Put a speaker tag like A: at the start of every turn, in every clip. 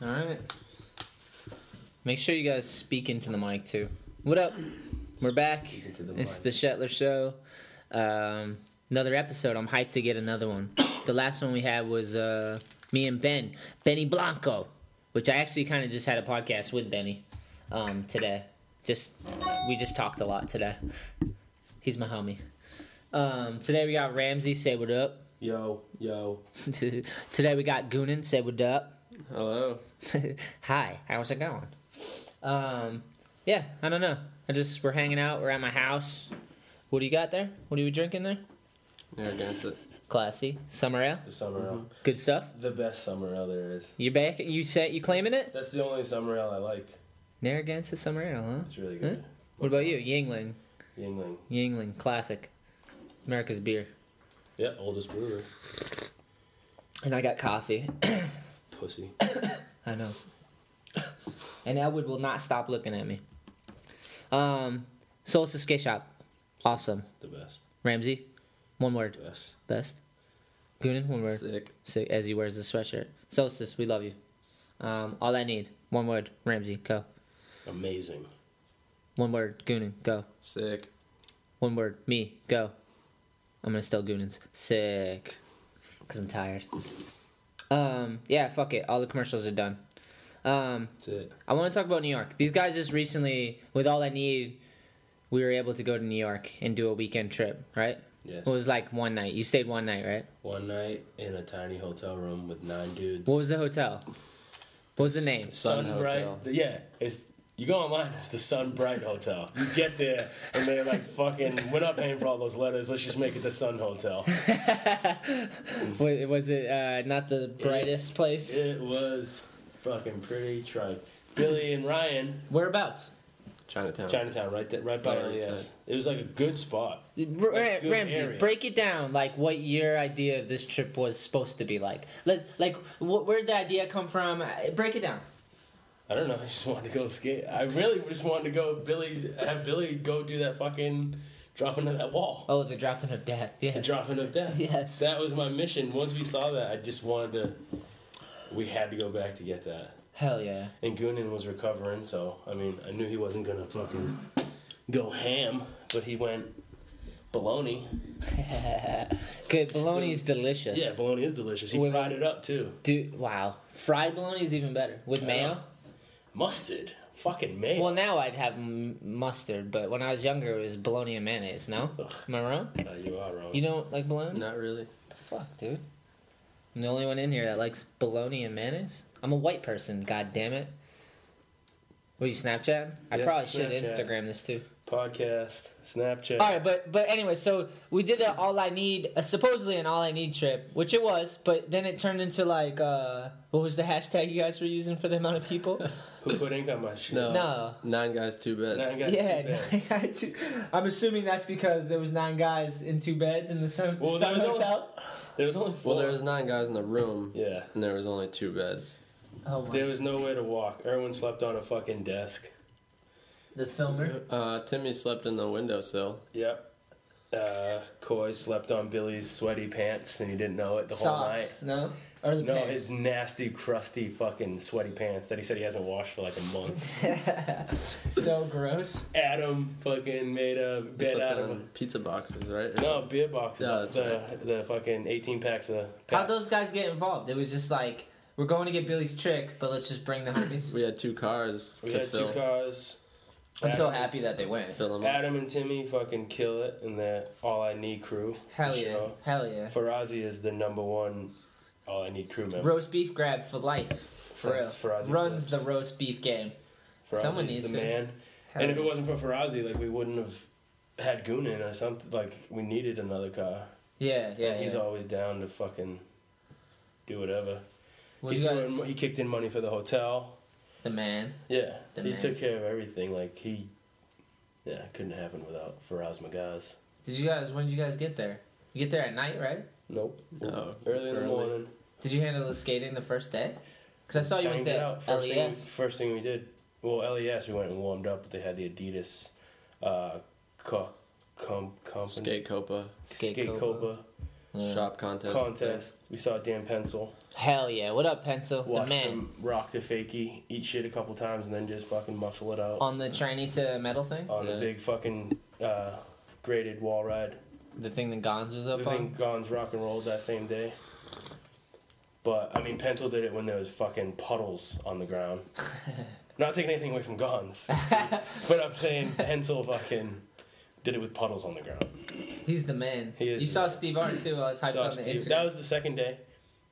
A: All right. Make sure you guys speak into the mic too. What up? We're back.
B: into the
A: It's
B: mic.
A: the Shetler Show. Um, another episode. I'm hyped to get another one. The last one we had was uh, me and Ben, Benny Blanco, which I actually kind of just had a podcast with Benny um, today. Just we just talked a lot today. He's my homie. Um, today we got Ramsey. Say what up.
B: Yo, yo.
A: Today we got Goonan. Say what up.
C: Hello.
A: Hi, how's it going? Um, yeah, I don't know. I just we're hanging out. We're at my house. What do you got there? What are you drinking there?
C: Narragansett.
A: Classy summer ale.
B: The summer ale.
A: Good stuff.
B: The best summer ale there is.
A: You back? You said you claiming it?
B: That's the only summer ale I like.
A: Narragansett summer ale, huh?
B: It's really good.
A: What about you? Yingling,
B: Yingling.
A: Yingling, classic, America's beer.
B: Yeah, oldest brewer.
A: And I got coffee.
B: Pussy.
A: I know. And Elwood will not stop looking at me. Um, so it's a skate shop. Awesome,
B: The best.
A: Ramsey. One word.
B: Best.
A: Best. Goonin, one word.
C: Sick.
A: So, as he wears the sweatshirt. Solstice, we love you. Um, all I need. One word. Ramsey, go.
B: Amazing.
A: One word. Goonin, go.
C: Sick.
A: One word. Me, go. I'm gonna steal Goonin's. Sick. Because I'm tired. Um, yeah, fuck it. All the commercials are done. Um,
B: That's it.
A: I want to talk about New York. These guys just recently, with all I need, we were able to go to New York and do a weekend trip, right?
B: Yes.
A: It was like one night. You stayed one night, right?
B: One night in a tiny hotel room with nine dudes.
A: What was the hotel? What was the name?
C: Sun
B: Bright.
C: Hotel.
B: Yeah, it's. You go online, it's the Sun Bright Hotel. You get there, and they're like, fucking, we're not paying for all those letters, let's just make it the Sun Hotel.
A: Wait, was it uh, not the brightest place?
B: It was fucking pretty tripe. Billy and Ryan
A: Whereabouts?
C: Chinatown.
B: Chinatown, right there, right by
C: Yeah,
B: LES.
C: right side.
B: It was like a good spot.
A: R-
B: Like, good
A: Ramsey,
B: area.
A: break it down. Like what your idea of this trip was supposed to be like. Let's like wh- where'd the idea come from? Uh, Break it down.
B: I don't know. I just wanted to go skate. I really just wanted to go Billy have Billy go do that fucking dropping of that wall,
A: Oh, the dropping of death.
B: the
A: Yes.
B: dropping of death.
A: Yes.
B: that was my mission. Once we saw that, I just wanted to. We had to go back to get that.
A: Hell yeah.
B: And Goonan was recovering, so I mean, I knew he wasn't gonna fucking go ham, but he went bologna.
A: Good. Bologna's delicious.
B: Yeah, bologna is delicious. He
A: With-
B: fried it up too.
A: Dude, wow. Fried bologna's even better with mayo.
B: Mustard, fucking mayo.
A: Well, now I'd have m- mustard, but when I was younger, it was bologna and mayonnaise. No, am I wrong?
B: No, Uh, you are wrong.
A: You don't like bologna?
C: Not really.
A: Fuck, dude. I'm the only one in here that likes bologna and mayonnaise. I'm a white person, god damn it. What are you Snapchat? I
B: Yeah,
A: probably should
B: Snapchat.
A: Instagram this too.
B: Podcast, Snapchat.
A: All right, but but anyway, so we did an all I need, a, supposedly an all I need trip, which it was, but then it turned into like uh, what was the hashtag you guys were using for the amount of people?
B: Who put ink on my shit?
C: No.
A: No.
C: Nine guys, two beds.
B: Nine guys, two
A: yeah,
B: beds.
A: nine guy, two- I'm assuming that's because there was nine guys in two beds in the same
B: Well,
A: same
B: there was
A: hotel.
B: There was only four.
C: Well, there was nine guys in the room,
B: Yeah.
C: and there was only two beds.
A: Oh my!
B: There was nowhere to walk. Everyone slept on a fucking desk.
A: The filmer.
C: Uh, Timmy slept in the windowsill.
B: Yep. Uh, Coy slept on Billy's sweaty pants and he didn't know it the
A: socks, no? Or the
B: whole night. No,
A: pants.
B: his nasty, crusty, fucking sweaty pants that he said he hasn't washed for like a month.
A: so gross.
B: Adam fucking made a
C: He
B: bed
C: slept
B: out
C: on
B: of
C: pizza boxes, right? Or
B: no beer boxes.
C: No, that's
B: the, the fucking eighteen packs of.
A: How'd those guys get involved? It was just like, we're going to get Billy's trick, but let's just bring the
C: something.
A: homies.
C: We had two cars
B: we
C: to
B: had
C: fill,
B: two cars.
A: I'm so
B: Adam-
A: happy that they went.
C: fill 'em up.
B: Adam and Timmy fucking kill it, and the All I Need crew.
A: Hell
B: for
A: yeah.
B: sure.
A: Hell yeah.
B: Farazi is the number one All I Need crew member.
A: Roast beef grab for life. For real.
B: That's Farazi
A: Runs
B: flips.
A: the roast beef game.
B: Farazi's
A: Someone needs
B: the
A: to.
B: man.
A: Hell
B: and if
A: yeah.
B: it wasn't for Farazi, like we wouldn't have had Goonan or something. Like we needed another car.
A: Yeah, yeah,
B: He's
A: yeah.
B: always down to fucking do whatever.
A: Was
B: He,
A: you
B: threw
A: guys
B: in, he kicked in money for the hotel.
A: the man?
B: Yeah,
A: The
B: he
A: man.
B: took care of everything. Like he, yeah, it couldn't happen without Faraz Magaz.
A: Did you guys, when did you guys get there? You get there at night, right?
B: Nope.
C: No,
B: Early in the
C: early.
B: morning.
A: Did you handle the skating the first day? Because I saw you went
B: Banged
A: to E
B: it out. First thing, we,
A: LES.
B: first thing we did, well, LES we went and warmed up, but they had the Adidas, uh, co- com- company
C: Skate Copa.
A: Skate
B: Skate
A: Copa.
B: Copa.
C: Shop contest.
B: contest. We saw Dan Pencil
A: Hell yeah! What up, Pencil?
B: watch
A: the man
B: him rock the fakie, eat shit a couple times, and then just fucking muscle it out on,
A: on the Chinese to metal thing,
B: the
C: Yeah.
B: big fucking uh, graded wall ride.
A: the thing that Gons was
B: I
A: up on.
B: think Gon's rock and rolled that same day. But I mean, Pencil did it when there was fucking puddles on the ground. Not taking anything away from Gon's, but I'm saying Pencil fucking did it with puddles on the ground.
A: He's the man.
B: He is
A: you
B: the
A: saw
B: man.
A: Steve Art too. I was hyped
B: Saw
A: on the
B: Steve-
A: Instagram.
B: That was the second day.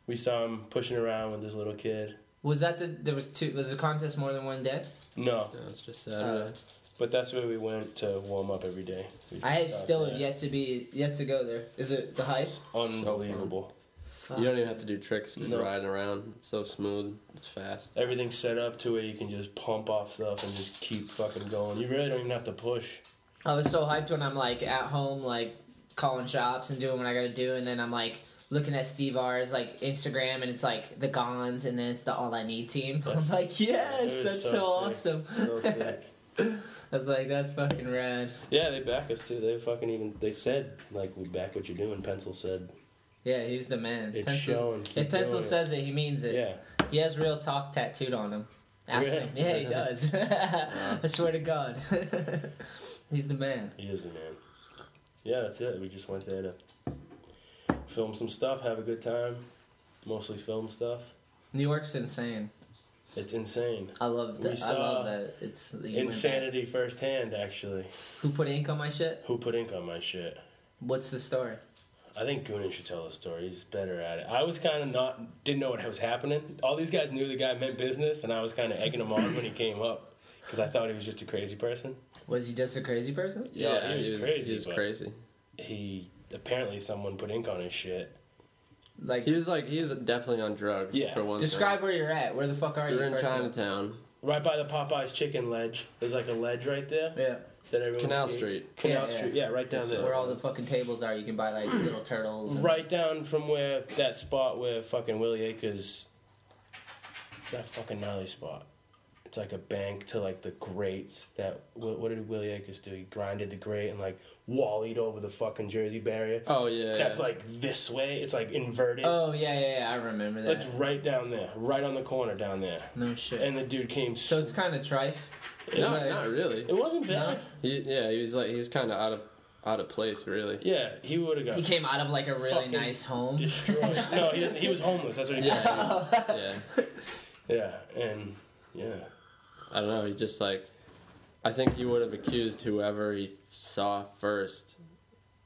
B: We saw him pushing around with this little kid.
A: was that the there was two? Was the contest more than one day?
B: No,
C: Yeah, it's just Saturday.
B: but that's where we went to warm up every day. We
A: I
B: stopped
A: still
B: there.
A: have yet to be yet to go there. Is it the hype?
B: It's unbelievable.
A: Fuck.
C: you don't even have to do tricks. Just
B: No.
C: riding around. It's so smooth. It's fast.
B: Everything's set up to where you can just pump off stuff and just keep fucking going. You really don't even have to push.
A: I was so hyped when I'm like at home, like calling shops and doing what I gotta do, and then I'm like looking at Steve R's like Instagram, and it's like the Gons, and then it's the All I Need team. I'm like, yes,
B: It was
A: that's so,
B: so
A: awesome.
B: So sick.
A: I was like, that's fucking rad.
B: Yeah, they back us too. They fucking even they said like we back what you're doing. Pencil said
A: Yeah, he's the man.
B: it's
A: Pencil's-
B: showing. keep
A: If Pencil
B: doing it.
A: says it, he means it.
B: yeah,
A: He has real talk tattooed on him. Ask
B: Really?
A: him. Yeah, he does. I swear to God. he's the man.
B: he is a man. Yeah, that's it. We just went there to film some stuff, have a good time, mostly film stuff.
A: New York's insane.
B: It's insane.
A: I love
B: We
A: that. I
B: saw
A: love that. It's you went back.
B: Insanity firsthand, actually.
A: Who put ink on my shit?
B: Who put ink on my shit?
A: What's the story?
B: I think Goonin should tell the story. He's better at it. I was kind of not, didn't know what was happening. All these guys knew the guy meant business, and I was kind of egging him on when he came up because I thought he was just a crazy person.
A: Was he just a crazy person?
B: Yeah, he was crazy,
C: He was
B: but-
C: crazy.
B: He apparently someone put ink on his shit.
A: Like,
C: He was like he was definitely on drugs.
B: Yeah.
C: For one.
A: describe where you're at. Where the fuck are
C: Thing. We
A: you?
C: were in
A: first of all?
C: Chinatown.
B: Right by the Popeyes chicken ledge. There's like a ledge right there
A: Yeah,
B: that everyone
C: Canal
B: skates.
C: Street.
B: Canal
A: Yeah, yeah.
B: Street, yeah, right down
C: That's
B: there.
A: where all the fucking tables are. You can buy like little turtles. and-
B: Right down from where that spot where fucking Willie Acres, that fucking gnarly spot. It's like a bank to like the grates that. What, what did Willie Acres do? He grinded the grate and like wallied over the fucking Jersey barrier.
C: Oh yeah.
B: That's
C: yeah.
B: like this way. It's like inverted.
A: Oh yeah, yeah, yeah. I remember that.
B: It's right down there, right on the corner down there.
A: No shit.
B: And the dude came.
A: so it's kind of trife.
C: No,
A: like-
C: not really.
B: it wasn't bad.
A: No?
C: He, yeah, he was like he was kind of out of out of place really.
B: Yeah, he would have got
A: He came out of like a really
B: Fucking
A: nice home.
B: destroyed. no, he, doesn't- he was homeless. That's what he
C: Yeah.
B: yeah.
C: yeah.
B: Yeah, and yeah.
C: I don't know. He just like, I think he would have accused whoever he saw first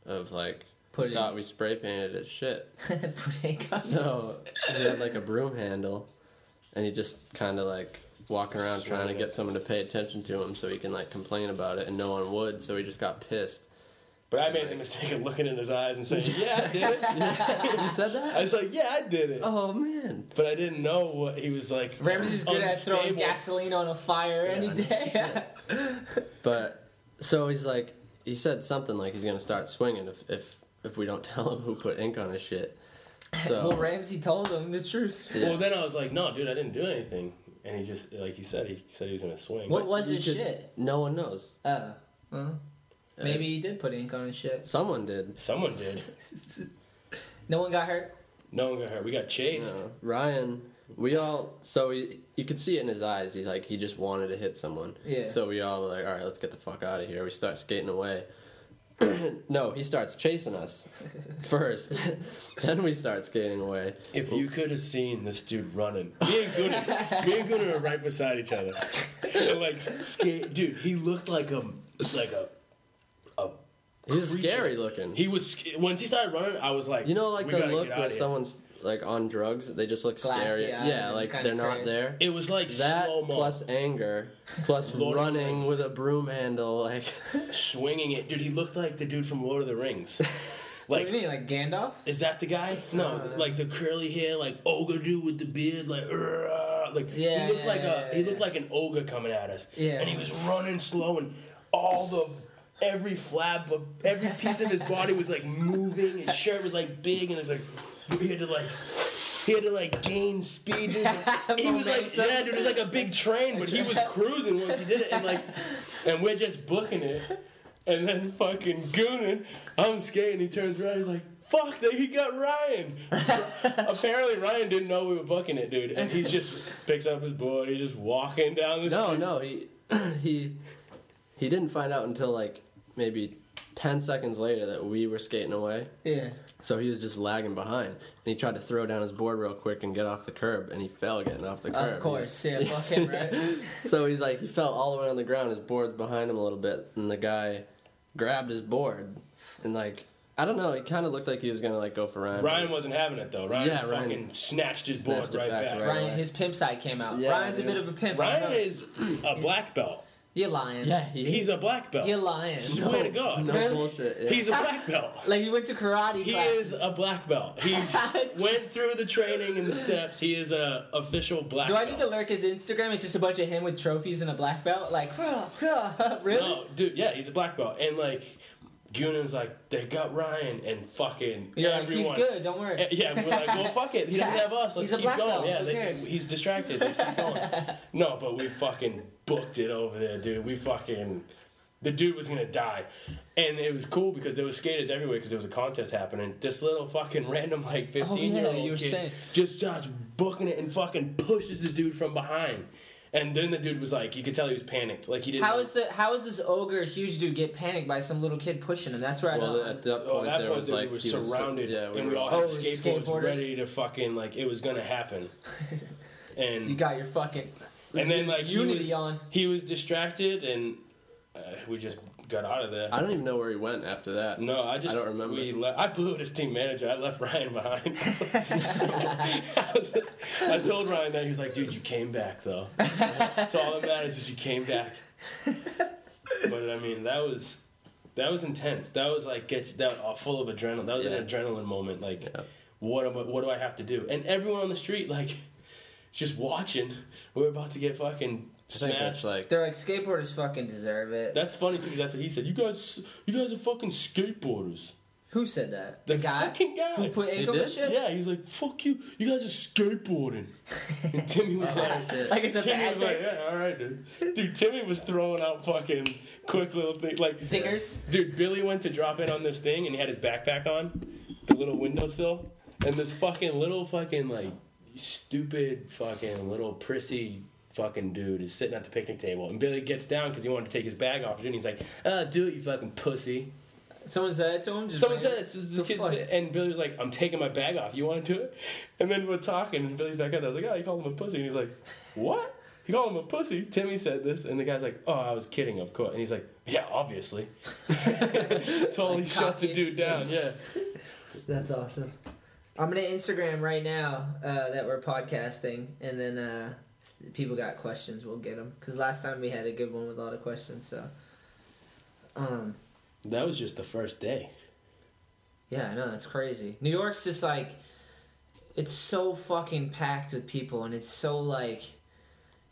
C: of like
A: Put it-
C: thought we spray painted it shit.
A: Put ink on
C: So he had like a broom handle, and he just kind of like walking around trying to
B: Swatted.
C: get someone to pay attention to him so he can like complain about it, and no one would. So he just got pissed.
B: But I made the mistake of looking in his eyes and saying, "Yeah, I did it."
C: you said
B: I
C: that?
B: was like, "Yeah, I did it,"
C: Oh man.
B: but I didn't know what he was like.
A: Ramsey's good at throwing
B: unstable.
A: gasoline on a fire any
C: no
A: day.
C: But so he's like, he said something like he's gonna start swinging if if if we don't tell him who put ink on his shit. So
A: well, Ramsey told him the truth.
C: Yeah.
B: Well, then I was like, "No, dude, I didn't do anything." And he just, like he said, he said he was gonna swing.
A: What was
C: you
A: his
C: could-
A: shit?
C: No one knows.
A: Oh,
C: Uh,
A: well, maybe he did put ink on his shit.
C: Someone did.
B: Someone did.
A: No one got hurt.
B: No one got hurt. We got chased.
C: Uh, Ryan, we all so he, you could see it in his eyes. He's like he just wanted to hit someone.
A: Yeah.
C: So we all were like, all right, let's get the fuck out of here. We start skating away. no, he starts chasing us first. then we start skating away.
B: If you could have seen this dude running, me and Gunnar, me and Gunnar are right beside each other. And like, skate, dude, he looked like a, like a, a.
C: He's
B: creature.
C: scary looking.
B: He was sca- once he started running. I was like,
C: you know, like
B: we
C: the
B: gotta
C: look
B: get out
C: where
B: of here.
C: someone's like on drugs. They just look
A: Glassy
C: scary.
A: eyed
C: Yeah,
A: and
C: like
A: kinda
C: they're not
A: crazy.
C: there.
B: It was like
C: That
B: slow mo,
C: plus anger, plus
B: Lord of the
C: running
B: Rings.
C: with a broom handle, like
B: swinging it, dude. He looked like the dude from Lord of the Rings.
A: What do you
B: Like,
A: mean, like Gandalf?
B: is that the guy? No,
A: Uh,
B: like the curly hair, like ogre dude with the beard, like. "Urgh," Like
A: Yeah,
B: he looked
A: yeah,
B: like
A: yeah,
B: a
A: yeah,
B: he
A: yeah.
B: looked like an ogre coming at us.
A: Yeah.
B: And he was running slow and all the every flab of every piece of his body was like moving, his shirt was like big and it was like he had to like he had to like gain speed. dude. He was like
A: Momentum.
B: yeah, dude, it was like a big train, but he was cruising once he did it, and like, and we're just booking it, and then fucking gooning. I'm skating. He turns around. He's like, fuck, they he got Ryan. Apparently, Ryan didn't know we were booking it, dude. And he just picks up his board. He's just walking down the
C: No,
B: street.
C: no, he he he didn't find out until like maybe ten seconds later that we were skating away.
A: Yeah.
C: So he was just lagging behind, and he tried to throw down his board real quick and get off the curb, and he fell getting off the curb.
A: Of course, yeah, fuck him, right?
C: so he's like, he fell all the way on the ground. His board's behind him a little bit, and the guy grabbed his board, and like, I don't know, it kind of looked like he was gonna like go for Ryan. but-
B: Ryan wasn't having it though. Ryan
C: Yeah,
B: fucking
C: Ryan
B: snatched his
C: snatched
B: board
C: it
B: right
C: back,
B: back.
C: right.
A: Ryan, his pimp side came out.
C: Yeah,
A: Ryan's a
C: dude.
A: bit of a pimp. I know.
B: Ryan is a black belt.
A: You're lying.
C: yeah, he,
B: He's a black belt.
A: You're lying.
B: Swear to God,
C: no
A: Really?
C: bullshit. yeah.
B: he's a black belt.
A: Like he went to karate
B: He
A: class.
B: is a black belt. He s- went through the training and the steps. He is a official black.
A: Do I
B: belt.
A: need to lurk his Instagram? It's just a bunch of him with trophies and a black belt. Like, really?
B: No, dude, yeah, he's a black belt. And like Gunnan's like, they got Ryan and fucking
A: You're like,
B: everyone.
A: he's good. Don't worry.
B: Eh, Yeah, we're like, well, fuck it. He doesn't have us. Let's
A: He's a
B: keep
A: black
B: going.
A: belt.
B: Yeah,
A: Who
B: they-
A: cares?
B: he's distracted. Let's keep going. no, but we fucking booked it over there, dude. We fucking the dude was gonna die, and it was cool because there was skaters everywhere because there was a contest happening. This little fucking random like fifteen year
A: Oh, you
B: old
A: were
B: kid
A: saying.
B: just starts booking it and fucking pushes the dude from behind. And then the dude was like, you could tell he was panicked. Like he didn't.
A: How is the how is this ogre huge dude get panicked by some little kid pushing him? That's where I
C: well,
A: don't.
C: at that point,
B: Oh, that
C: there
B: point
C: was
B: that
C: like
B: we were
C: he was so-
B: surrounded,
C: yeah,
B: and
C: were
B: we all had
A: Oh, we were
B: skateboards
A: skateboarders?
B: ready to fucking like it was gonna happen. And
A: you got your fucking.
B: and then like he
A: unity
B: was,
A: on.
B: he was distracted, and uh, we just got out of there.
C: I don't even know where he went after that.
B: no, I just
C: I don't remember.
B: We le- I blew it as team manager. I left Ryan behind. I, was- I told Ryan that he was like, "Dude, you came back though. That's all that matters is you came back." But I mean, that was that was intense. That was like get that uh, full of adrenaline. That was
C: Yeah.
B: an adrenaline moment. Like,
C: Yeah.
B: what am I, what do I have to do? And everyone on the street like just watching. We were about to get fucking
C: I think that's
B: smashed.
C: like
A: They're like skateboarders fucking deserve it.
B: That's funny too because that's what he said. You guys, you guys are fucking skateboarders.
A: Who said that? The, guy
B: fucking guy.
A: who put ink
C: He
A: on the
C: did?
A: shit.
B: yeah, he was like, "Fuck you, you guys are skateboarding." And Timmy was like,
A: Like it's a
B: Timmy
A: bad
B: was like,
A: thing.
B: "Yeah, all right, dude." Dude, Timmy was throwing out fucking quick little things like
A: Zingers.
B: Dude, Billy went to drop in on this thing and he had his backpack on, the little windowsill, and this fucking little fucking like stupid fucking little prissy fucking dude is sitting at the picnic table and Billy gets down because he wanted to take his bag off dude, and he's like, "Uh, do it, you fucking pussy."
A: Someone said it to him. Just
B: Someone
A: ran-
B: said it's this
A: The
B: kid
A: fuck?
B: said, and Billy was like, "I'm taking my bag off. You want to do it?" And then we're talking, and Billy's back up. I was like, "Oh, you called him a pussy," and he's like, "What?" He called him a pussy. Timmy said this, and the guy's like, "Oh, I was kidding, of course." And he's like, "Yeah, obviously." totally
A: Like
B: shut the
A: cocky.
B: dude down. Yeah.
A: That's awesome. I'm gonna Instagram right now uh, that we're podcasting, and then uh, people got questions, we'll get them. Cause last time we had a good one with a lot of questions, so. Um.
B: That was just the first day.
A: Yeah, I know that's crazy. New York's just like, it's so fucking packed with people, and it's so like,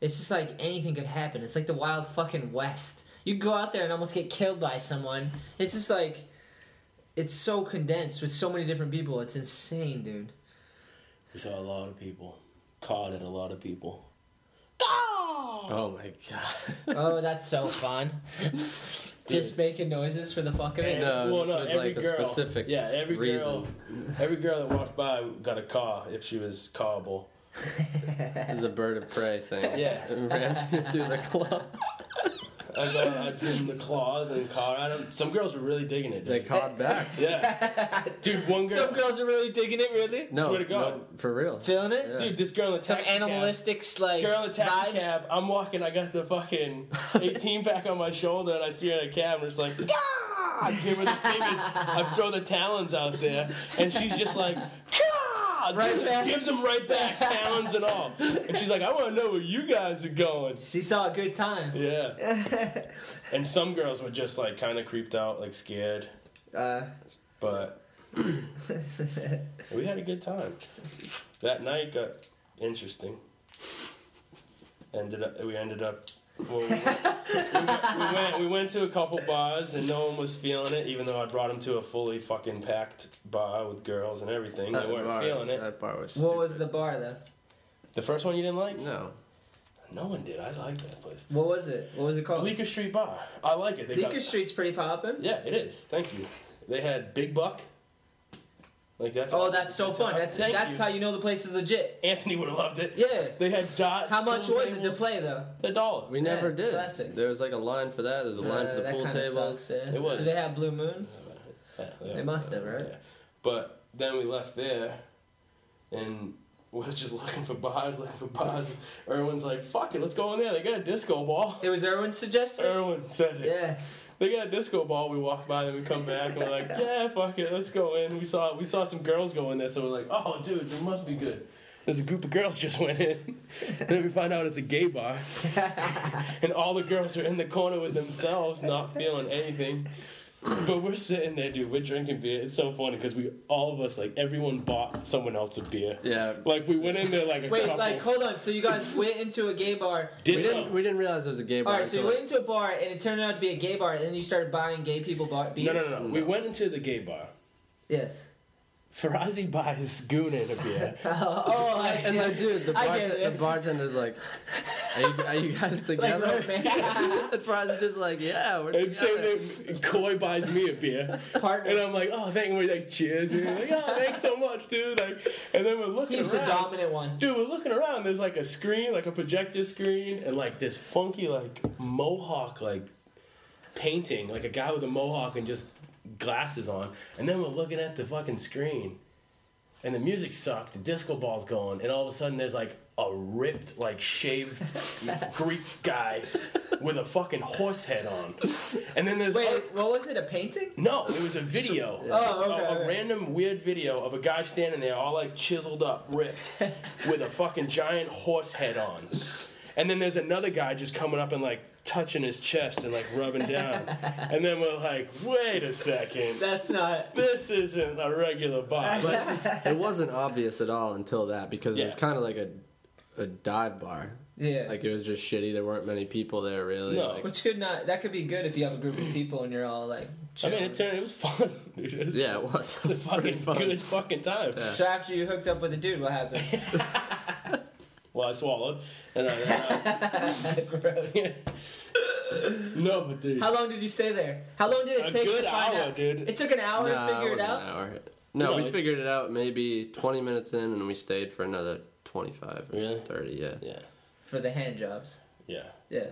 A: it's just like anything could happen. It's like the wild fucking West. You go out there and almost get killed by someone. It's just like, it's so condensed with so many different people. It's insane, dude.
B: We saw a lot of people. Caught at a lot of people.
C: oh my god.
A: Oh, that's so fun. Just making noises for the fuck of it.
C: No,
B: well,
C: uh, this
B: no,
C: was
B: every
C: like a
B: girl-
C: specific
B: Yeah, every girl,
C: reason.
B: every girl that walked by got a car if she was callable.
C: This is a bird of prey thing.
B: Yeah.
C: It ran through the club.
B: I know, I did uh, the claws and caught at 'em. Some girls were really digging it.
C: They
B: Dude.
C: caught back.
B: yeah, dude, one girl,
A: Some girls are really digging it, really
C: No,
B: Swear to God.
C: no, for real.
A: feeling it.
C: Yeah.
B: dude, this girl in the
A: Some
B: taxi
A: animalistic like
B: cab, girl in the taxi
A: vibes.
B: cab. I'm walking, I got the fucking 18 pack on my shoulder, and I see her in a cab, and it's like, "Gah!" I give her the fingers, I throw the talons out there, and she's just like. "Gah!"
A: Right
B: gives,
A: back.
B: gives them right back, talons and all. And she's like, I want to know where you guys are going.
A: She saw a good time.
B: Yeah. and some girls were just like kind of creeped out, like scared.
A: Uh,
B: But We had a good time. That night got interesting. Ended up, we ended up. Well, we, went, we, went, we went. we went to a couple bars and no one was feeling it. Even though I brought them to a fully fucking packed bar with girls and everything, they
C: That
B: weren't
C: bar-
B: feeling it.
C: That bar was.
A: what was the
C: stupid.
A: bar though?
B: The first one you didn't like?
C: No.
B: No one did. I like that place.
A: What was it? What was it called?
B: Bleecker Street Bar. I like it. They got-
A: Bleecker Street's pretty poppin'.
B: Yeah, it is. Thank you. They had Big Buck. Like that's
A: Oh, that's so
B: it's
A: fun.
B: how-
A: That's
B: thank
A: that's
B: you.
A: how you know the place is legit.
B: Anthony would have loved it.
A: Yeah.
B: They had dots.
A: How much
B: pool
A: was it to
B: tables.
A: play though?
B: A dollar.
C: We never
A: Yeah,
C: did.
A: classic.
C: There was like a line for that. There's a line
A: Uh,
C: for the
A: that
C: pool
A: kinda
C: tables.
A: sucks, yeah.
B: It was.
A: Did they have Blue Moon?
B: Yeah,
A: They must have, right?
B: Yeah. But then we left there, and was just looking for bars, looking for bars. Erwin's like, "Fuck it, let's go in there. They got a disco ball."
A: It was Erwin's suggestion.
B: Erwin said it.
A: Yes.
B: They got a disco ball. We walk by, then we come back, and we're like, "Yeah, fuck it, let's go in." We saw we saw some girls go in there, so we're like, "Oh, dude, it must be good." There's a group of girls just went in. then we find out it's a gay bar, and all the girls are in the corner with themselves, not feeling anything. But we're sitting there, dude. We're drinking beer. It's so funny because we all of us, like everyone, bought someone else a beer.
C: Yeah.
B: Like we went in there like a
A: Wait,
B: couple.
A: like, hold on. So you guys went into a gay bar.
C: We
B: Didn't know.
C: didn't. We didn't realize it was a gay bar.
A: All right, so you
C: until-
A: went into a bar and it turned out to be a gay bar, and then you started buying gay people bar beers.
B: no, no, no, no. We went into the gay bar.
A: Yes.
B: Farazi buys Goonan a beer.
A: oh, I see.
C: and like, dude, the,
A: I
C: bart-
A: get it.
C: the bartender's like, "Are you, are you guys
A: like,
C: together?"
A: romance
C: And Faraz is just like, yeah, we're
B: And same
C: together.
B: thing, Coy buys me a beer.
A: partners.
B: And I'm like, oh, thank you. We're like, cheers. And we're like, oh, thanks so much, dude. Like, and then we're looking
A: he's the
B: around.
A: dominant one.
B: Dude, we're looking around. There's like a screen, like a projector screen, and like this funky, like mohawk, like painting, like a guy with a mohawk and just glasses on. And then we're looking at the fucking screen, and the music sucked. The disco ball's going, and all of a sudden there's like a ripped, like shaved Greek guy with a fucking horse head on. And then there's
A: Wait, what was it? A painting?
B: no, it was a video. Just
A: Oh, okay,
B: a, a
A: okay.
B: random weird video of a guy standing there, all like chiseled up, ripped, with a fucking giant horse head on. And then there's another guy just coming up and like touching his chest and like rubbing down. and then we're like, wait a second,
A: That's not.
B: this isn't a regular bar.
C: But it wasn't obvious at all until that because it was
B: Yeah.
C: kind of like a a dive bar.
A: Yeah.
C: Like it was just shitty. There weren't many people there really.
B: No.
C: Like,
A: Which could not. That could be good if you have a group of people and you're all like.
B: I
A: Chilling.
B: mean, it turned, it was fun. Dude. It was-
C: yeah, it was.
B: It was a
C: pretty
B: fucking
C: fun.
B: good fucking time.
C: Yeah.
A: So after you hooked up with a dude, what happened?
B: Well, I swallowed. And I, and
A: Gross.
B: I- no, but dude,
A: How long did you stay there? How long did it
B: a
A: take you
B: good
A: to find
B: hour,
A: out?
B: dude.
A: It took an hour
C: Nah,
A: to
C: it
A: figure Oh, it
C: wasn't
A: out.
C: an hour. No,
B: No,
C: we
B: it-
C: figured it out maybe 20 minutes in, and we stayed for another 25 or
B: Really?
C: 30. Yeah.
B: yeah,
A: For the hand jobs.
B: yeah.
A: Yeah.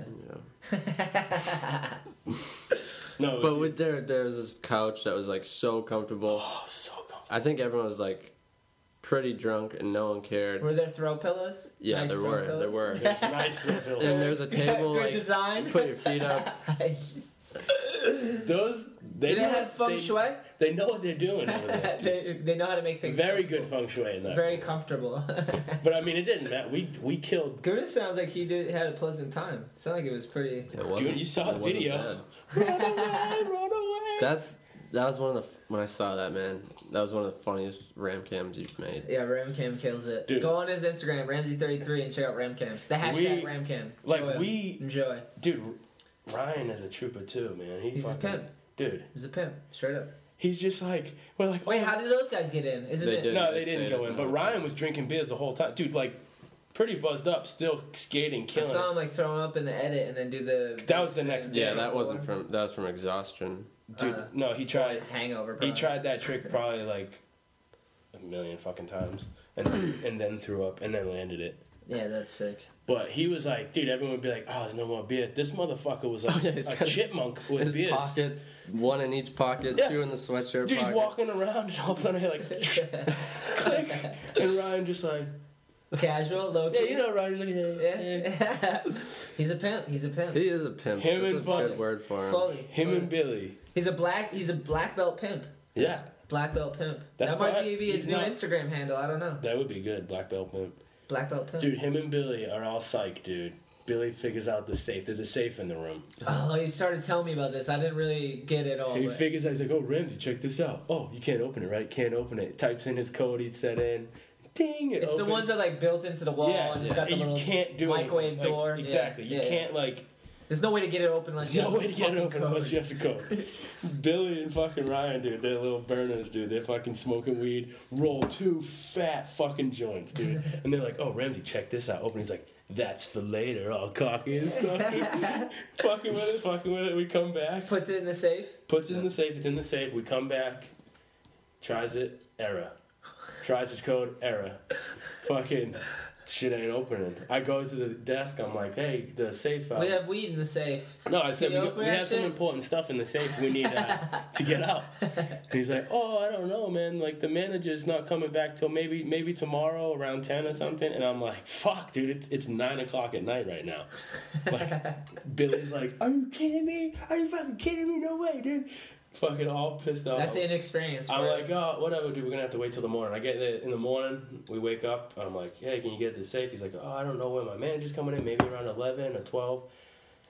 B: Mm.
C: yeah.
B: No, it was-
C: But with there, there was this couch that was like so comfortable.
B: oh, so comfortable.
C: I think everyone was like pretty drunk, and no one cared.
A: Were there throw pillows?
C: Yeah,
A: Nice
C: there
A: throw
C: were,
A: pillows?
C: there were.
B: It's nice to
C: And
B: feel.
C: there was a table.
A: Good
C: like,
A: design.
C: you Put your feet up.
B: Those they
A: Did
B: know-
A: it have feng
B: they-
A: shui?
B: They know what they're doing over there.
A: they, they know how to make things
B: Very good feng shui in that.
A: very comfortable.
B: But I mean, it didn't matter. We we killed.
A: Gurus sounds like he did had a pleasant time. Sounded like it was pretty.
C: It wasn't-
B: you saw
C: it
B: the
C: wasn't
B: video.
C: bad.
B: Run away, run away.
C: That's that was one of the when I saw that man. That was one of the funniest ram cams you've made.
A: Yeah, Ramcam kills it.
B: Dude.
A: Go on his Instagram, Ramsey33, and check out Ramcams. The hashtag
B: We-
A: Ramcam.
B: like
A: Enjoy.
B: we,
A: enjoy.
B: dude. Ryan is a trooper too, man. He
A: He's a
B: fucking,
A: pimp.
B: dude.
A: He's a pimp, straight up.
B: He's just like we're like.
A: Wait,
B: oh,
A: how did those guys get in? Isn't
C: They
A: it?
C: did.
B: No,
C: They
B: they didn't
C: stayed
B: go
C: at
B: in.
C: the
B: But Ryan was drinking beers the whole time, dude. Like, pretty buzzed up, still skating,
A: I
B: killing.
A: saw
B: it.
A: him like throwing up in the edit and then do the.
B: That was the next day.
C: Yeah, that wasn't from that was from exhaustion.
B: dude.
A: uh,
B: no, he tried.
A: hangover.
B: He
A: Probably.
B: tried that trick probably like a million fucking times, and and then threw up and then landed it.
A: Yeah, that's sick.
B: But he was like, dude, everyone would be like, oh, there's no more beer. This motherfucker was like
C: Oh, yeah, he's
B: a
C: got his-
B: chipmunk with
C: His
B: beers.
C: pockets, one in each pocket,
B: Yeah.
C: two in the sweatshirt
B: Dude, he's
C: pocket.
B: walking around, and all of a sudden I hear like click, and Ryan just like,
A: Casual, low
B: yeah,
A: key.
B: you know, Ryan. He's like, yeah, yeah.
A: Yeah. he's a pimp. He's a pimp.
C: he is a pimp.
B: Him
C: That's
B: and
C: a
B: Funny.
C: good word for him.
A: Fully.
B: Him
A: fully.
B: and Billy.
A: he's a black. He's a black belt pimp.
B: Yeah,
A: Black belt pimp.
B: That's
A: that might
B: why
A: be, be his
B: he's
A: new
B: not-
A: Instagram handle. I don't know.
B: that would be good, Black Belt Pimp.
A: Black belt pimp.
B: Dude, him and Billy are all psyched, dude. Billy figures out the safe. There's a safe in the room.
A: Oh, he started telling me about this. I didn't really get it all.
B: He
A: but-
B: figures out, he's like, oh, Ramsey, check this out. Oh, you can't open it, right? Can't open it. Types in his code he set in. Ding, it
A: it's the
B: opens.
A: ones that like built into the wall
B: yeah,
A: and it's
B: yeah.
A: got the
B: And
A: little
B: you can't do
A: microwave
B: anything. Like,
A: door. Yeah,
B: exactly. you
A: yeah,
B: can't, like,
A: There's no way to get it open unless
B: there's
A: you
B: no
A: have
B: way to get it
A: fucking
B: open unless you have to code. Billy and fucking Ryan, dude, they're little burners, dude. They're fucking smoking weed, roll two fat fucking joints, dude. And they're like, oh, Ramsey, check this out. Open. He's like, that's for later, all cocky and stuff. dude. fucking with it, fucking with it. We come back.
A: Puts it in the safe.
B: Puts it in the safe. It's in the safe. We come back. Tries it. Error. Tries his code, error. Fucking shit ain't opening. I go to the desk. I'm like, hey, the safe. out."
A: We have weed in the safe.
B: No, I said
A: Can you
B: we,
A: open
B: we
A: that
B: have some
A: shit?
B: important stuff in the safe we need uh, to get out. And he's like, oh, I don't know, man. Like the manager's not coming back till maybe maybe tomorrow around ten or something. And I'm like, fuck, dude, it's it's nine o'clock at night right now. Like Billy's like, are you kidding me? Are you fucking kidding me? No way, dude. Fucking all pissed off.
A: That's inexperience.
B: I'm
A: bro.
B: Uh-huh. like, oh, whatever, dude. We're gonna have to wait till the morning. I get there in the morning. We wake up. I'm like, hey, can you get this safe? He's like, oh, I don't know when my manager's coming in. Maybe around eleven or twelve.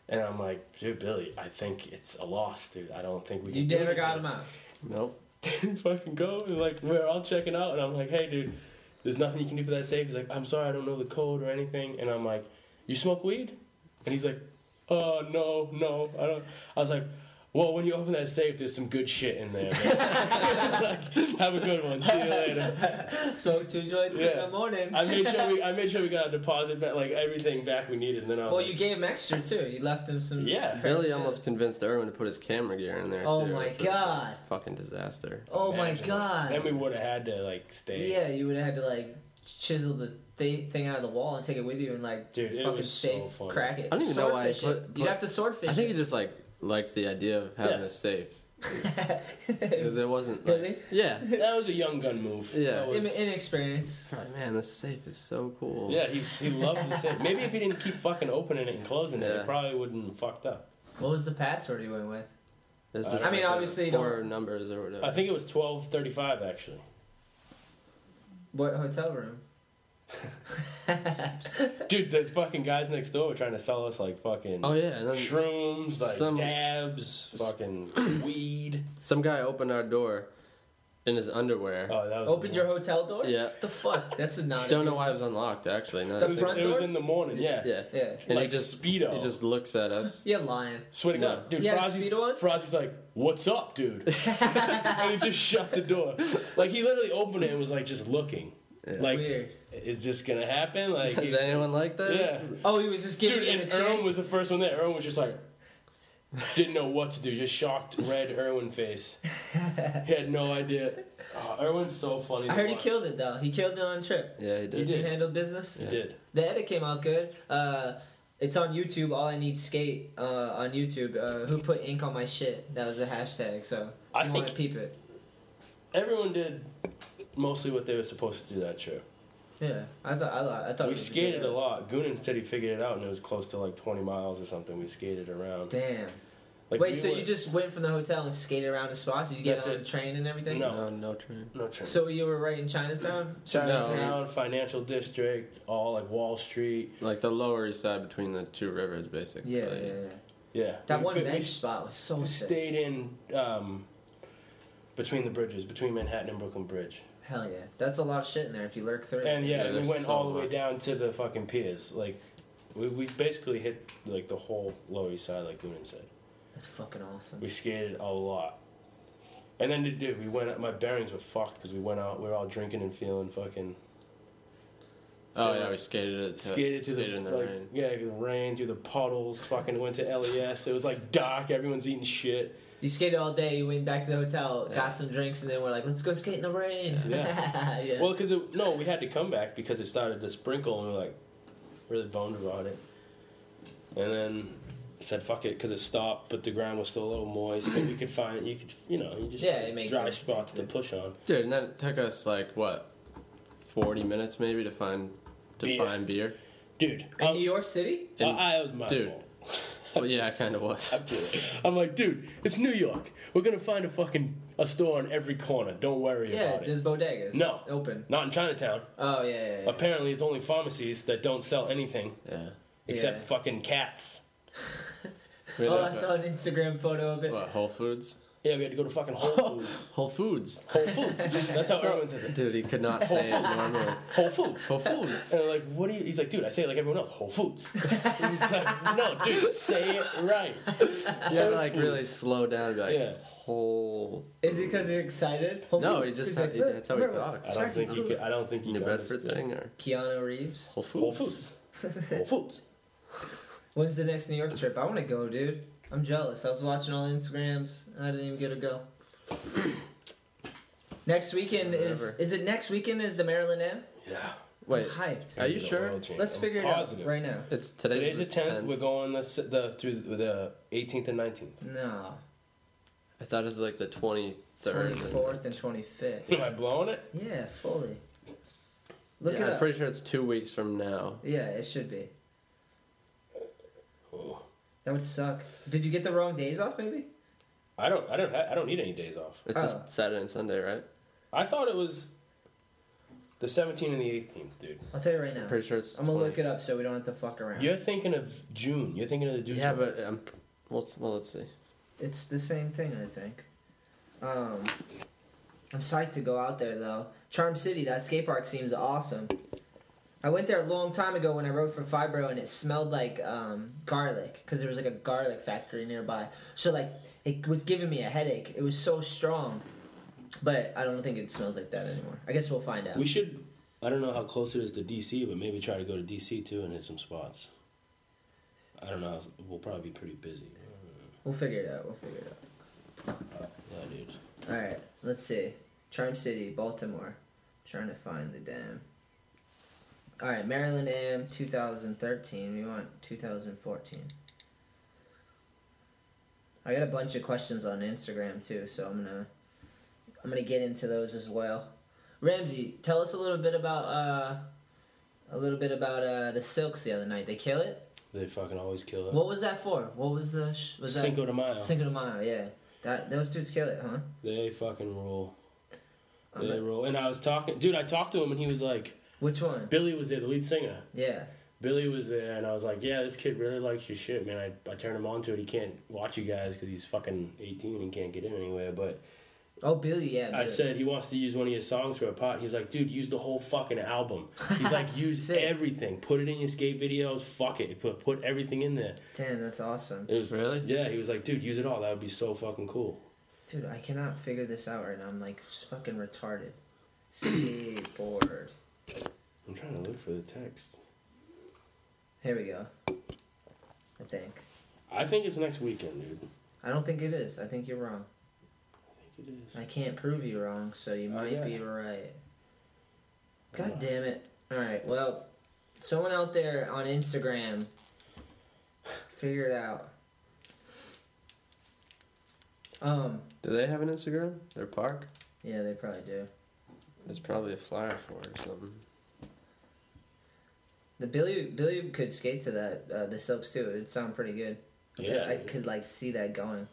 B: And I'm like, dude, Billy, I think it's a loss, dude. I don't think we.
A: you
B: do
A: never got
B: anything."
A: him out.
C: Nope.
B: Didn't fucking go. And like, we're all checking out, and I'm like, hey, dude, there's nothing you can do for that safe. He's like, I'm sorry, I don't know the code or anything. And I'm like, you smoke weed? And he's like, oh no, no, I don't. I was like. Well, when you open that safe, there's some good shit in there. man." It's like, Have a good one. See you later.
A: So two joints in
B: Yeah.
A: the morning.
B: I made sure we I made sure we got a deposit back, like everything back we needed. And then I was
A: well, you
B: like,
A: gave him extra too. You left him some.
B: yeah,
C: Billy almost convinced Erwin to put his camera gear in there.
A: Oh
C: too,
A: my
C: which was a
A: God.
C: Fucking disaster.
A: Oh my
B: Imagine.
A: god.
B: Then we would have had to like stay.
A: Yeah, you would have had to like chisel the thi- thing out of the wall and take it with you and like
B: Dude, it
A: fucking
B: was so
A: safe
B: funny.
A: crack it.
C: I don't even know why I
A: Swordfish it.
C: put-
A: You'd
C: put-
A: have to swordfish.
C: I think he
A: it.
C: just like likes the idea of having
B: Yeah.
C: a safe because it wasn't.
A: Did
C: Like, yeah.
B: That was a young gun move.
C: Yeah.
B: That was-
A: In- inexperience.
C: Like, man, this safe is so cool.
B: yeah, he, he loved the safe. Maybe if he didn't keep fucking opening it and closing it,
C: Yeah.
B: it probably wouldn't have fucked up.
A: What was the password you went with?
C: There's
B: I
C: just,
A: mean,
C: like, the
A: obviously,
C: 4 numbers or whatever.
B: I think it was twelve thirty five actually.
A: What hotel room?
B: Dude, the fucking guys next door were trying to sell us like fucking
C: Oh yeah, and then
B: shrooms, like
C: Some-
B: dabs, fucking weed.
C: some guy opened our door in his underwear.
B: Oh, that was the
A: Opened your
B: morning.
A: hotel door?
C: Yeah.
A: What the fuck? That's a not.
C: Don't know why it was unlocked. Actually, no.
A: The
B: It Oh. was,
A: front
B: it was
A: door?
B: in the morning. Yeah.
C: Yeah.
A: Yeah.
C: And
B: like
C: he just
B: speedo.
C: he just looks at us.
A: Yeah, lying.
B: Swear to
C: No.
B: God, dude.
A: You had a
B: Frazzie's,
A: speedo on?
B: Frazzie's like, "What's up, dude?" and he just shut the door. Like he literally opened it and was like just looking.
C: Yeah.
B: Like,
A: Weird.
B: is this gonna happen? Like,
C: Is anyone like that?
B: yeah,
A: Oh, he was just giving
B: dude.
A: it a
B: And Erwin
A: chance.
B: was the first one there. Erwin was just like, didn't know what to do. Just shocked, red Erwin face. He had no idea. Oh, Erwin's so funny.
A: I heard he killed it though. He killed it on trip.
C: Yeah, he did.
B: He
A: He
B: did.
A: handled business.
B: He did.
A: The edit came out good. Uh, it's on YouTube. All I need skate uh, on YouTube. Uh, who put ink on my shit? That was a hashtag. So
B: I
A: I you want to
B: think-
A: peep it.
B: Everyone did mostly what they were supposed to do that trip.
A: Yeah, I thought I, li- I thought it
B: We
A: was
B: skated
A: good.
B: a lot. Goonan said he figured it out, and it was close to like 20 miles or something. We skated around.
A: Damn.
B: Like,
A: Wait,
B: we
A: so
B: were-
A: you just went from the hotel and skated around the spots? Did you get
B: That's
A: on
B: it.
A: the train and everything?
B: No.
C: No, no train.
B: no trip.
A: So you were right in Chinatown.
B: Chinatown, financial district, all like Wall Street.
C: Like the Lower East Side between the two rivers, basically.
A: Yeah, yeah, yeah.
B: Yeah,
A: That
B: We-
A: one
B: but
A: bench
B: We
A: spot was so sick.
B: stayed in um, between the bridges, between Manhattan and Brooklyn Bridge,
A: Hell yeah, that's a lot of shit in there if you lurk through. it.
B: and yeah,
C: Yeah,
B: we
C: there's
B: went
C: so
B: all the way
C: much.
B: down to the fucking piers. Like, we, we basically hit like the whole Lower East Side, like Goonan said.
A: that's fucking awesome.
B: We skated a lot. And then, dude, we went. My bearings were fucked because we went out. We were all drinking and feeling fucking.
C: Oh yeah, we skated it. To,
B: skated to
C: skated
B: the,
C: in the
B: like,
C: rain.
B: yeah, the rain through the puddles. Fucking went to LES. It was like dark. Everyone's eating shit.
A: You skated all day. You went back to the hotel,
C: Yeah.
A: got some drinks, and then we're like, let's go skate in the rain.
B: Yeah.
A: yeah.
B: Well, because no, we had to come back because it started to sprinkle, and we were like really bummed about it. And then I said fuck it because it stopped, but the ground was still a little moist. But we could find you could you know you just
A: Yeah, it makes
B: dry
A: sense.
B: spots to push on.
C: Dude, and that took us like what, forty minutes maybe to find to
B: Beer.
C: find beer.
B: Dude,
A: in
B: I'm-
A: New York City.
B: I, I, it was my
C: Dude.
B: fault.
C: Well, yeah, it kind of was.
B: I'm doing it. I'm like, dude, it's New York. We're gonna find a fucking a store on every corner. Don't worry
A: Yeah,
B: about it.
A: there's bodegas.
B: No.
A: Open.
B: Not in Chinatown.
A: Oh, yeah, yeah, yeah.
B: Apparently, it's only pharmacies that don't sell anything
C: Yeah.
B: except
A: Yeah.
B: fucking cats.
C: We
A: oh, I
C: ended
A: saw
C: up
A: an Instagram photo of
C: at,
A: it.
C: what, Whole Foods?
B: Yeah, we had to go to fucking Whole Foods.
C: Whole Foods.
B: Whole Foods. That's how everyone says it.
C: Dude, he could not say it normally.
B: Whole Foods.
C: Whole Foods.
B: And they're like, what do you? He's like, dude, I say it like everyone else. Whole Foods. And he's like, no, dude, say it right.
C: You had to like really slow down and be like,
B: Yeah.
C: whole.
A: Is it because you're excited?
C: No, he just, he, that's how he
B: I
C: talks.
B: don't think you. Can, I don't think you.
C: New
B: can
C: Bedford
B: understand.
C: thing or
A: Keanu Reeves.
C: Whole
B: Whole
C: Foods?
B: Foods. Whole Foods.
A: When's the next New York trip? I want to go, dude. I'm jealous. I was watching all the Instagrams. I didn't even get to go. Next weekend is
C: Whatever.
A: is it next weekend is the Maryland Am?
B: Yeah.
A: I'm
C: Wait,
A: hyped.
C: Are you
B: It's gonna be the
C: sure?
B: world change.
A: Let's
B: I'm
A: figure it
B: positive.
A: out right now.
C: it's today's,
B: Today's the tenth.
C: 10th.
B: We're going the s- the through the eighteenth and nineteenth.
A: No.
C: I thought it was like the twenty third.
A: Twenty fourth and twenty fifth.
B: Am I blowing it?
A: Yeah, fully. Look
C: yeah,
A: it
C: I'm
A: up.
C: pretty sure it's two weeks from now.
A: yeah, it should be.
B: Oh.
A: That would suck. Did you get the wrong days off? Maybe.
B: I don't. I don't. Ha- I don't need any days off.
C: It's
A: Oh.
C: just Saturday and Sunday, right?
B: I thought it was the seventeenth and the eighteenth, dude.
A: I'll tell you right now.
C: I'm pretty sure it's.
A: I'm gonna
C: 20.
A: look it up so we don't have to fuck around.
B: You're thinking of June. You're thinking of the dude.
C: Yeah, but I'm. Well, let's- well, let's see.
A: It's the same thing, I think. Um, I'm psyched to go out there though. Charm City, that skate park seems awesome. I went there a long time ago when I rode for Fibro, and it smelled like um, garlic because there was like a garlic factory nearby. So like it was giving me a headache. It was so strong, but I don't think it smells like that anymore. I guess we'll find out.
B: we should. I don't know how close it is to DC, but maybe try to go to DC too and hit some spots. I don't know. We'll probably be pretty busy.
A: we'll figure it out. We'll figure it out.
B: Yeah, dude.
A: All right, let's see. Charm City, Baltimore. trying to find the dam. All right, Maryland AM 2013. We want 2014. I got a bunch of questions on Instagram too, so I'm gonna I'm gonna get into those as well. Ramsey, tell us a little bit about uh, a little bit about uh, the Silks the other night. They kill it.
B: They fucking always kill it.
A: What was that for? What was the sh- was that
B: Cinco de Mayo.
A: Cinco de Mayo? Yeah, that those dudes kill it, huh?
B: they fucking rule.
A: I'm
B: They
A: not-
B: rule. And I was talking, dude. I talked to him, and he was like,
A: Which one?
B: "Billy was there, the lead singer."
A: Yeah.
B: Billy was there, and I was like, "Yeah, this kid really likes your shit, man." I, I turned him on to it. He can't watch you guys because he's fucking eighteen and can't get in anywhere. But
A: Oh, Billy, yeah.
B: I
A: Billy.
B: said he wants to use one of your songs for a pot. He's like, "Dude, use the whole fucking album." He's like, "Use
A: Sick.
B: everything. Put it in your skate videos. Fuck it. Put put everything in there."
A: Damn, that's awesome.
B: It was
C: Really?
B: yeah. He was like, "Dude, use it all. That would be so fucking cool."
A: Dude, I cannot figure this out right now. I'm like fucking retarded. Skateboard.
B: I'm trying to look for the text.
A: Here we go. I think.
B: I think it's next weekend, dude.
A: I don't think it is. I think you're wrong.
B: I think it is.
A: I can't prove you wrong, so you
B: Oh,
A: might
B: yeah.
A: be right.
B: Yeah.
A: God damn it. Alright, well, someone out there on Instagram, figure it out. Um,
C: Do they have an Instagram? Their park?
A: yeah, they probably do.
C: There's probably a flyer for it or something.
A: The Billy Billy could skate to that uh, the silks too. It'd sound pretty good. I feel-
B: Yeah,
A: I
B: dude.
A: could like see that going.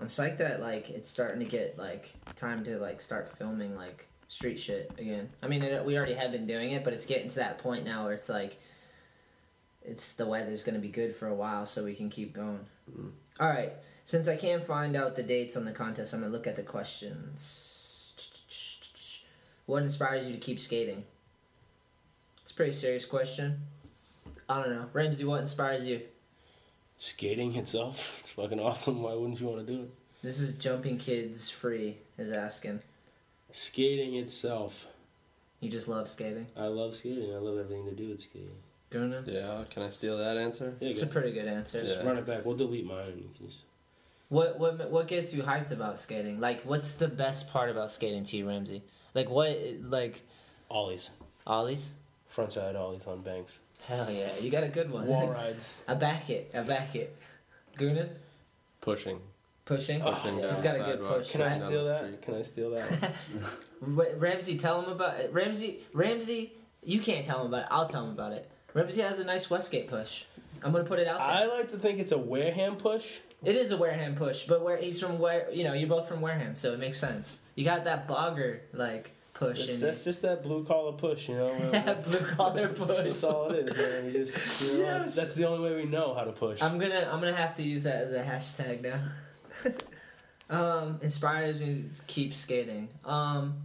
A: I'm psyched that like it's starting to get like time to like start filming like street shit again. I mean, it, we already have been doing it, but it's getting to that point now where it's like it's the weather's gonna be good for a while, so we can keep going.
C: Mm.
A: All right, since I can't find out the dates on the contest, I'm gonna look at the questions. What inspires you to keep skating? It's a pretty serious question. I don't know. Ramsey, what inspires you?
B: Skating itself, it's fucking awesome. Why wouldn't you want to do it?
A: This is Jumping Kids Free is asking.
B: Skating itself.
A: You just love skating?
B: I love skating. I love everything to do with skating.
A: Gonna?
C: Yeah. Can I steal that answer?
B: Yeah,
A: It's
B: go.
A: a pretty good answer.
C: Yeah.
B: Just run it back. We'll delete mine. and you can just-
A: What what what gets you hyped about skating? Like, what's the best part about skating to you, Ramsey? Like, what like
B: Ollies.
A: ollies?
B: Frontside ollies on banks.
A: Hell yeah, you got a good one.
B: Wall rides.
A: I back it. I back it. Goonan
C: Pushing.
A: pushing.
B: Oh,
C: Pushing
B: yeah.
C: down
A: He's got a
C: the
A: good
C: sidewalk,
A: push.
B: Can I
C: down the
B: steal that?
C: street.
B: Can I steal that?
A: Ra- Ramsey, tell him about Ramsey. Ramsey, you can't tell him about it. I'll tell him about it. Ramsey has a nice Westgate push. I'm gonna put it out there.
B: I like to think it's a Wareham push.
A: It is a Wareham push, but where he's from, where you know, you're both from Wareham, so it makes sense. You got that blogger like push
B: That's,
A: in
B: that's just that blue collar push, you know.
A: you. blue collar push.
B: that's all it is, man. You just, you know,
A: Yes.
B: That's the only way we know how to push.
A: I'm gonna I'm gonna have to use that as a hashtag now. um, inspires me to keep skating. Um,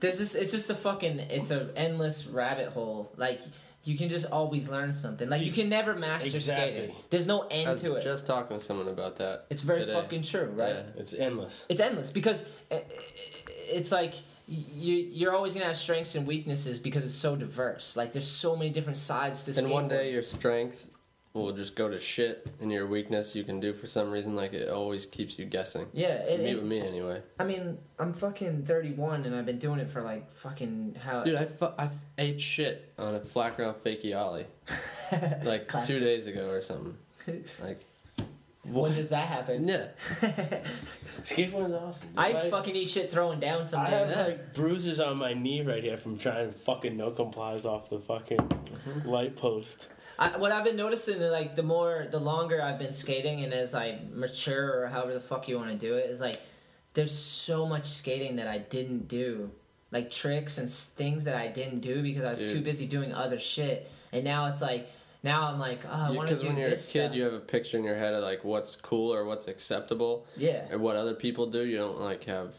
A: there's just it's just a fucking it's an endless rabbit hole. Like you can just always learn something. Like you can never master
B: Exactly.
A: skating. There's no end
C: I was
A: to it.
C: just talking to someone about that.
A: it's very
C: today.
A: fucking true, right?
C: Yeah.
B: It's endless.
A: it's endless because i- i- it's like you you're always gonna have strengths and weaknesses because it's so diverse. Like there's so many different sides to.
C: And one
A: skateboarding.
C: day your strength will just go to shit and your weakness you can do for some reason like it always keeps you guessing
A: Yeah, it,
C: me
A: it-
C: with me anyway
A: I mean, I'm fucking 31 and I've been doing it for like fucking how
C: dude i, fu- I ate shit on a flat ground fakey ollie like two
A: Classic.
C: days ago or something like
D: When does that happen?
C: yeah
B: Skateboarding's awesome. dude.
A: I
B: Like,
A: fucking eat shit throwing down
B: I
A: sometimes.
B: have like bruises on my knee right here from trying to fucking no complies off the fucking
A: Mm-hmm.
B: light post.
A: I, what I've been noticing, like the more, the longer I've been skating, and as I mature or however the fuck you want to do it, is like there's so much skating that I didn't do, like tricks and s- things that I didn't do because I was
C: Dude.
A: too busy doing other shit. And now it's like, now I'm like, oh, I want to
C: because
A: do
C: when you're a kid
A: this stuff.
C: you have a picture in your head of like what's cool or what's acceptable
A: yeah,
C: or what other people do you don't like have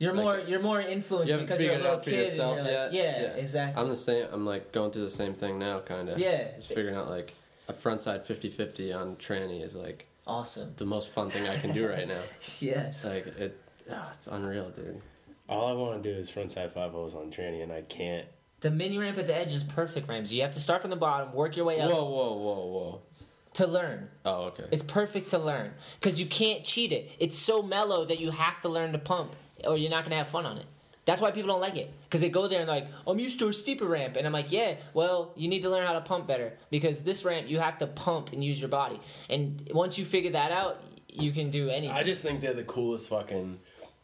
A: you're
C: like
A: more,
C: it-
A: you're more influenced
C: you haven't
A: because you're a
C: figured it
A: little
C: out for
A: kid.
C: yourself
A: and you're like,
C: yet?
A: Yeah,
C: Yeah.
A: exactly.
C: i'm the same i'm like going through the same thing now kind of
A: yeah,
C: just figuring out like a frontside 50-50 on tranny is like
A: awesome.
C: the most fun thing i can do right now It's
A: Yes.
C: like it ah, it's unreal dude
B: All I want to do is frontside five O's on tranny, and I can't.
A: The mini ramp at the edge is perfect, Ramsey. You have to start from the bottom, work your way
C: whoa
A: up
C: whoa whoa whoa
A: to learn.
C: oh okay
A: It's perfect to learn because you can't cheat it. It's so mellow that you have to learn to pump, or you're not gonna have fun on it. That's why people don't like it because they go there and like, I'm used to a steeper ramp, and I'm like, yeah, well, you need to learn how to pump better because this ramp you have to pump and use your body, and once you figure that out, you can do anything.
B: I just think they're the coolest fucking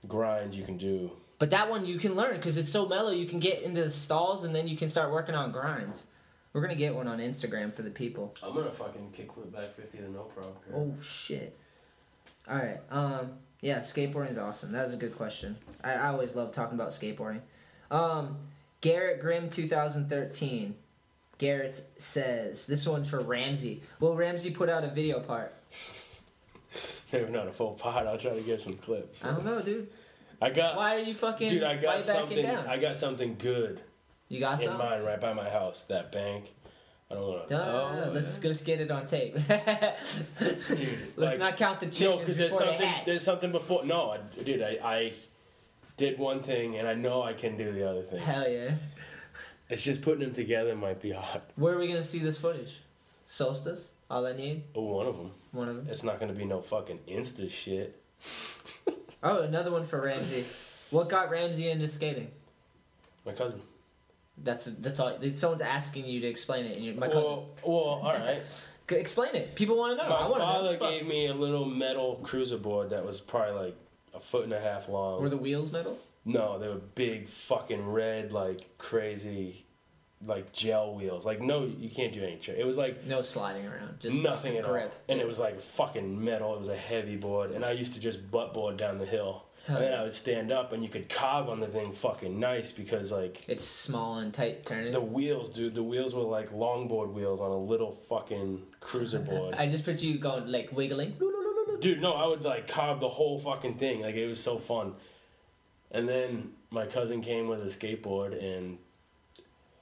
B: grind you can do.
A: but that one you can learn because it's so mellow. You can get into the stalls and then you can start working on grinds. We're gonna get one on Instagram for the people.
B: I'm gonna fucking kickflip back fifty to no problem.
A: Oh shit. All right. Um. Yeah, skateboarding's awesome. That was a good question. I, I always love talking about skateboarding. Um, Garrett Grimm, 2013. Garrett says this one's for Ramsey. Will Ramsey put out a video part?
B: Maybe not a full pot. I'll try to get some clips.
A: I don't know, dude.
B: I got,
A: Why are you fucking?
B: dude. I
A: why
B: got
A: you
B: something.
A: backing down?
B: I got something good
A: you got
B: in
A: something?
B: mind right by my house. That bank. I don't want to.
A: Duh,
C: Oh,
A: let's let's get it on tape.
B: Dude,
A: let's
B: like-
A: not count the
B: No,
A: chickens
B: because there's
A: before they
B: something.
A: hatch.
B: There's something before. No, I, dude. I, I did one thing, and I know I can do the other thing.
A: Hell yeah.
B: It's just putting them together might be hard.
A: Where are we gonna see this footage? Solstice. All I need.
B: Oh, one of them.
A: One of them.
B: It's not gonna be no fucking Insta shit.
A: Oh, another one for Ramsey. What got Ramsey into skating?
B: My cousin.
A: That's that's all. Someone's asking you to explain it, and you're, my cousin.
B: Well, well all right.
A: G- explain it. People want to know.
B: My
A: I want to know.
B: father
A: Fuck.
B: gave me a little metal cruiser board that was probably like a foot and a half long.
A: Were the wheels metal?
B: No, they were big fucking red, like crazy, like gel wheels. Like no, you can't do any trick. It was like
A: No sliding around. Just
B: nothing at
A: grip.
B: all. And it was like fucking metal. It was a heavy board, and I used to just butt board down the hill.
A: Hell
B: and then
A: yeah.
B: I would stand up, and you could carve on the thing fucking nice because like
A: It's small and tight turning.
B: the wheels, dude. The wheels were like longboard wheels on a little fucking cruiser board.
A: I just picture you going like wiggling. No, no, no, no, no.
B: Dude, no, I would like carve the whole fucking thing. Like it was so fun. And then my cousin came with a skateboard and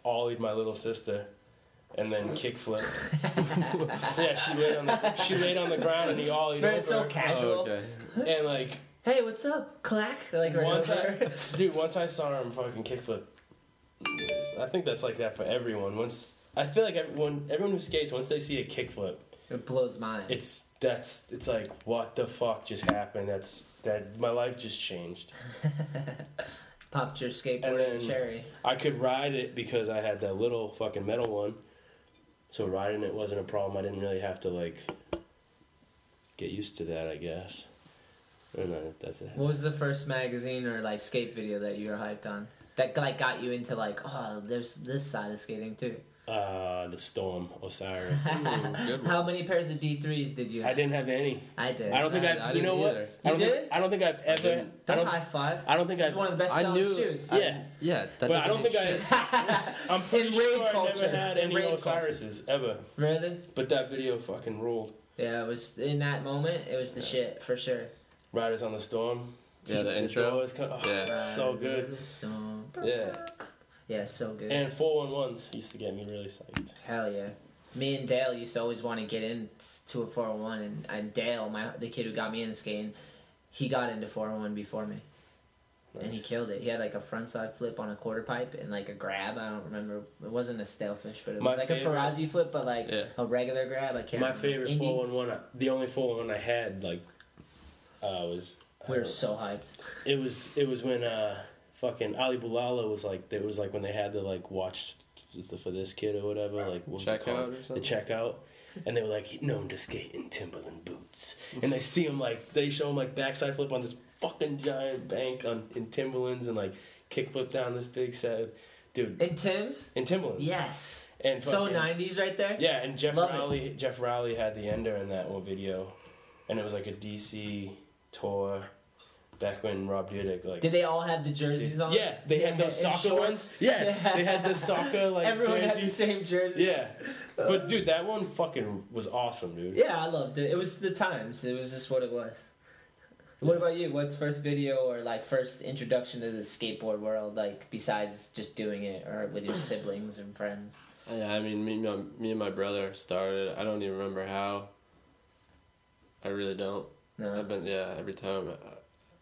B: ollied my little sister, and then kickflipped. yeah, she laid on the she laid on the ground and he ollied
A: Very
B: over.
A: so
B: her.
A: casual.
C: oh, okay
B: And like
A: Hey, what's up? Clack. Like right
B: once
A: over.
B: I, dude, once I saw him fucking kickflip, I think that's like that for everyone. Once I feel like everyone everyone who skates once they see a kickflip,
A: It blows mine.
B: it's that's it's like what the fuck just happened that's that my life just changed
A: Popped your
B: And
A: skateboard
B: then-
A: and cherry.
B: i could ride it because i had that little fucking metal one so riding it wasn't a problem i didn't really have to like get used to that i guess and then that's it
A: What was the first magazine or like skate video that you were hyped on? That like got you into like oh there's this side of skating too.
B: uh the storm osiris
C: Ooh, good one.
A: How many pairs of D threes did you
B: i
A: have?
B: didn't have any
A: I did.
B: i don't think
C: I-
B: i've
C: I
B: you know
C: didn't
B: what
C: either.
B: i don't
A: You
B: think
A: didn't?
B: i don't think i've ever
C: didn't.
B: i
A: Don't
B: don't
A: high five.
B: i don't think
A: It's
B: i've
A: one of the best
C: I
A: selling
C: knew.
A: shoes.
C: I-
B: Yeah.
C: yeah. That
B: but i don't
C: doesn't
B: think
C: mean shit.
B: i i'm pretty
A: In rave
B: sure i
A: culture.
B: never had
A: In
B: any
A: rave culture.
B: osirises ever
A: Really?
B: But that video fucking ruled.
A: Yeah, it was in that moment. It was the shit for sure.
B: Riders on the Storm.
C: Yeah, the intro.
B: doors come- oh,
C: Yeah.
B: So good. Yeah.
A: Yeah, so good.
B: And 411s used to get me really psyched.
A: Hell yeah. Me and Dale used to always want to get into a 401, and, and Dale, my the kid who got oh me into skating, he got into 401 before me. and he
B: Nice.
A: killed it. He had like a front side flip on a quarter pipe and like a grab. I don't remember. It wasn't a stale fish, but it was
B: My
A: like
B: favorite-
A: a Farazi flip, but like
C: Yeah.
A: a regular grab. I can't.
B: My
A: remember.
B: favorite
A: Indy.
B: 411, I- the only 411 I had, like, uh, was. I
A: We were
B: don't-
A: so hyped.
B: It was it was when uh fucking Ali Bulala was like it was like when they had to like watch the, for this kid or whatever like what was it
C: Check
B: called?
C: out or something?
B: the checkout and they were like known to skate in Timberland boots and they see him like they show him like backside flip on this fucking giant bank on in Timberlands and like kick flip down this big set dude
A: And Tim's.
B: in Timberlands
A: Yes.
B: and
A: So
B: fucking-
A: nineties right there.
B: yeah, and Jeff
A: Love it.
B: Rowley Jeff Rowley had the ender in that old video, and it was like a DC tour back when Rob Dyrdek like.
A: Did they all have the jerseys on?
B: yeah, they had those
A: and
B: soccer
A: shorts.
B: ones. Yeah, they had the soccer like
A: Everyone had the
B: jerseys.
A: same jersey.
B: Yeah, but dude, that one fucking was awesome, dude.
A: Yeah, I loved it. It was the times. It was just what it was. What about you? What's first video or like first introduction to the skateboard world? Like besides just doing it or with your siblings and friends?
C: Yeah, I mean, me, and my, me and my brother started. I don't even remember how. I really don't.
A: No.
C: I've been yeah. Every time uh,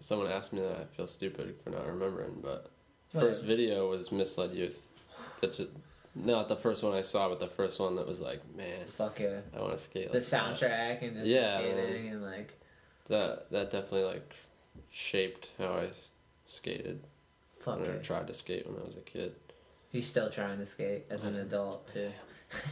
C: someone asks me that, I feel stupid for not remembering. But
B: Oh,
C: first
A: Whatever.
C: video was Misled Youth. That's it. not the first one I saw, but the first one that was like, man,
A: Fuck yeah.
C: I want to skate.
A: The
C: like that.
A: soundtrack and just
C: Yeah,
A: the
C: man.
A: skating and like
C: That that definitely like shaped how I s- skated.
A: fuck
C: when I
A: it.
C: tried to skate when I was a kid.
A: He's still trying to skate as an adult too.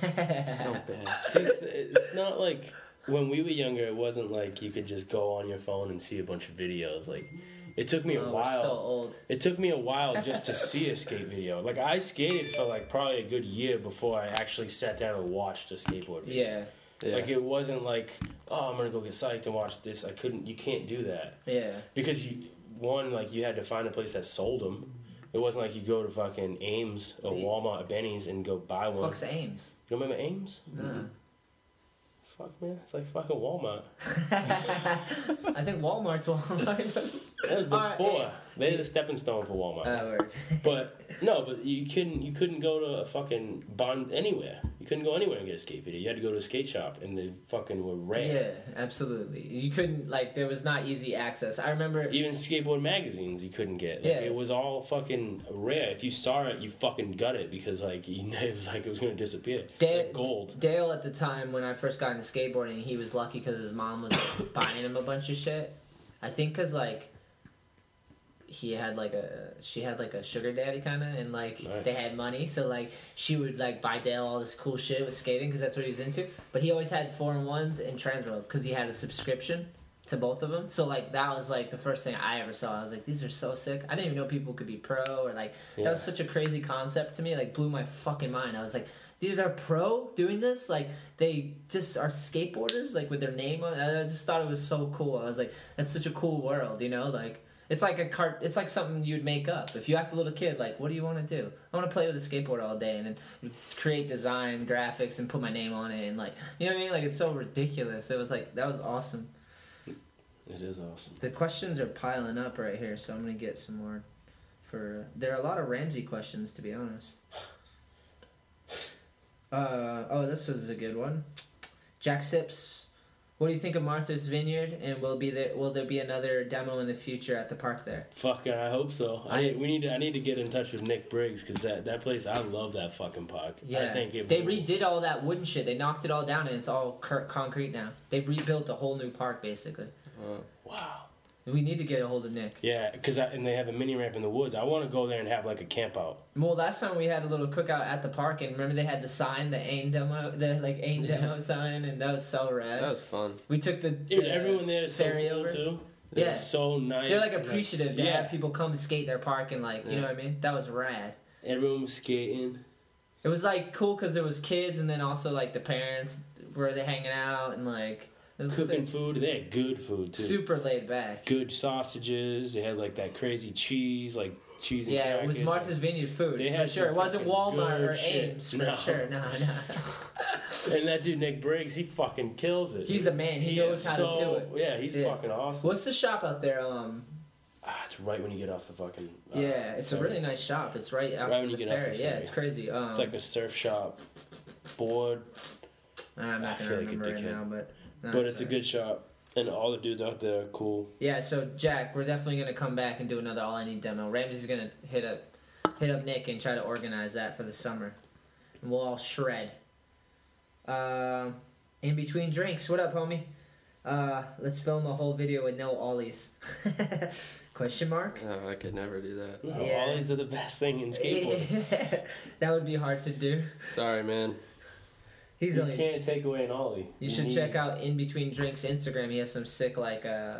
C: Mm-hmm. so bad.
B: See, it's, it's not like when we were younger. It wasn't like you could just go on your phone and see a bunch of videos. Like, it took me
A: Oh,
B: a
A: we're
B: while.
A: so old.
B: It took me a while just to see a skate video. Like I skated for like probably a good year before I actually sat down and watched a skateboard video.
A: Yeah.
C: Yeah.
B: Like it wasn't like, oh, I'm gonna go get psyched and watch this. I couldn't. You can't do that
A: Yeah.
B: because you one like you had to find a place that sold them. It wasn't like you go to fucking Ames or
A: Yeah.
B: Walmart or Benny's and go buy one.
A: Fuck's Ames.
B: You remember Ames?
C: Mm-hmm.
A: Nah.
B: Fuck man, it's like fucking Walmart.
A: I think Walmart's Walmart.
B: That was
A: All right,
B: before
A: Ames.
B: they had a stepping stone for Walmart.
A: oh, word.
B: But no, but you couldn't you couldn't go to a fucking bond anywhere. You couldn't go anywhere and get a skate video. You had to go to a skate shop and they fucking were rare.
A: Yeah, absolutely. You couldn't like there was not easy access. I remember
B: Even skateboard magazines you couldn't get. Like
A: Yeah.
B: it was all fucking rare. If you saw it, you fucking got it because like you know, it was like it was gonna disappear. It's
A: Dale,
B: like gold.
A: Dale at the time when I first got into skateboarding, he was lucky because his mom was like, buying him a bunch of shit. I think because like he had like a she had like a sugar daddy kind of and like
B: Nice.
A: they had money so like she would like buy Dale all this cool shit with skating because that's what he was into but he always had four and ones and transworlds because he had a subscription to both of them so like that was like the first thing I ever saw I was like these are so sick I didn't even know people could be pro or like
B: Yeah.
A: that was such a crazy concept to me it, like blew my fucking mind I was like these are pro doing this like they just are skateboarders like with their name on I just thought it was so cool I was like that's such a cool world you know like it's like a cart. It's like something you'd make up. If you asked a little kid, like, "What do you want to do?" I want to play with a skateboard all day and then create design, graphics, and put my name on it. And like, you know what I mean? Like, it's so ridiculous. It was like that was awesome.
B: It is awesome.
A: The questions are piling up right here, so I'm gonna get some more. For there are a lot of Ramsey questions, to be honest. Uh, oh, this is a good one. Jack Sips, what do you think of Martha's Vineyard? And will be there? Will there be another demo in the future at the park there?
B: Fucking, I hope so. I,
A: I-
B: need, we need to, I need to get in touch with Nick Briggs because that, that place I love that fucking park.
A: Yeah,
B: I think it
A: they
B: rules.
A: redid all that wooden shit. They knocked it all down, and it's all cur- concrete now. They rebuilt a whole new park, basically.
C: Wow.
B: Wow.
A: We need to get a hold of Nick.
B: Yeah, because and they have a mini ramp in the woods. I want to go there and have like a camp out.
A: Well, last time we had a little cookout at the park, and remember they had the sign, the AIM demo, the like AIM
C: Yeah.
A: demo sign, and that was so rad.
C: That was fun.
A: we took the,
B: Dude,
A: the-
B: everyone there is so
A: ferry
B: cool
A: over.
B: too.
A: Yeah.
B: It's so nice.
A: They're like appreciative to
B: Yeah.
A: have people come and skate their park, and like you
C: Yeah.
A: know what I mean. That was rad.
B: Everyone was skating.
A: It was like cool because there was kids, and then also like the parents were they hanging out and like it was
B: cooking food. They had good food too.
A: super laid back.
B: Good sausages. They had like that crazy cheese, like cheese and
A: Yeah, it was
B: crackers.
A: Martha's Vineyard food
B: They
A: for
B: had
A: sure.
B: some
A: It wasn't
B: fucking
A: Walmart
B: good
A: or
B: shit.
A: Ames for
B: No.
A: sure. No, no.
B: And that dude Nick Briggs, he fucking kills it.
A: He's the man. He knows
B: is
A: how to do it.
B: Yeah, he's
A: Yeah.
B: fucking awesome.
A: What's the shop out there? Um,
B: Ah, it's right when you get off the fucking. uh,
A: yeah, it's a
B: ferry.
A: really nice shop. It's right
B: Right
A: after
B: when you
A: the
B: get off the
A: ferry. Yeah,
B: ferry.
A: it's crazy. Um,
B: It's like a surf shop, board,
A: I'm
B: I
A: not gonna
B: feel like a
A: remember right
B: dickhead.
A: now, but no,
B: but it's a
A: alright.
B: good shop. And all the dudes out there are cool.
A: Yeah, so Jack, we're definitely gonna come back and do another All I Need demo. Ramsey's gonna hit up hit up Nick and try to organize that for the summer, and we'll all shred. Uh, in between drinks, what up, homie? Uh, let's film a whole video with no ollies. Question mark.
C: No, Oh, I could never do that.
A: Yeah.
B: Ollies are the best thing in skateboarding.
A: that would be hard to do.
C: Sorry, man.
A: He's
B: you
A: only.
B: can't take away an ollie.
A: You should
B: need-
A: check out In Between Drinks Instagram. He has some sick like uh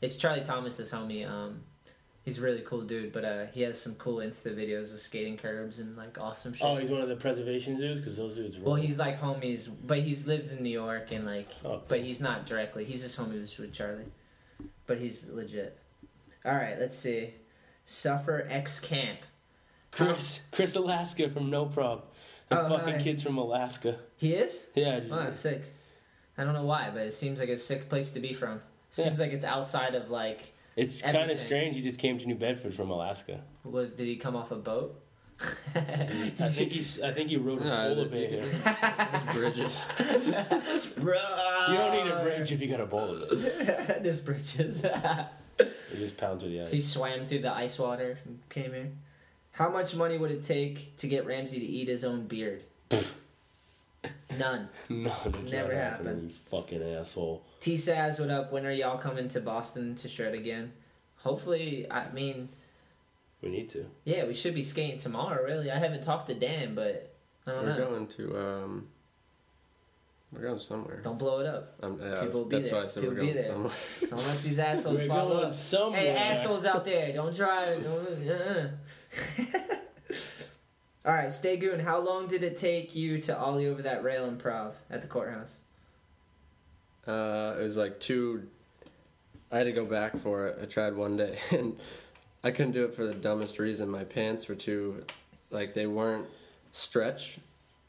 A: it's Charlie Thomas's homie. Um he's a really cool dude, but uh he has some cool Insta videos of skating curbs and like awesome shit.
B: Oh, he's one of the preservation dudes because those dudes.
A: well,
B: rule.
A: he's like homies, but he lives in New York and like
B: Oh,
A: but he's not directly. He's just homies with Charlie. But he's legit. All right, let's see. Suffer X Camp.
B: Chris, Chris Alaska from No Prob. The
A: Oh,
B: fucking
A: hi.
B: kids from Alaska.
A: He is?
B: Yeah.
A: Oh, that's sick. I don't know why, but it seems like a sick place to be from.
B: Yeah.
A: Seems like it's outside of like
B: It's kind of
A: Everything.
B: strange. He just came to New Bedford from Alaska.
A: Was did he come off a boat?
B: I think he's. I think he rode a
C: No,
B: polar
C: it-
B: bear here.
C: It's Bridges.
B: You don't need a bridge if you got a boulder.
A: There's bridges.
B: It just pounds with the ice.
A: he swam through the ice water and came here. How much money would it take to get Ramsey to eat his own beard? None.
B: No, it's
A: Never
B: not
A: happened.
B: happening. You fucking asshole.
A: T Savs, what up? When are y'all coming to Boston to shred again? Hopefully, I mean,
B: We need to.
A: yeah, we should be skating tomorrow, really. I haven't talked to Dan, but I don't
C: We're
A: know.
C: going to um. We're going somewhere.
A: Don't blow it up.
C: Um, yeah,
A: People will be
C: that's
A: there.
C: why I said
A: People
C: we're
A: will be
C: going
A: there.
C: somewhere.
A: Don't let these assholes
B: We're
A: follow
B: going
A: us.
B: somewhere.
A: Hey, assholes out there, don't drive. Don't, uh-uh. All right, Stay Goon, how long did it take you to ollie over that rail improv at the courthouse?
C: Uh, it was like two. I had to go back for it. I tried one day, and I couldn't do it for the dumbest reason. My pants were too, like they weren't stretch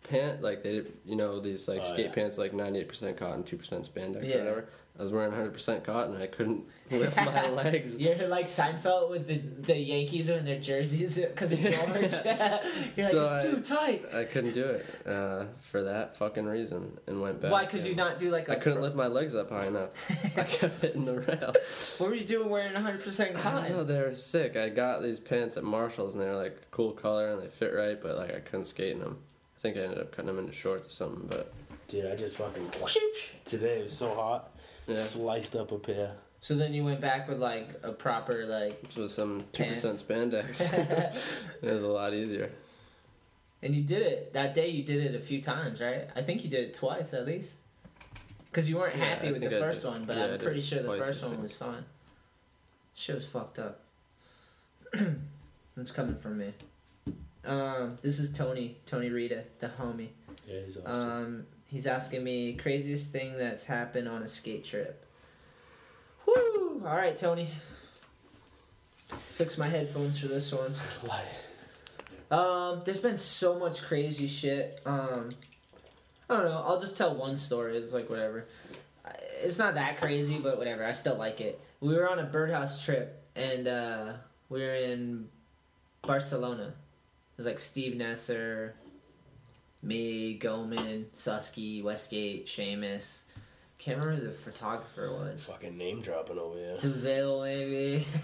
C: pant. Like they, you know, these like
B: Oh,
C: skate
B: yeah.
C: pants, like ninety eight percent cotton, two percent spandex,
A: Yeah.
C: or whatever. I was wearing one hundred percent cotton. I couldn't lift my legs.
A: You're like Seinfeld with the, the Yankees are in their jerseys because of George. You're like,
C: So
A: it's
C: I-
A: too tight.
C: I couldn't do it uh, for that fucking reason, and went back.
A: Why? Because
C: and-
A: you not do like a.
C: I couldn't lift my legs up high enough. I kept hitting the rail.
A: What were you doing wearing 100%
C: I don't know,
A: cotton?
C: they were sick. I got these pants at Marshalls and they were like cool color and they fit right, but like I couldn't skate in them. I think I ended up cutting them into shorts or something, but
B: Dude, I just fucking. Today it was so hot.
C: yeah.
B: Sliced up a pair.
A: So then you went back with like a proper, like.
C: It was some two
A: Pants.
C: percent spandex. it was a lot easier.
A: And you did it that day. You did it a few times, right? I think you did it twice at least, because you weren't
C: Yeah,
A: happy
C: I
A: with the
C: think I
A: first
C: did-
A: one. But
C: yeah, I
A: I'm
C: did
A: pretty
C: it
A: sure the
C: twice, I
A: first one
C: think.
A: was fine. Shit was fucked up. it's coming from me. Um, this is Tony, Tony Rita, the homie.
B: Yeah, he's awesome.
A: Um, he's asking me craziest thing that's happened on a skate trip. Woo! All right, Tony. Fix my headphones for this one.
B: Like,
A: Um, there's been so much crazy shit. Um, I don't know. I'll just tell one story. It's like whatever. I- It's not that crazy, but whatever. I still like it. We were on a birdhouse trip, and uh, we were in Barcelona. It was like Steve Nasser, me, Goman, Susky, Westgate, Seamus. Can't remember who the photographer was.
B: fucking name dropping over here.
A: DeVille, maybe.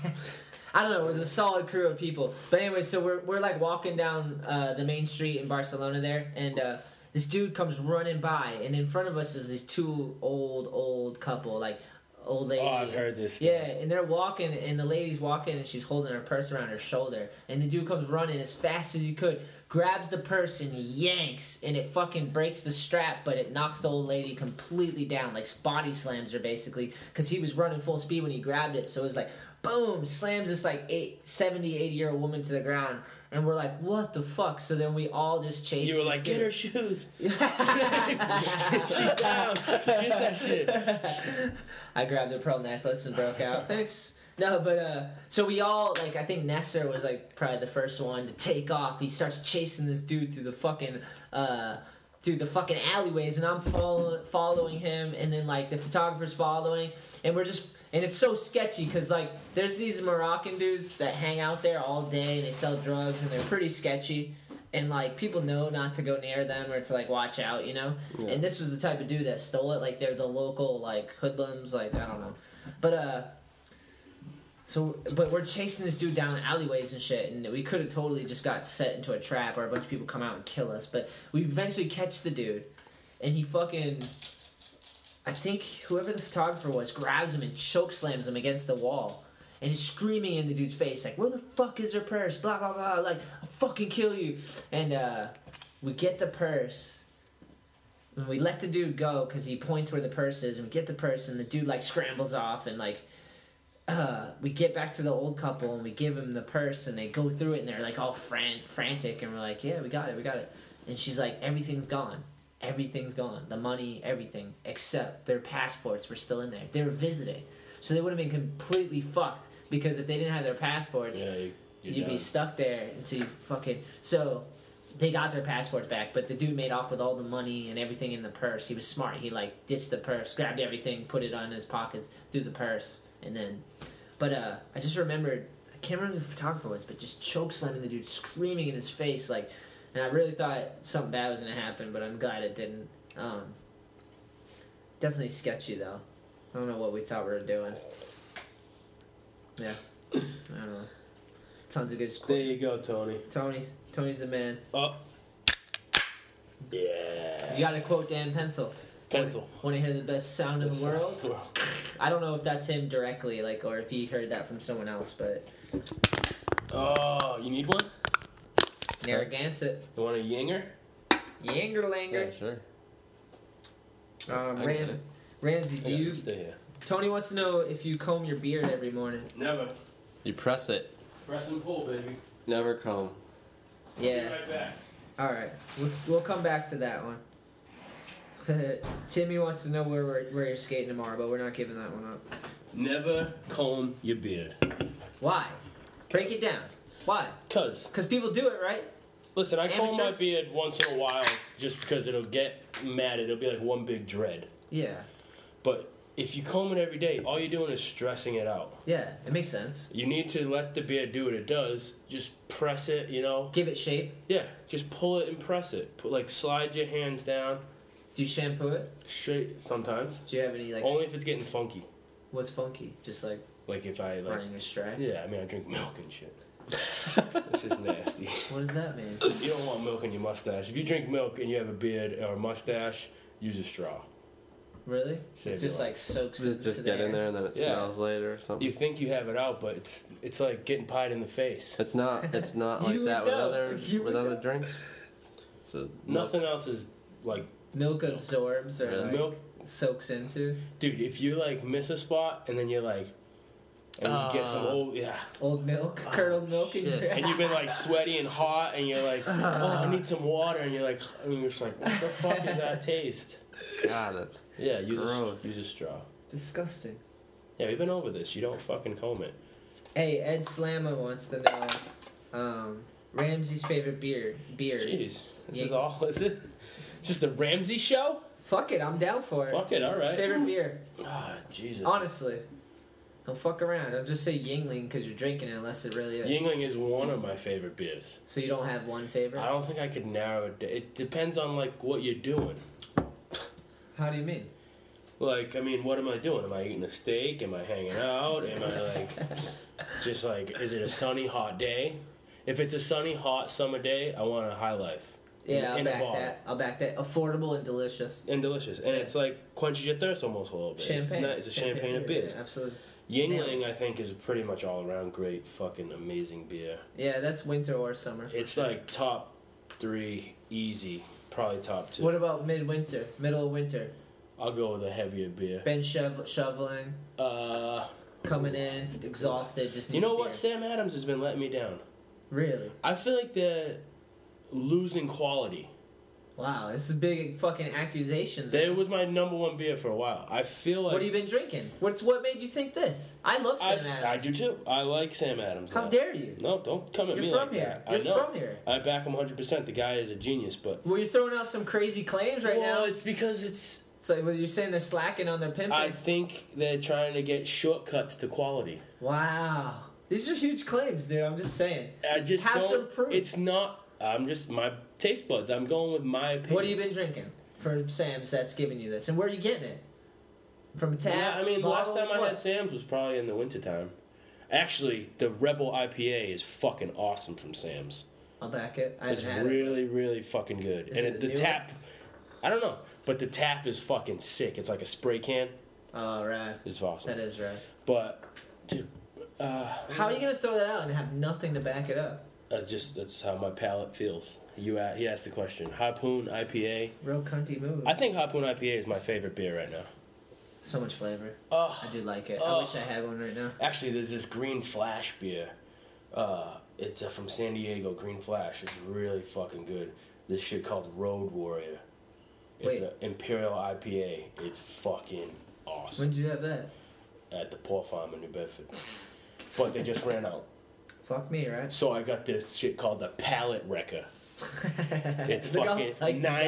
A: I don't know. It was a solid crew of people. But anyway, so we're, we're like walking down uh, the main street in Barcelona there, and uh, this dude comes running by, and in front of us is these two old, old couple, like old lady.
B: Oh, I've heard this. story.
A: Yeah, and they're walking, and the lady's walking, and she's holding her purse around her shoulder. And the dude comes running as fast as he could, grabs the purse, and yanks, and it fucking breaks the strap, but it knocks the old lady completely down, like body slams her basically, because he was running full speed when he grabbed it. So it was like, boom, slams this like eight, 70, 80 year old woman to the ground. And we're like, what the fuck? So then we all just chase.
B: You were
A: this
B: like, get
A: dude.
B: her shoes. She's down. Get that shit.
A: I grabbed a pearl necklace and broke out. Thanks. No, but uh, so we all like I think Nesser was like probably the first one to take off. He starts chasing this dude through the fucking uh, through the fucking alleyways, and I'm following following him, and then like the photographer's following, and we're just and it's so sketchy because like there's these Moroccan dudes that hang out there all day and they sell drugs and they're pretty sketchy. and like people know not to go near them or to like watch out, you know.
C: Yeah.
A: And this was the type of dude that stole it. Like they're the local like hoodlums. Like I don't know, but uh. So, but we're chasing this dude down alleyways and shit, and we could have totally just got set into a trap or a bunch of people come out and kill us. But we eventually catch the dude, and he fucking I think whoever the photographer was grabs him and choke slams him against the wall. And he's screaming in the dude's face, like, where the fuck is her purse? Blah, blah, blah. Like, I'll fucking kill you. And uh, we get the purse. And we let the dude go because he points where the purse is. And we get the purse, and the dude, like, scrambles off. And, like, uh, we get back to the old couple and we give him the purse. And they go through it, and they're, like, all fran- frantic. And we're like, yeah, we got it, we got it. And she's like, everything's gone. Everything's gone. The money, everything, except their passports were still in there. They were visiting. So they would have been completely fucked because if they didn't have their passports,
B: Yeah, you, you're
A: you'd be
B: done.
A: stuck there until you fucking. So they got their passports back, but the dude made off with all the money and everything in the purse. He was smart. He like ditched the purse, grabbed everything, put it on his pockets, threw the purse, and then. But uh, I just remembered. I can't remember who the photographer was, but just choke slamming the dude, screaming in his face, like. And I really thought something bad was gonna happen, but I'm glad it didn't. Um, definitely sketchy though. I don't know what we thought we were doing. Yeah, I don't know. Tons of good.
B: There you go, Tony.
A: Tony. Tony's the man.
B: Oh.
A: You
B: Yeah.
A: gotta quote Dan Pencil.
B: Pencil.
A: Want to hear the best sound in the world?
B: Well,
A: I don't know if that's him directly, like, or if he heard that from someone else, but
B: Oh, you need one?
A: Narragansett,
B: You want a yanger?
C: Yeah,
A: Yangerlanger.
C: sure.
A: Um,
C: I get
A: Ram-
C: it.
A: Ramsey, do
B: Yeah,
A: you?
B: stay here?
A: Tony wants to know if you comb your beard every morning.
B: Never.
C: You press it.
B: Press and pull, baby.
C: Never comb.
A: Yeah.
B: right back.
A: All right. We'll s- we'll come back to that one. Timmy wants to know where we're, where you're skating tomorrow, but we're not giving that one up.
B: Never comb your beard.
A: Why? Break it down. Why?
B: Cause
A: Because people do it, right?
B: Listen, I comb my
A: Amateurs?
B: beard once in a while just because it'll get matted. It'll be like one big dread.
A: Yeah.
B: But if you comb it every day, all you're doing is stressing it out.
A: Yeah. It makes sense.
B: You need to let the beard do what it does. Just press it, you know?
A: Give it shape.
B: Yeah, just pull it and press it. Put, like slide your hands down.
A: Do you shampoo it?
B: Straight sometimes.
A: Do you have any like
B: Only if it's getting funky.
A: what's funky? Just like
B: Like if I like
A: running astray.
B: Yeah, I mean I drink milk and shit. It's just nasty.
A: What does that mean?
B: You don't want milk in your mustache. If you drink milk and you have a beard or a mustache, use a straw.
A: Really?
B: Save
A: it just
B: your
A: like soaks
C: Does it
A: into
C: just
A: the
C: get in
A: air.
C: there and then it
B: Yeah.
C: smells later or something?
B: You think you have it out, but it's it's like getting pied in the face.
C: It's not. It's not like
A: You
C: that with
A: know.
C: other
A: You
C: with
A: know.
C: other drinks. So
B: Nothing else is like
A: Milk absorbs or
C: Really?
A: like,
B: milk,
A: soaks into
B: dude. If you like miss a spot and then you're like, and you get some
C: Uh.
B: old yeah,
A: old milk, curdled milk in
C: shit.
A: your
B: and you've been like sweaty and hot, and you're like, oh, I need some water, and you're like, and you're just like, what the fuck is that taste?
C: God, that's
B: Yeah, use a
C: Gross.
B: use a straw.
A: Disgusting.
B: Yeah, we've been over this. You don't fucking comb it.
A: Hey, Ed Slammer wants to know um, Ramsey's favorite beer. Beard.
B: Jeez, this is
A: Yeah.
B: all. Is it just the Ramsey show?
A: Fuck it, I'm down for it.
B: Fuck it, all right.
A: Favorite beer.
B: Ah, Jesus.
A: Honestly. Don't fuck around. Don't just say Yingling because you're drinking it unless it really is.
B: Yingling is one of my favorite beers.
A: so you don't have one favorite?
B: I don't think I could narrow it. down. It depends on like what you're doing.
A: How do you mean?
B: Like, I mean, what am I doing? Am I eating a steak? Am I hanging out? Am I like, just like, is it a sunny hot day? If it's a sunny hot summer day, I want a high life In-
A: Yeah, I'll
B: in a
A: back
B: bar.
A: that. I'll back that. Affordable and delicious.
B: and delicious, and it's like quenches your thirst almost a little bit. It's,
A: Champagne.
B: nice. it's a champagne, of
A: beer,
B: beers.
A: yeah, absolutely.
B: Yingling, I think, is pretty much all around great, fucking amazing beer.
A: Yeah, that's winter or summer.
B: It's like top three, easy, probably top two.
A: What about midwinter? Middle of winter.
B: I'll go with a heavier beer.
A: Been shovel- shoveling,
B: Uh,
A: coming in, exhausted, just need
B: you know
A: a
B: what?
A: beer.
B: Sam Adams has been letting me down.
A: Really?
B: I feel like they're losing quality.
A: Wow, this is big fucking accusations.
B: That
A: man.
B: was my number one beer for a while. I feel like
A: what have you been drinking? What's what made you think this? I love Sam
B: I've- I,
A: Adams.
B: do too. I like Sam Adams.
A: How
B: now.
A: dare you?
B: No, don't come at me
A: You're from
B: like
A: here.
B: that. I
A: You're
B: know.
A: from here.
B: I back him 100. percent The guy is a genius, but
A: Well, you're throwing out some crazy claims right
B: well,
A: now.
B: it's because it's.
A: It's like well, you're saying they're slacking on their pimping.
B: I think they're trying to get shortcuts to quality.
A: Wow, these are huge claims, dude. I'm just saying.
B: I just
A: Have
B: don't.
A: some proof.
B: It's not. I'm just my taste buds. I'm going with my opinion.
A: What have you been drinking from Sam's that's giving you this? And where are you getting it? From a tap?
B: Yeah, I mean,
A: bottles,
B: last time I
A: what?
B: had Sam's was probably in the wintertime. Actually, the Rebel IPA is fucking awesome from Sam's.
A: I'll back it. I
B: It's
A: haven't had it.
B: really, really fucking good.
A: Is
B: and
A: it a
B: the
A: new
B: tap, I don't know, but the tap is fucking sick. It's like a spray can.
A: Oh, rad.
B: It's awesome.
A: That is rad.
B: But, dude, uh,
A: How are you gonna throw that out and have nothing to back it up?
B: uh, just that's how my palate feels. You a- he asked the question. Harpoon IPA.
A: Real cunty move.
B: I think Harpoon IPA is my favorite beer right now.
A: so much flavor. I
B: Oh,
A: do like it. I
B: Oh.
A: wish I had one right now.
B: actually, there's this Green Flash beer. Uh, it's uh, from San Diego. Green Flash It's really fucking good. This shit called Road Warrior. It's
A: Wait.
B: an Imperial IPA. It's fucking awesome.
A: When did you have that?
B: at the poor farm in New Bedford. But they just ran out.
A: Fuck me, right?
B: So I got this shit called the Pallet Wrecker. It's
A: Look how psyched
B: fucking
A: you got.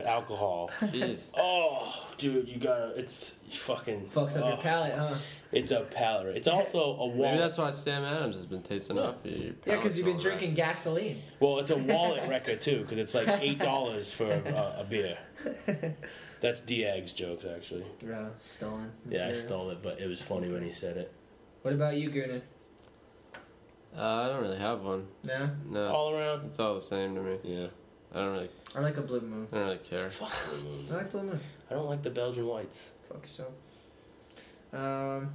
B: alcohol.
C: Jeez.
B: Oh, dude, you gotta. It's fucking.
A: Fucks up your
B: oh,
A: palate, huh?
B: It's a palate. It's also a wallet.
C: Maybe that's why Sam Adams has been tasting
B: Yeah.
C: off you.
A: Yeah, because
B: Oh,
A: you've been drinking gasoline.
B: well, it's a wallet wrecker too, because it's like eight dollars for a, a beer. That's Diag's jokes, actually.
A: Bro, stolen.
B: Yeah, I
A: material.
B: stole it, but it was funny when he said it.
A: What about you, Goonan?
C: Uh, I don't really have one.
A: No?
C: No, it's-
B: All around.
C: it's all the same to me.
B: Yeah.
C: I don't really,
A: I like a blue moon.
C: I don't really care.
B: Fuck. Blue Moon.
A: I like blue moon.
B: I don't like the Belgian whites.
A: Fuck yourself. Um,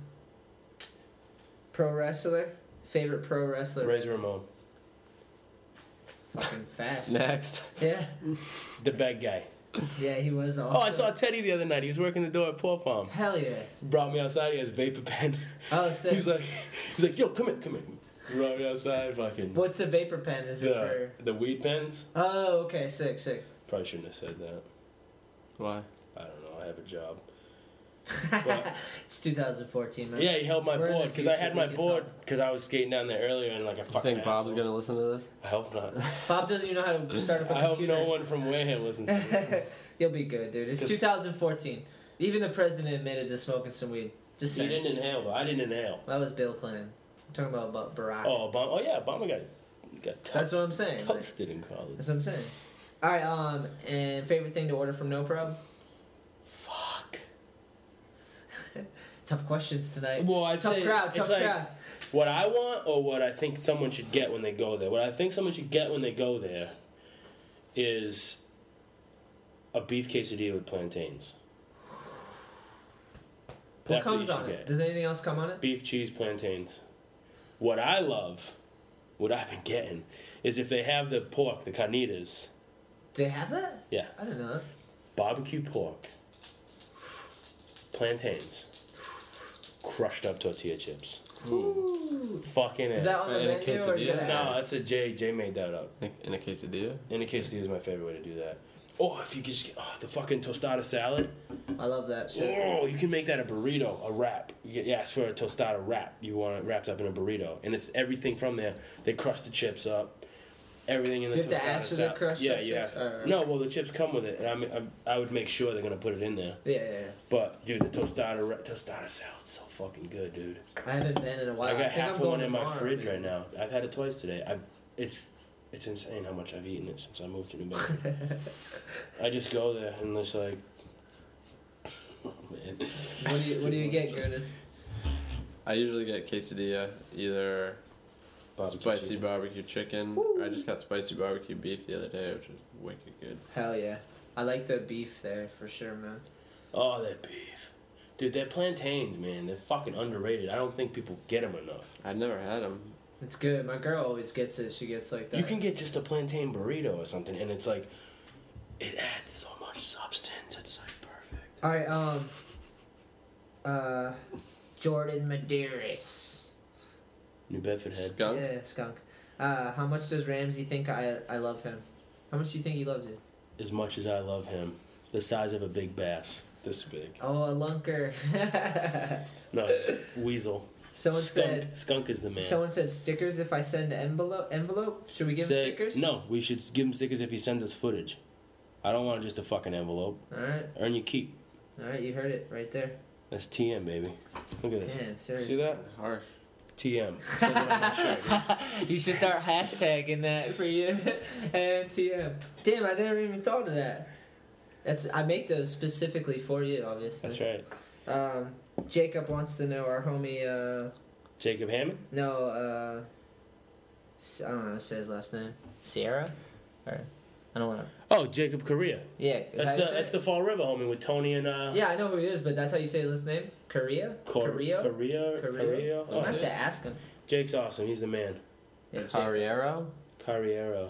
A: pro wrestler? Favorite pro wrestler?
B: Razor Ramon,
A: Fucking fast.
C: Next.
A: Yeah,
B: the bad guy.
A: yeah, he was awesome.
B: Oh, I saw Teddy the other night. He was working the door at Paw Farm.
A: Hell yeah.
B: Brought me outside. He has a vapor pen.
A: Oh, so
B: he's like, he's like, yo, come in, come in. Brought me outside. Fucking
A: what's the vapor pen? Is it
B: the,
A: for?
B: the weed pens.
A: Oh, okay, sick, sick.
B: Probably shouldn't have said that.
C: Why?
B: I don't know. I have a job. But-
A: it's 2014, man.
B: Yeah, he held my
A: We're in
B: board
A: the
B: because I
A: future,
B: had
A: we
B: my
A: can
B: board because I was skating down there earlier and like I
C: You
B: fucking.
C: think Bob's
B: asshole.
C: gonna listen to this?
B: I hope not.
A: Bob doesn't even know how to start up
B: I
A: a
B: hope
A: computer.
B: no one from Wareham listens. to this.
A: You'll be good, dude. It's
B: Just-
A: 2014. Even the president admitted to smoking some weed. Just
B: He
A: saying.
B: didn't inhale, but I didn't inhale.
A: That was Bill Clinton. I'm talking about, about Barack.
B: Oh, Obama. Oh yeah, Obama got got toast,
A: That's what I'm saying. like,
B: toasted in college.
A: that's what I'm saying. All right. Um. And favorite thing to order from No Prob?
B: Fuck.
A: Tough questions tonight.
B: Well, I'd
A: tough
B: say
A: crowd.
B: it's
A: Tough
B: like-
A: crowd.
B: what I want or what I think someone should get when they go there. What I think someone should get when they go there is a beef quesadilla with plantains.
A: What
B: That's what
A: comes
B: you should
A: on it?
B: get.
A: Does anything else come on it?
B: Beef, cheese, plantains. What I love, what I've been getting, is if they have the pork, the carnitas,
A: They have that?
B: Yeah.
A: I don't know.
B: barbecue pork, plantains, crushed up tortilla chips. Fucking
A: Is
B: A.
A: that on the
C: And
A: menu
C: a
A: or
C: quesadilla?
A: did I
B: No,
A: ask?
B: that's a Jay. Jay made that up.
C: Like, In a quesadilla?
B: In a quesadilla is my favorite way to do that. Or if you could just get oh, the fucking tostada salad.
A: I love that shit.
B: Oh, you can make that a burrito, a wrap. You get- You ask for a tostada wrap. You want it wrapped up in a burrito, and it's everything from there. They crush the chips up. Everything in the
A: You
B: tostada
A: have to ask for the
B: salad.
A: crushed
B: yeah,
A: up
B: yeah.
A: chips? Alright.
B: No, well the chips come with it, and I mean, I, I would make sure they're gonna put it in there.
A: Yeah, yeah, yeah.
B: But dude, the tostada wrap, tostada salad's so fucking good, dude.
A: I haven't been in a while.
B: I got
A: think
B: half
A: I'm
B: of one
A: going
B: in my
A: tomorrow,
B: fridge
A: dude.
B: right now. I've had it twice today. I've it's it's insane how much I've eaten it since I moved to New Bedford. I just go there and it's like, man.
A: What do you What do you get, Gooden?
C: I usually get quesadilla, either
B: Barbecue
C: spicy
B: chicken.
C: barbecue chicken. I just got spicy barbecue beef the other day, which is wicked good.
A: Hell yeah. I like the beef there for sure, man.
B: Oh, that beef, dude. That plantains, man. They're fucking underrated. I don't think people get them enough.
C: I've never had them.
A: It's good. My girl always gets it. She gets like that.
B: You can get just a plantain burrito or something, and it's like, it adds so much substance. It's like perfect.
A: All right. Um. Uh, Jordan Medeiros.
B: New Bedford head.
C: Skunk?
A: Yeah, skunk. Uh, how much does Ramsey think I I love him? How much do you think he loves you?
B: As much as I love him, the size of a big bass. This big.
A: Oh, a lunker.
B: No, it's weasel.
A: someone
B: skunk,
A: said.
B: skunk is the man.
A: Someone said stickers. If I send envelope, envelope, should we give
B: Say-
A: him stickers?
B: No, we should give him stickers if he sends us footage. I don't want just a fucking envelope.
A: All right,
B: Earn your keep.
A: all right. You heard it right there.
B: That's TM, baby. Look at this.
A: Damn, seriously.
B: See that?
C: Harsh.
B: TM. Something on my shirt.
D: you should start hashtagging that for you. MTM.
A: Damn, I never even thought of that. That's I make those specifically for you, obviously.
B: That's right.
A: Um, Jacob wants to know our homie. Uh,
B: Jacob Hammond.
A: no, uh, S- I don't know. It says last name Sierra. Or I don't want to.
B: Oh, Jacob Korea.
A: Yeah, is
B: That's
A: how you
B: the
A: say
B: that's
A: it?
B: the Fall River homie with Tony and uh
A: Yeah, I know who he is, but that's how you say his name. Korea.
B: Cor-
A: Korea.
B: Korea.
A: Korea?
B: Korea.
A: I
B: Oh,
A: have to ask him.
B: Jake's awesome. He's the man.
A: Yeah, Jacob.
C: Carriero?
B: Carriero.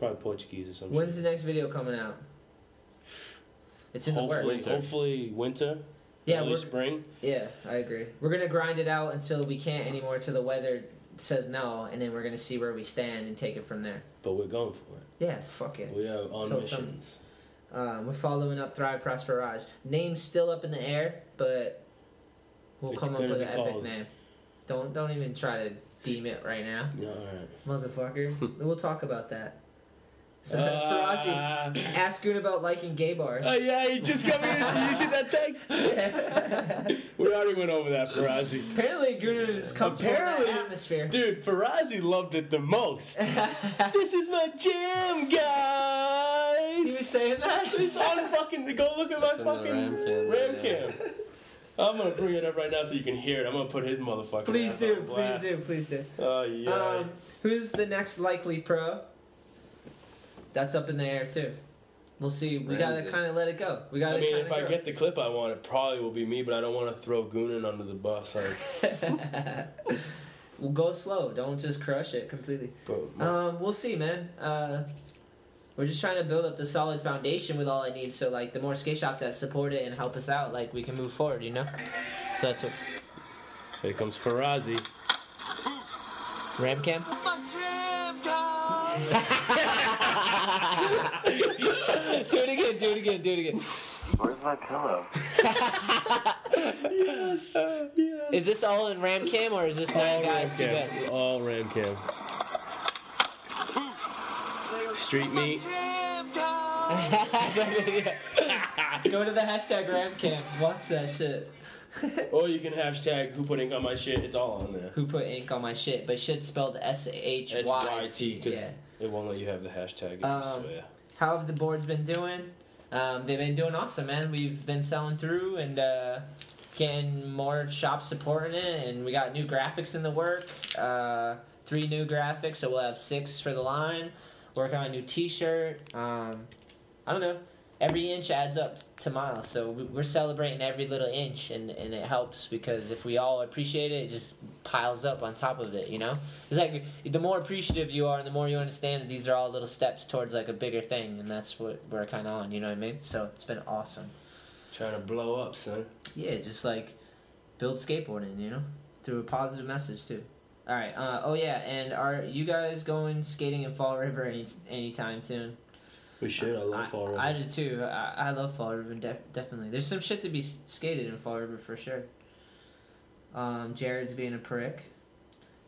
B: Probably Portuguese or something.
A: When's the next video coming out? It's in the
B: hopefully,
A: works.
B: winter. hopefully winter.
A: Yeah,
B: early
A: we're-
B: spring.
A: Yeah, I agree. We're gonna grind it out until we can't anymore, till the weather says no, and then we're gonna see where we stand and take it from there.
B: But we're going for it.
A: Yeah, fuck it.
B: We are on
A: So
B: missions.
A: Um, we're following up Thrive Prosper Rise. Name's still up in the air, but we'll
B: It's
A: come up
B: gonna
A: with
B: be
A: an epic
B: called-
A: name. Don't don't even try to deem it right now,
B: Yeah, all right.
A: motherfucker. we'll talk about that. So Ferrazzi,
B: Uh,
A: ask Goon about liking gay bars.
B: Oh yeah, you just got me. You should that text. We already went over that, Farazi.
A: Apparently, Goon is comfortable in
B: Apparently-
A: that atmosphere.
B: Dude, Farazi loved it the most. this is my jam, guys.
A: He was saying that.
B: It's on fucking. Go look at my
C: in the
B: fucking
C: Ram cam,
B: Ram
C: yeah.
B: cam. I'm gonna bring it up right now so you can hear it. I'm gonna put his motherfucking.
A: Please
B: ass
A: do,
B: on
A: please
B: blast.
A: do, please do.
B: Oh yeah.
A: Um, who's the next likely pro? That's up in the air too. We'll see. We gotta
C: Ramsey.
A: kind of let it go. We gotta.
B: I mean,
A: kinda
B: if I
A: go.
B: get the clip I want, it probably will be me, but I don't want to throw Goonan under the bus. Like,
A: Well, go slow. Don't just crush it completely.
B: but
A: Um, we'll see, man. Uh, we're just trying to build up the solid foundation with all I need. So like, the more skate shops that support it and help us out, like we can move forward. You know. So that's what.
B: here comes Farazi.
A: Ramcam. do it again. Do it again. Do it again.
E: Where's my pillow?
A: Is this all in Ramcam or is this nine guys? Too bad.
B: Ramcam. All Ram Cam. Street meat.
A: Go to the hashtag Ramcam. Watch that shit.
B: Or you can hashtag who put ink on my shit. It's all on there.
A: Who put ink on my shit? But shit spelled S H
B: It's
A: Y
B: YT because
A: Yeah.
B: it won't let you have the hashtag. if you
A: Um,
B: swear.
A: How have the boards been doing? Um, they've been doing awesome, man. We've been selling through and uh, getting more shops supporting it, and we got new graphics in the work. Uh, three new graphics, so we'll have six for the line. Working on a new T-shirt. Um, I don't know. Every inch adds up to miles, so we- we're celebrating every little inch, and, and it helps because if we all appreciate it, it just piles up on top of it, you know? It's like the more appreciative you are, and the more you understand that these are all little steps towards like a bigger thing, and that's what we're kind of on. You know what I mean? So it's been awesome.
B: Trying to blow up, son.
A: Yeah, just like build skateboarding, you know, through a positive message too. All right. Uh, oh yeah, and are you guys going skating in Fall River any anytime soon?
B: We should. I
A: I,
B: love Fall River.
A: I do too. I, I love Fall River def- definitely. There's some shit to be s- skated in Fall River for sure. Um, Jared's being a prick.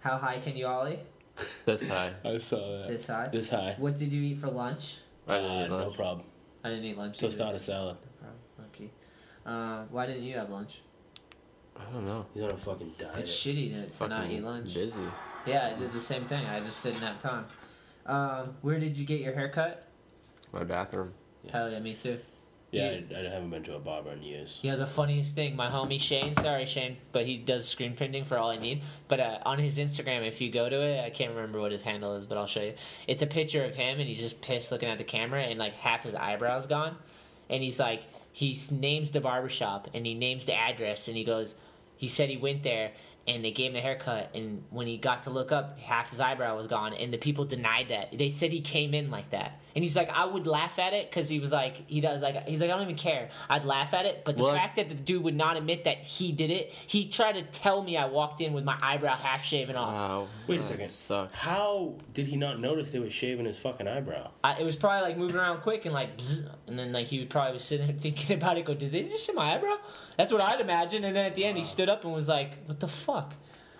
A: How high can you ollie?
C: This high.
B: I, saw that.
A: This high.
B: This high.
A: What did you eat for lunch?
C: I didn't
B: Uh,
C: eat
B: no
C: lunch.
B: problem.
A: I didn't eat lunch. either.
B: Tostada salad.
A: Oh, lucky. Uh, why didn't you have lunch?
C: I don't know.
B: He's on a fucking diet.
A: It's shitty to, to
C: Fucking
A: not eat lunch.
C: Busy.
A: Yeah, I did the same thing. I just didn't have time. Um, where did you get your haircut?
C: My bathroom.
B: Yeah.
A: Hell yeah, me too.
B: yeah, I, I haven't been to a barber in years.
A: Yeah, the funniest thing, my homie Shane, sorry Shane, but he does screen printing for all I need. But uh, on his Instagram, if you go to it, I can't remember what his handle is, but I'll show you. It's a picture of him, and he's just pissed looking at the camera, and like half his eyebrows gone. And he's like, he s- names the barbershop, and he names the address, and he goes, he said he went there, and they gave him a haircut, and when he got to look up, half his eyebrow was gone, and the people denied that. They said he came in like that. And he's like, I would laugh at it because he was like, he does like, he's like, I don't even care. I'd laugh at it, but the
C: Well,
A: fact that the dude would not admit that he did it, he tried to tell me I walked in with my eyebrow half shaven off.
E: Uh,
C: Wow.
B: Wait a
C: that
B: second.
C: Sucks.
B: How did he not notice they were shaving his fucking eyebrow?
A: I, it was probably like moving around quick and like, bzz, and then like he would probably was sitting there thinking about it. Go, did they just see my eyebrow? That's what I'd imagine. And then at the end, he stood up and was like, "What the fuck?"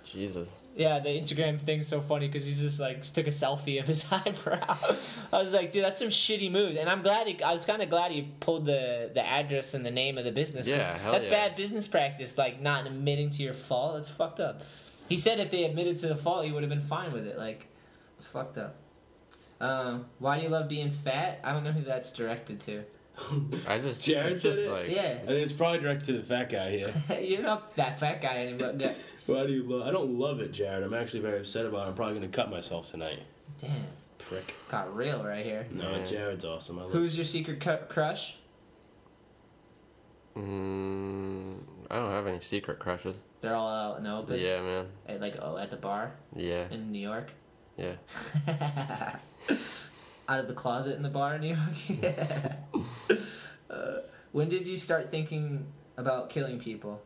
C: Jesus.
A: Yeah, the Instagram thing's so funny because he's just like took a selfie of his eyebrow. I was like, dude, that's some shitty move. And I'm glad he, I was kind of glad he pulled the the address and the name of the business. 'cause
C: Yeah, hell
A: that's
C: yeah.
A: bad business practice. Like not admitting to your fault. That's fucked up. He said if they admitted to the fault, he would have been fine with it. Like, it's fucked up. Um, why do you love being fat? I don't know who that's directed to.
E: I just,
B: Jared
E: it's just
B: said it?
E: like,
A: Yeah.
B: I think it's probably directed to the fat guy here.
A: You're not that fat guy anymore. No.
B: Why do you love? I don't love it, Jared. I'm actually very upset about it. I'm probably gonna cut myself tonight.
A: Damn,
B: Prick.
A: got real right here.
B: No,
E: Yeah.
B: Jared's awesome. I love.
A: Who's your secret cu- crush?
E: Mm, I don't have any secret crushes.
A: They're all out in the open.
E: yeah, man.
A: At, like oh, at the bar
E: Yeah,
A: in New York.
E: yeah.
A: out of the closet in the bar in New York. uh, when did you start thinking about killing people?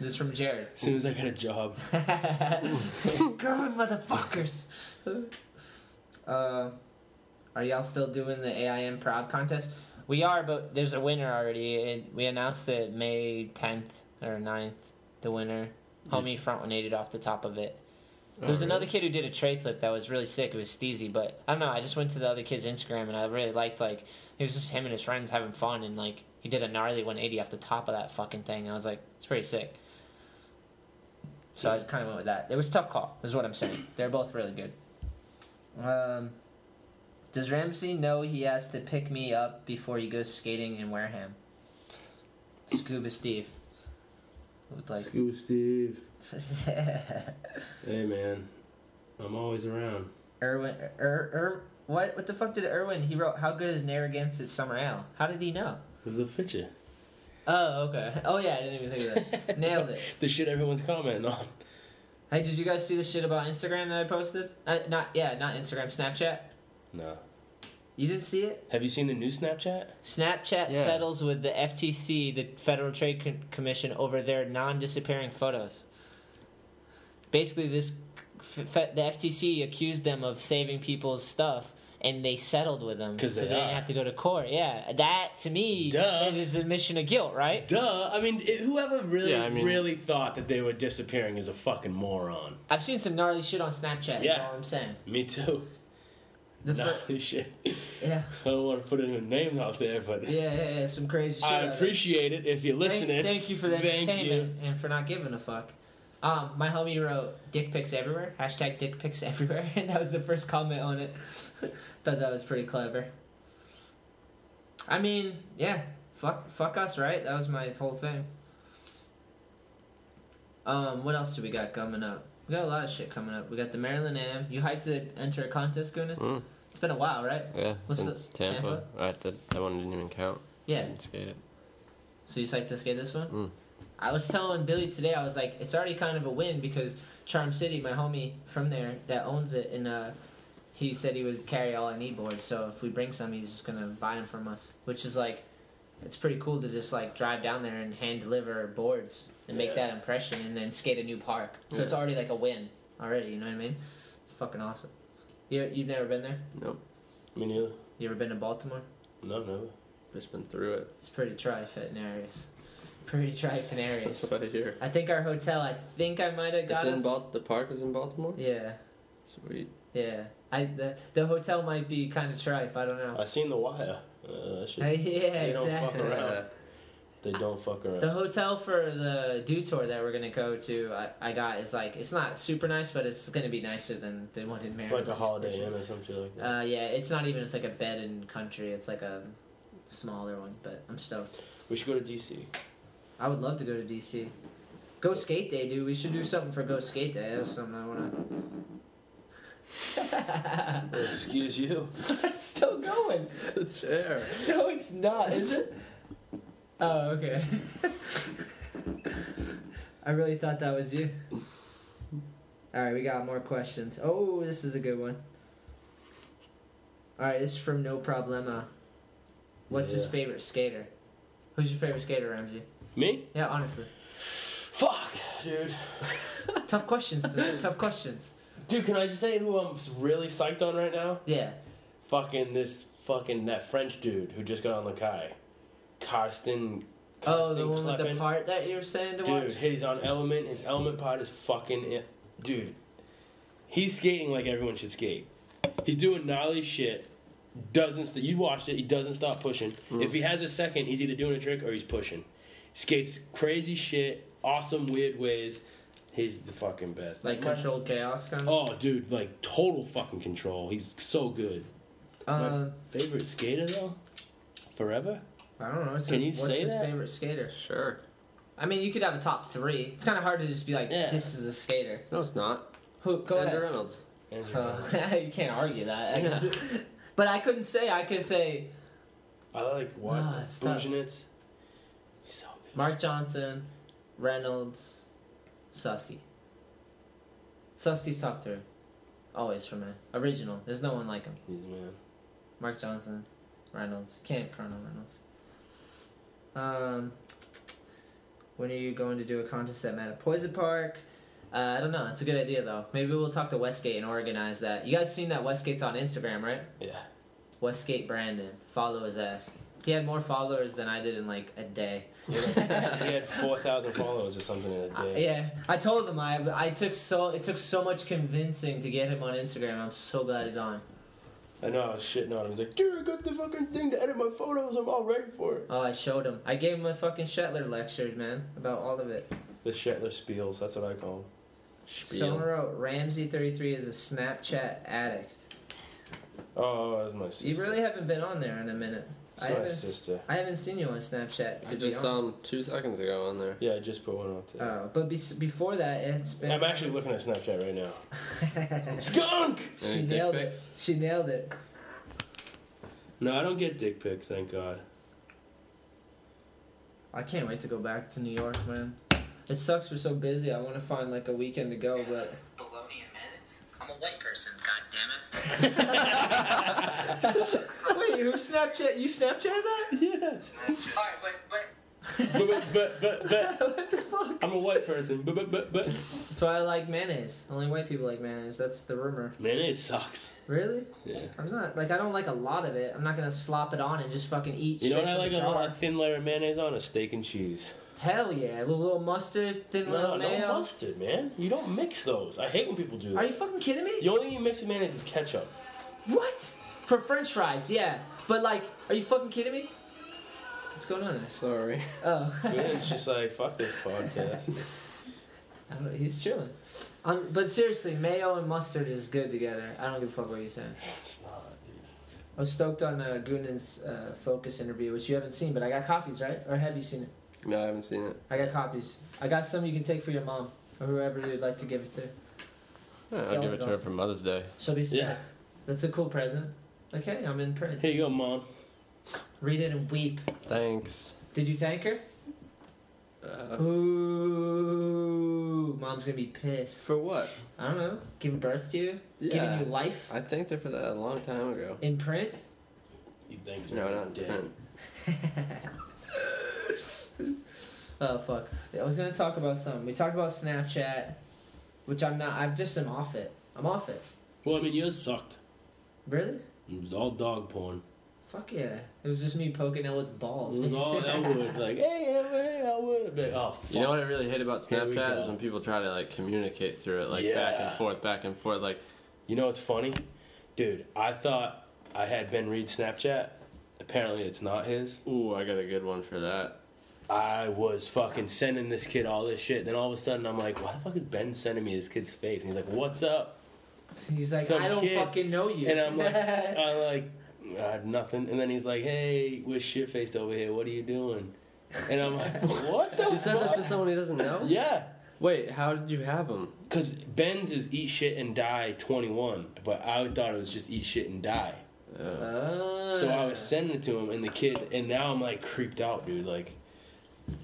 A: This is from Jared.
B: As soon as I got a job,
A: Come on, motherfuckers. Uh, are y'all still doing the AIM Prov contest? We are, but there's a winner already. It, we announced it May 10th or 9th, the winner. Homie front 180 off the top of it. There was
E: Oh,
A: another kid who did a tray flip that was really sick. It was Steezy, but I don't know. I just went to the other kid's Instagram and I really liked like it was just him and his friends having fun and like he did a gnarly 180 off the top of that fucking thing. I was like, it's pretty sick. So I kind of went with that. It was a tough call, is what I'm saying. They're both really good. Um, does Ramsey know he has to pick me up before he goes skating in Wareham? Scuba Steve. Would like.
B: Scoop Steve. Hey, man. I'm always around.
A: Erwin, er, er, what what the fuck did Erwin? He wrote, "How good is Narragansett's summer ale?" How did he know?
B: Cause the picture.
A: Oh, okay. Oh yeah, I didn't even think of that. Nailed it.
B: The shit everyone's commenting on.
A: Hey, did you guys see the shit about Instagram that I posted? Uh, not yeah, not Instagram, Snapchat.
B: No.
A: You didn't see it?
B: Have you seen the new Snapchat?
E: Yeah.
A: Snapchat settles with the FTC, the Federal Trade Co- Commission, over their non-disappearing photos. Basically, this f- fe- the FTC accused them of saving people's stuff, and they settled with them,
B: 'Cause
A: so
B: they
A: they, didn't
B: are.
A: have to go to court. Yeah, that to me
B: Duh.
A: it is admission of guilt, right?
B: Duh. I mean, it, whoever really,
E: Yeah, I mean-
B: really thought that they were disappearing is a fucking moron.
A: I've seen some gnarly shit on Snapchat. Is
B: Yeah.
A: all I'm saying.
B: Me too.
A: The
B: no,
A: fir-
B: this shit.
A: yeah,
B: I don't want to put any name out there, but
A: yeah, yeah, yeah, some crazy shit.
B: I
A: out there.
B: appreciate it if you're
A: Thank-
B: listening.
A: Thank, you for the
B: Thank
A: entertainment and for not giving a fuck. Um, my homie wrote "dick pics everywhere" hashtag dick pics everywhere, and that was the first comment on it. Thought that was pretty clever. I mean, yeah, fuck, fuck us, right? That was my whole thing. Um, what else do we got coming up? We got a lot of shit coming up. We got the Maryland Am. You hyped to enter a contest, Gunnar?
E: Mm,
A: It's been a while, right?
E: yeah,
A: What's
E: since
A: the-
E: Tampa. I, that, that one didn't even count.
A: Yeah.
E: Didn't skate it.
A: So you psyched to skate this one?
E: Mm.
A: I was telling Billy today, I was like, it's already kind of a win because Charm City, my homie from there that owns it, and uh, he said he would carry all I need boards. So if we bring some, he's just gonna buy them from us, which is like, it's pretty cool to just like drive down there and hand deliver boards and make
B: Yeah.
A: that impression, and then skate a new park. So it's already like a win already. You know what I mean? It's fucking awesome. You you've never been there?
B: Me neither.
A: You ever been to Baltimore?
B: No, no.
C: Just been through it.
A: It's pretty tri-fit in areas. Pretty tri-fit in areas.
C: That's what I hear.
A: I think our hotel. I think I might have
C: It's
A: got
C: in
A: us.
C: Bal- the park is in Baltimore?
A: yeah,
C: Sweet.
A: yeah. I the, the hotel might be kind of trife. I don't know.
B: I seen the wire. Uh, that Oh, shit-
A: Uh, yeah,
B: They don't
A: exactly.
B: fuck around.
C: Yeah.
B: They don't fuck around.
A: The hotel for the do tour that we're gonna go to, I, I got is like it's not super nice, but it's gonna be nicer than the one in Maryland.
B: like a Holiday Inn or some shit like that.
A: Uh, yeah, it's not even. It's like a bed in country. It's like a smaller one, but I'm stoked.
B: we should go to DC.
A: I would love to go to DC. Go skate day, dude. We should do something for Go Skate Day. That's something I wanna.
B: Excuse you.
A: It's still going.
C: The chair.
A: No, it's not, is it? Oh, okay. I really thought that was you. All right, we got more questions. Oh, this is a good one. All right, this is from No Problema. What's his
B: Yeah.
A: favorite skater? Who's your favorite skater, Ramsey?
B: Me?
A: Yeah, honestly.
B: Fuck, dude.
A: tough questions. Today. Tough questions.
B: Dude, can I just say who I'm really psyched on right now?
A: Yeah.
B: Fucking this fucking that French dude who just got on the Kai. Karsten.
A: Oh,
B: Karsten
A: the one with the
B: Kleppen.
A: part that you were saying to
B: Dude,
A: watch.
B: he's on Element. His Element pod is fucking. i Dude, he's skating like everyone should skate. He's doing gnarly shit. Doesn't st- you watched it? He doesn't stop pushing. If
A: Mm.
B: he has a second, he's either doing a trick or he's pushing. Skates crazy shit, awesome weird ways. He's the fucking best.
A: Like controlled chaos kind of.
B: Oh, dude, like total fucking control. He's so good.
A: Um,
B: Favorite skater though? Forever?
A: I don't know. It's
B: Can
A: his-
B: you
A: what's
B: say
A: his
B: that?
A: favorite skater?
E: Sure.
A: I mean, you could have a top three. It's kind of hard to just be like,
B: Yeah.
A: this is a skater.
E: No, it's not.
A: Who? Go
E: Ed
A: ahead.
E: Reynolds.
B: Andrew Reynolds.
A: Uh, you can't argue that.
E: Yeah.
A: but I couldn't say. I could say
B: I like what?
A: No, it's tough.
B: Bujanets. He's so good.
A: Mark Johnson, Reynolds, Susky. Susky's top three, always for me. Original. There's no one like him.
B: He's the man.
A: Mark Johnson, Reynolds. Can't front on Reynolds. Um, when are you going to do a contest at Mattapoisett Park? Uh, I don't know. It's a good idea though. Maybe we'll talk to Westgate and organize that. You guys seen that Westgate's on Instagram, right?
B: Yeah.
A: Westgate Brandon. Follow his ass. He had more followers than I did in like a day.
B: he had four thousand followers or something in a
A: I-
B: day.
A: Uh, yeah, I told him I I took so it took so much convincing to get him on Instagram. I'm so glad he's on.
B: I know I was shitting on him. He's like, dude, I got the fucking thing to edit my photos. I'm all ready for it.
A: Oh, I showed him. I gave him a fucking Shetler lecture, man, about all of it.
B: The Shetler Spiels. That's what I call him.
A: Someone wrote Ramsey33 is a Snapchat addict.
B: Oh, that's my sister.
A: You really haven't been on there in a minute. I
B: It's my
A: haven't,
B: sister.
A: I haven't seen you on Snapchat. To
E: I
A: be
E: just saw
A: honest.
E: him two seconds ago on there.
B: Yeah, I just put one up today.
A: Oh, but be- before that, it's been.
B: I'm actually looking at Snapchat right now. Skunk!
A: she
E: Any dick
A: nailed it.
E: pics?
A: She nailed it.
B: No, I don't get dick pics, thank God.
A: I can't wait to go back to New York, man. It sucks we're so busy. I want to find like a weekend to go, but
F: Baloney and mayonnaise. I'm a white person, goddammit.
A: Wait, who Snapchat? You Snapchat that?
B: Yes.
F: Alright, but, but,
B: But, but, but, but, but,
A: what the fuck?
B: I'm a white person. But, but, but, but.
A: That's why I like mayonnaise. Only white people like mayonnaise. That's the rumor.
B: Mayonnaise sucks.
A: Really?
B: Yeah.
A: I'm not like I don't like a lot of it. I'm not gonna slop it on and just fucking eat.
B: You know
A: shit
B: what I
A: from
B: like
A: the
B: a
A: jar.
B: lot of thin layer of mayonnaise on? A steak and cheese.
A: Hell yeah, with a little mustard, thin
B: No,
A: little
B: no
A: mayo.
B: mustard, man. You don't mix those. I hate when people do
A: Are
B: that.
A: you fucking kidding me?
B: The only thing you mix with mayonnaise is ketchup.
A: What? For French fries? Yeah, but like, are you fucking kidding me? What's going on there?
E: Sorry.
A: Oh.
B: It's just like, fuck this podcast.
A: I don't know, he's chilling. Um, but seriously, mayo and mustard is good together. I don't give a fuck what you're saying. I was stoked on uh, Gunnan's uh, Focus interview, which you haven't seen, but I got copies, right? Or have you seen it?
E: No, I haven't seen it.
A: I got copies. I got some you can take for your mom or whoever you'd like to give it to.
E: Yeah,
A: It's
E: I'll give it
A: always
E: to her
A: awesome.
E: for Mother's Day.
A: She'll be stoked.
B: Yeah.
A: That's a cool present. Okay, I'm in print.
B: Here you go, mom.
A: Read it and weep.
E: Thanks.
A: Did you thank her?
E: Uh,
A: Ooh, mom's gonna be pissed.
E: for what?
A: I don't know. Giving birth to you,
E: Yeah.
A: giving you life
E: I thanked her for that a long time ago.
A: in print.
B: You think so?
E: No, not print.
A: Oh fuck! I was gonna talk about something. We talked about Snapchat, which I'm not. I'm just am off it. I'm off it.
B: Well, I mean, yours sucked.
A: Really?
B: It was all dog porn.
A: Fuck yeah! It was just me poking Elwood's
B: It
A: balls.
B: was all Elwood. Like, hey, Elwood, Elwood. I'd be like, oh, fuck.
E: You know what I really hate about
B: Here we
E: Snapchat is
B: go.
E: when people try to like communicate through it, like back
B: Yeah.
E: and forth, back and forth. Like,
B: You know what's funny? Dude, I thought I had Ben Reed's Snapchat. Apparently, it's not his.
E: ooh, I got a good one for that.
B: I was fucking sending this kid all this shit. Then all of a sudden, I'm like, why the fuck is Ben sending me this kid's face? And he's like, what's up?
A: He's like,
B: Some
A: I don't
B: kid.
A: fucking know you.
B: And I'm like, I'm like, I had nothing. And then he's like, hey, we're shit faced over here. What are you doing? And I'm like, what the
E: You said
B: fuck?
E: this to someone he doesn't know?
B: Yeah.
E: Wait, how did you have him?
B: Because Ben's is eat shit and die 21, but I thought it was just eat shit and die.
E: Uh,
A: Ah.
B: oh. So I was sending it to him, and the kid, and now I'm like creeped out, dude. Like,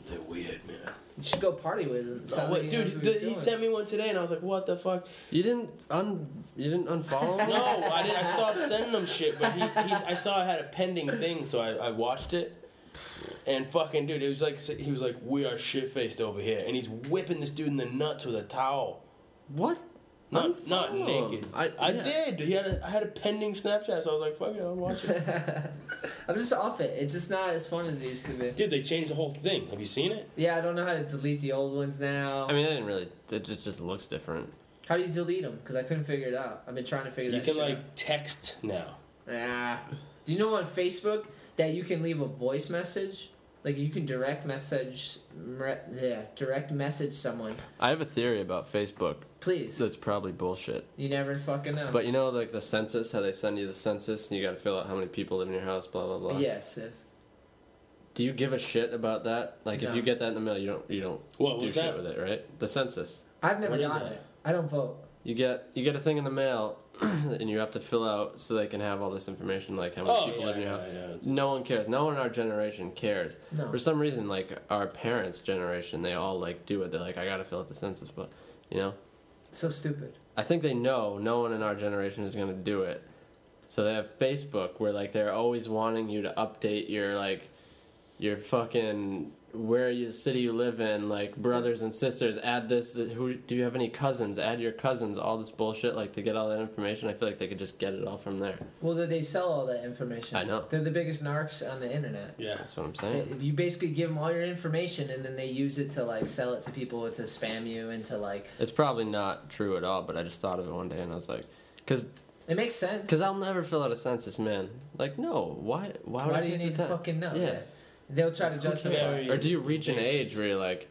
B: they're weird, man.
A: You should go party with him. Sound
B: Oh,
A: like
B: wait,
A: he knows
B: dude,
A: what he's
B: the, he
A: doing.
B: sent me one today, and I was like, what the fuck?
E: you didn't un you didn't unfollow him?
B: No, I, did, I stopped sending him shit, but he, he's, I saw I had a pending thing, so I, I watched it. And fucking dude, it was like he was like, "We are shit faced over here," and he's whipping this dude in the nuts with a towel.
E: What?
B: Not, not
E: Unfollow him.
B: naked.
E: I-
B: I,
E: yeah.
B: did. He had a, I had a pending Snapchat, so I was like, "Fuck it, I'll watch it."
A: I'm just off it. It's just not as fun as it used to be.
B: Dude, they changed the whole thing. Have you seen it?
A: Yeah, I don't know how to delete the old ones now.
E: I mean, I didn't really. It just just looks different.
A: how do you delete them? Because I couldn't figure it out. I've been trying to figure
B: You
A: that
B: can
A: shit
B: like text now.
A: out. Ah. Do you know on Facebook that you can leave a voice message? Like you can direct message, mer- yeah, direct message someone.
C: I have a theory about Facebook
A: Please,
C: that's probably bullshit.
A: you never fucking know.
C: But you know, like the census, how they send you the census and you gotta fill out how many people live in your house, blah blah blah.
A: yes, yes.
C: Do you give a shit about that? Like,
A: No.
C: if you get that in the mail, you don't you don't
B: What
C: do
B: was
C: shit
B: that?
C: with it, right? The census.
A: I've never
B: What is
A: got
B: it?
A: it. I don't vote.
C: You get you get a thing in the mail, and you have to fill out so they can have all this information, like how many
B: Oh,
C: people
B: yeah,
C: live in your
B: yeah,
C: house.
B: yeah.
C: No one cares. No one in our generation cares.
A: No.
C: For some reason, like our parents' generation, they all like do it. They're like, I gotta fill out the census, but you know,
A: So stupid.
C: I think they know no one in our generation is gonna do it. So they have Facebook, where like they're always wanting you to update your like, your fucking where you city you live in, like brothers and sisters. Add this. th- Who do you have any cousins? Add your cousins. All this bullshit. Like to get all that information. I feel like they could just get it all from there.
A: Well, they- they sell all that information.
C: I know.
A: They're the biggest narcs on the internet.
B: Yeah.
C: That's what I'm
A: They-
C: saying.
A: You basically give them all your information, and then they use it to like sell it to people, to spam you, and to like.
C: It's probably not true at all, but I just thought of it one day and I was like, because
A: It makes sense.
C: Because I'll never fill out a census, man. Like, no. Why? Why would
A: Why
C: I
A: do you
C: take the
A: need to
C: time?
A: fucking know?
C: Yeah.
A: They'll try to justify.
B: cares?
A: it.
B: Yeah.
C: Or do you reach an
B: Basic.
C: age where you're like,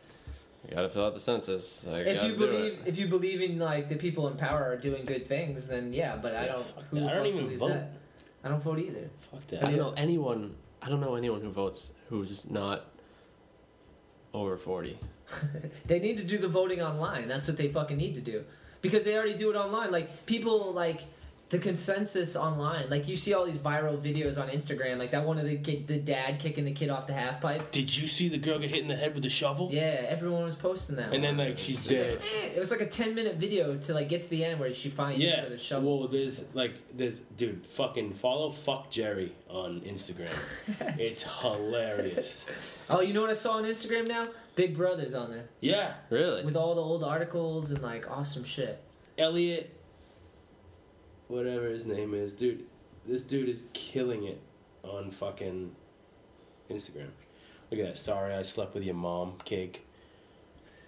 C: I gotta fill out the census. I
A: If
C: gotta
A: you
C: do
A: believe,
C: it.
A: if you believe in like the people in power are doing good things, then yeah. But I don't.
B: Fuck
A: Who
B: that.
A: the
B: I don't
A: fuck
B: even
A: believes
B: vote.
A: That? I don't vote either.
B: Fuck
C: I
B: that.
C: don't know anyone. I don't know anyone who votes who's not over forty.
A: They need to do the voting online. That's what they fucking need to do. Because they already do it online. Like people like the consensus online. Like you see all these viral videos on Instagram, like that one of the kid the dad kicking the kid off the half pipe.
B: Did you see the girl get hit in the head with a shovel?
A: Yeah, everyone was posting that.
B: And
A: one.
B: then like she's dead.
A: Eh, it was like a ten minute video to like get to the end where she finally hits her
B: Yeah.
A: with a shovel.
B: Well, there's like there's dude. Fucking follow fuck Jerry on Instagram. it's hilarious.
A: Oh, you know what I saw on Instagram now? Big Brother's on there.
B: Yeah.
C: Really?
A: With all the old articles and like awesome shit.
B: Elliot, whatever his name is, dude, this dude is killing it on fucking Instagram. Look at that. Sorry, I slept with your mom. Cake.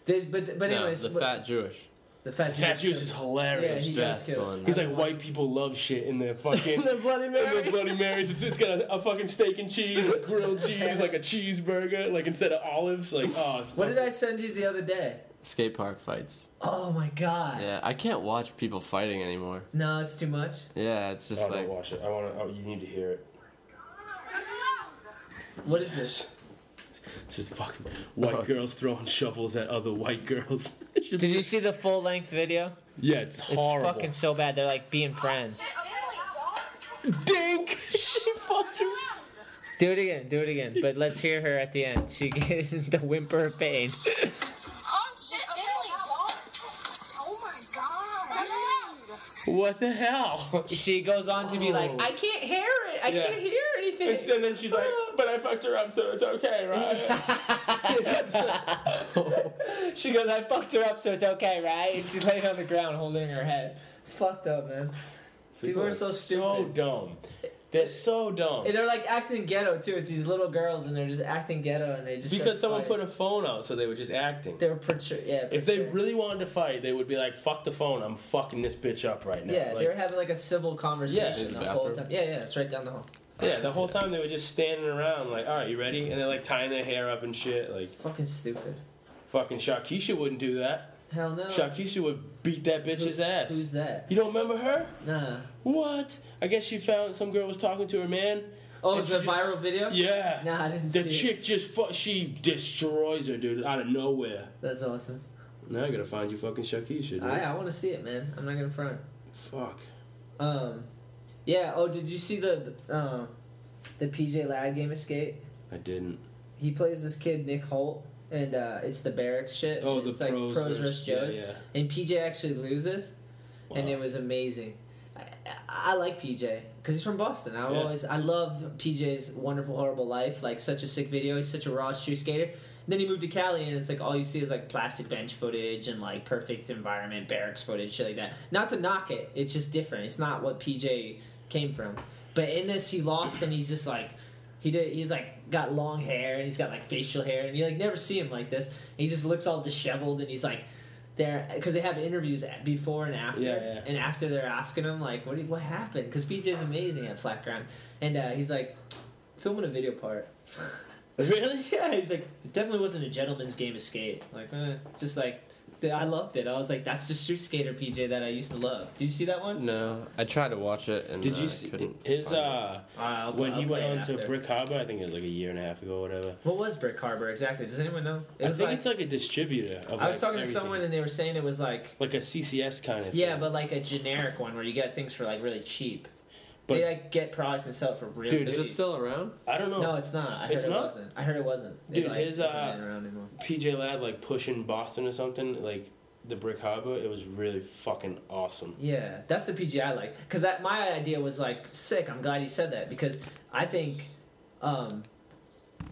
A: There's but but
C: No,
A: anyways
C: the
A: what-
C: fat Jewish.
A: the fat
B: Fat
A: Jewish
B: Jews is
A: yeah,
B: hilarious.
A: he
C: Stressed
A: gets killed.
C: one.
B: He's like white people love shit in their fucking.
C: the Bloody
B: in their Bloody Marys, it's, it's got a, a fucking steak and cheese, a grilled cheese, like a cheeseburger, like instead of olives, like oh. It's
A: What did I send you the other day?
C: Skate park fights.
A: Oh my god.
C: Yeah, I can't watch people fighting anymore.
A: No, it's too much.
C: Yeah, it's
B: Oh,
C: just
B: don't
C: like
B: watch it. I want to. Oh, you need to hear it.
A: What is this?
B: It's just fucking white girls throwing shovels at other white girls. It's just-
G: Did you see the full length video?
B: yeah, it's
G: It's
B: horrible.
G: fucking so bad. They're like being friends.
B: dink. She fucking.
G: Do it again. Do it again. But let's hear her at the end. She gets the whimper of pain.
B: What the hell?
G: She goes on to be like, I can't hear it.
B: Oh.
G: I
B: Yeah.
G: can't hear anything.
B: And then she's like, "But I fucked her up, so it's okay, right?"
G: She goes, I fucked her up, so it's okay, right? And she's laying on the ground holding her head.
A: It's fucked up, man. People are so
B: So
A: stupid.
B: dumb. They're so dumb.
A: And they're like acting ghetto too. It's these little girls and they're just acting ghetto and they just
B: Because someone put
A: a
B: a phone out, so they were just acting.
A: they were portray- yeah.
B: If they
A: portray-
B: really wanted to fight, they would be like, "Fuck the phone, I'm fucking this bitch up right now."
A: yeah,
B: Like,
A: they were having like a civil conversation
C: Yeah.
A: the whole
C: Bathroom.
A: time. Yeah, yeah, it's right down the hall.
B: yeah. The whole time they were just standing around, like, "All right, you ready?" And they're like tying their hair up and shit. Like,
A: Fucking stupid.
B: fucking Shakisha wouldn't do that.
A: Hell no.
B: Shakisha would beat that bitch's ass.
A: Oh. Who's that?
B: You don't remember her?
A: Nah.
B: What? I guess she found some girl was talking to her man.
A: Oh,
B: And
A: it's
B: she
A: a
B: just-
A: viral video.
B: Yeah.
A: Nah, I didn't
B: The
A: see it.
B: chick just fu- she destroys her, dude, out of nowhere.
A: That's awesome.
B: Now I gotta find you fucking Shakisha, dude.
A: I I want to see it, man. I'm not gonna front.
B: Fuck.
A: Um, yeah. Oh, did you see the um, the PJ Ladd game escape?
B: I didn't.
A: He plays this kid Nick Holt, and uh, it's the barracks shit.
B: Oh, the
A: it's like
B: pros,
A: pros
B: versus-
A: versus Joes,
B: Yeah, yeah.
A: and PJ actually loses, and
B: Wow.
A: it was amazing. I, I I like PJ because he's from Boston. I
B: Yeah.
A: always I love PJ's Wonderful Horrible Life. Like such a sick video. He's such a raw street skater. And then he moved to Cali, and it's like all you see is like plastic bench footage and like perfect environment barracks footage, shit like that. Not to knock it, it's just different. It's not what PJ came from. But in this, he lost, and he's just like he did. He's like got long hair, and he's got like facial hair, and you like never see him like this. And he just looks all disheveled, and he's like there because they have interviews at- before and after,
B: Yeah, yeah.
A: and after they're asking him like what did- what happened because PJ's amazing at flat ground, and uh, he's like filming a video part.
B: Really?
A: Yeah, he's like, it definitely wasn't a gentleman's game of skate. Like, eh, just like, th- I loved it. I was like, that's the street skater PJ that I used to love. Did you see that one?
C: No, I tried to watch it and
B: Did
C: uh,
B: you see
C: couldn't
B: his
C: find it.
B: uh
A: Uh,
B: when he went on
A: after.
B: to Brick Harbor? I think it was like a year and a half ago, or whatever.
A: What was Brick Harbor exactly? Does anyone know? It
B: I
A: was
B: think
A: like,
B: it's like a distributor. Of
A: I was talking
B: like,
A: to
B: everything.
A: someone and they were saying it was like,
B: like a CCS kind of.
A: yeah,
B: thing.
A: but like a generic one where you get things for like really cheap.
B: But-
A: they like get product and sell it for really
C: Dude,
A: cheap.
C: is it still around?
B: I don't know.
A: No, it's not. I heard
B: It's
A: it
B: not?
A: wasn't. I heard it wasn't. They,
B: Dude,
A: like,
B: his,
A: wasn't
B: uh,
A: around anymore.
B: PJ Ladd like pushing Boston or something like the Brick Harbor. It was really fucking awesome.
A: Yeah, that's the PG I like. Because that my idea was like sick. I'm glad you said that because I think um,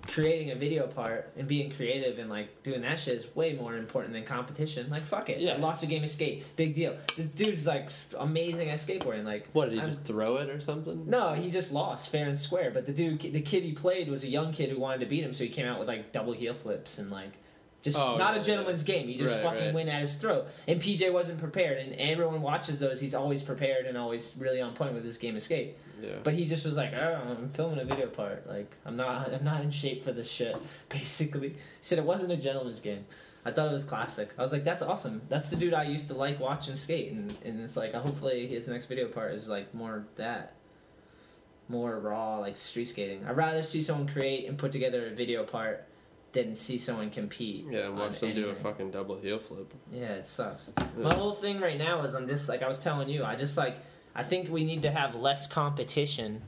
A: creating a video part and being creative and like doing that shit is way more important than competition. Like fuck it,
B: Yeah.
A: I lost a game of skate, big deal. The dude's like s- amazing at skateboarding. Like
C: What did he
A: I'm-
C: just throw it or something?
A: No, he just lost fair and square. But the dude, the kid he played was a young kid who wanted to beat him, so he came out with like double heel flips and like just
C: Oh,
A: not
C: yeah,
A: a gentleman's game. He just
C: Right,
A: fucking
C: right.
A: went at his throat. And PJ wasn't prepared, and everyone watches those. He's always prepared and always really on point with his game escape.
C: Yeah.
A: But he just was like, oh, I'm filming a video part. Like I'm not, I'm not in shape for this shit. Basically, he said it wasn't a gentleman's game. I thought it was classic. I was like, that's awesome. That's the dude I used to like watching skate, and, and it's like, hopefully his next video part is like more that more raw like street skating. I'd rather see someone create and put together a video part than see someone compete.
C: Yeah, and
A: on
C: watch them do a
A: anything.
C: fucking double heel flip.
A: Yeah, it sucks. My whole thing right now is I'm just like I was telling you, I just like I think we need to have less competition.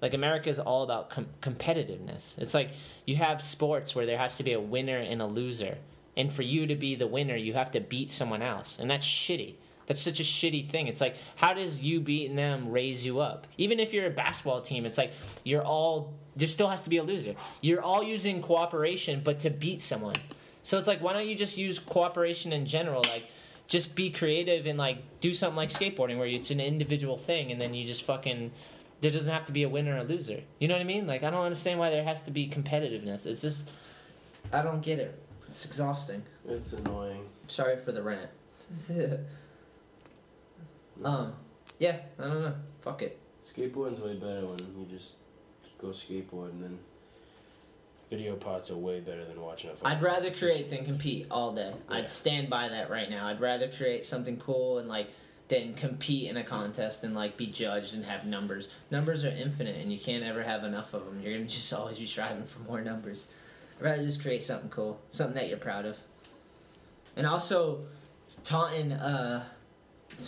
A: Like America is all about com- competitiveness. It's like you have sports where there has to be a winner and a loser. And for you to be the winner, you have to beat someone else. And that's shitty. That's such a shitty thing. It's like how does you beating them raise you up? Even if you're a basketball team, it's like you're all there still has to be a loser. You're all using cooperation but to beat someone. So it's like, why don't you just use cooperation in general? Like, just be creative and like do something like skateboarding where it's an individual thing and then you just fucking. There doesn't have to be a winner or loser. You know what I mean? Like, I don't understand why there has to be competitiveness. It's just. I don't get it.
H: It's exhausting.
B: It's annoying.
A: Sorry for the rant. um, yeah, I don't know. Fuck it.
B: Skateboarding's way better when you just go skateboard and then video parts are way better than watching a fucking
A: I'd rather
B: competition.
A: create than compete all day.
B: Yeah.
A: I'd stand by that right now. I'd rather create something cool and like than compete in a contest and like be judged and have numbers. Numbers are infinite and you can't ever have enough of them. You're gonna just always be striving for more numbers. I'd rather just create something cool, something that you're proud of. And also, Taunton, uh,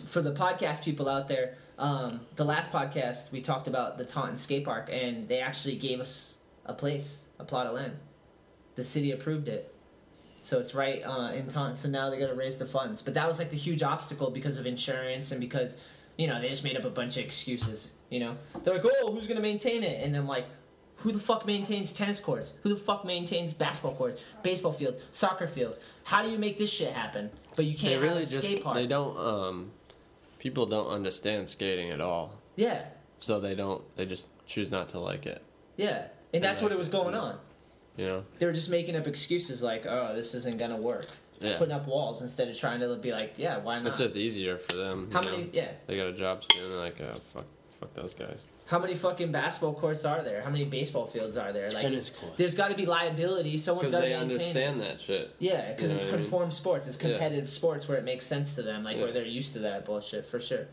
A: for the podcast people out there, um, the last podcast we talked about the Taunton skate park, and they actually gave us a place, a plot of land. The city approved it, so it's right uh, in Taunton. So now they're gonna raise the funds, but that was like the huge obstacle because of insurance and because you know they just made up a bunch of excuses. You know, they're like, oh, who's gonna maintain it? And I'm like. Who the fuck maintains tennis courts? Who the fuck maintains basketball courts, baseball fields, soccer fields? How do you make this shit happen? But you can't
C: They really
A: have a
C: just
A: skate park.
C: they don't um people don't understand skating at all.
A: Yeah,
C: So they don't they just choose not to like it,
A: yeah, and that's
C: like,
A: what it was going
C: yeah.
A: on.
C: you know?
A: They were just making up excuses like, "Oh, this isn't gonna work."
C: Yeah.
A: Putting up walls instead of trying to be like, "Yeah, why not?"
C: It's just easier for them.
A: How
C: you know?
A: many? Yeah,
C: They got a job to do and they're like, oh fuck fuck those guys.
A: how many fucking basketball courts are there? How many baseball fields are there? Like,
B: Tennis court.
A: there's got to be liability. Someone's
C: Because
A: got to
C: they
A: maintain.
C: understand that shit.
A: It. Yeah, because
C: You know
A: it's
C: what I mean?
A: conformed sports. It's
C: Yeah.
A: competitive sports where it makes sense to them, like
C: Yeah.
A: where they're used to that bullshit for sure.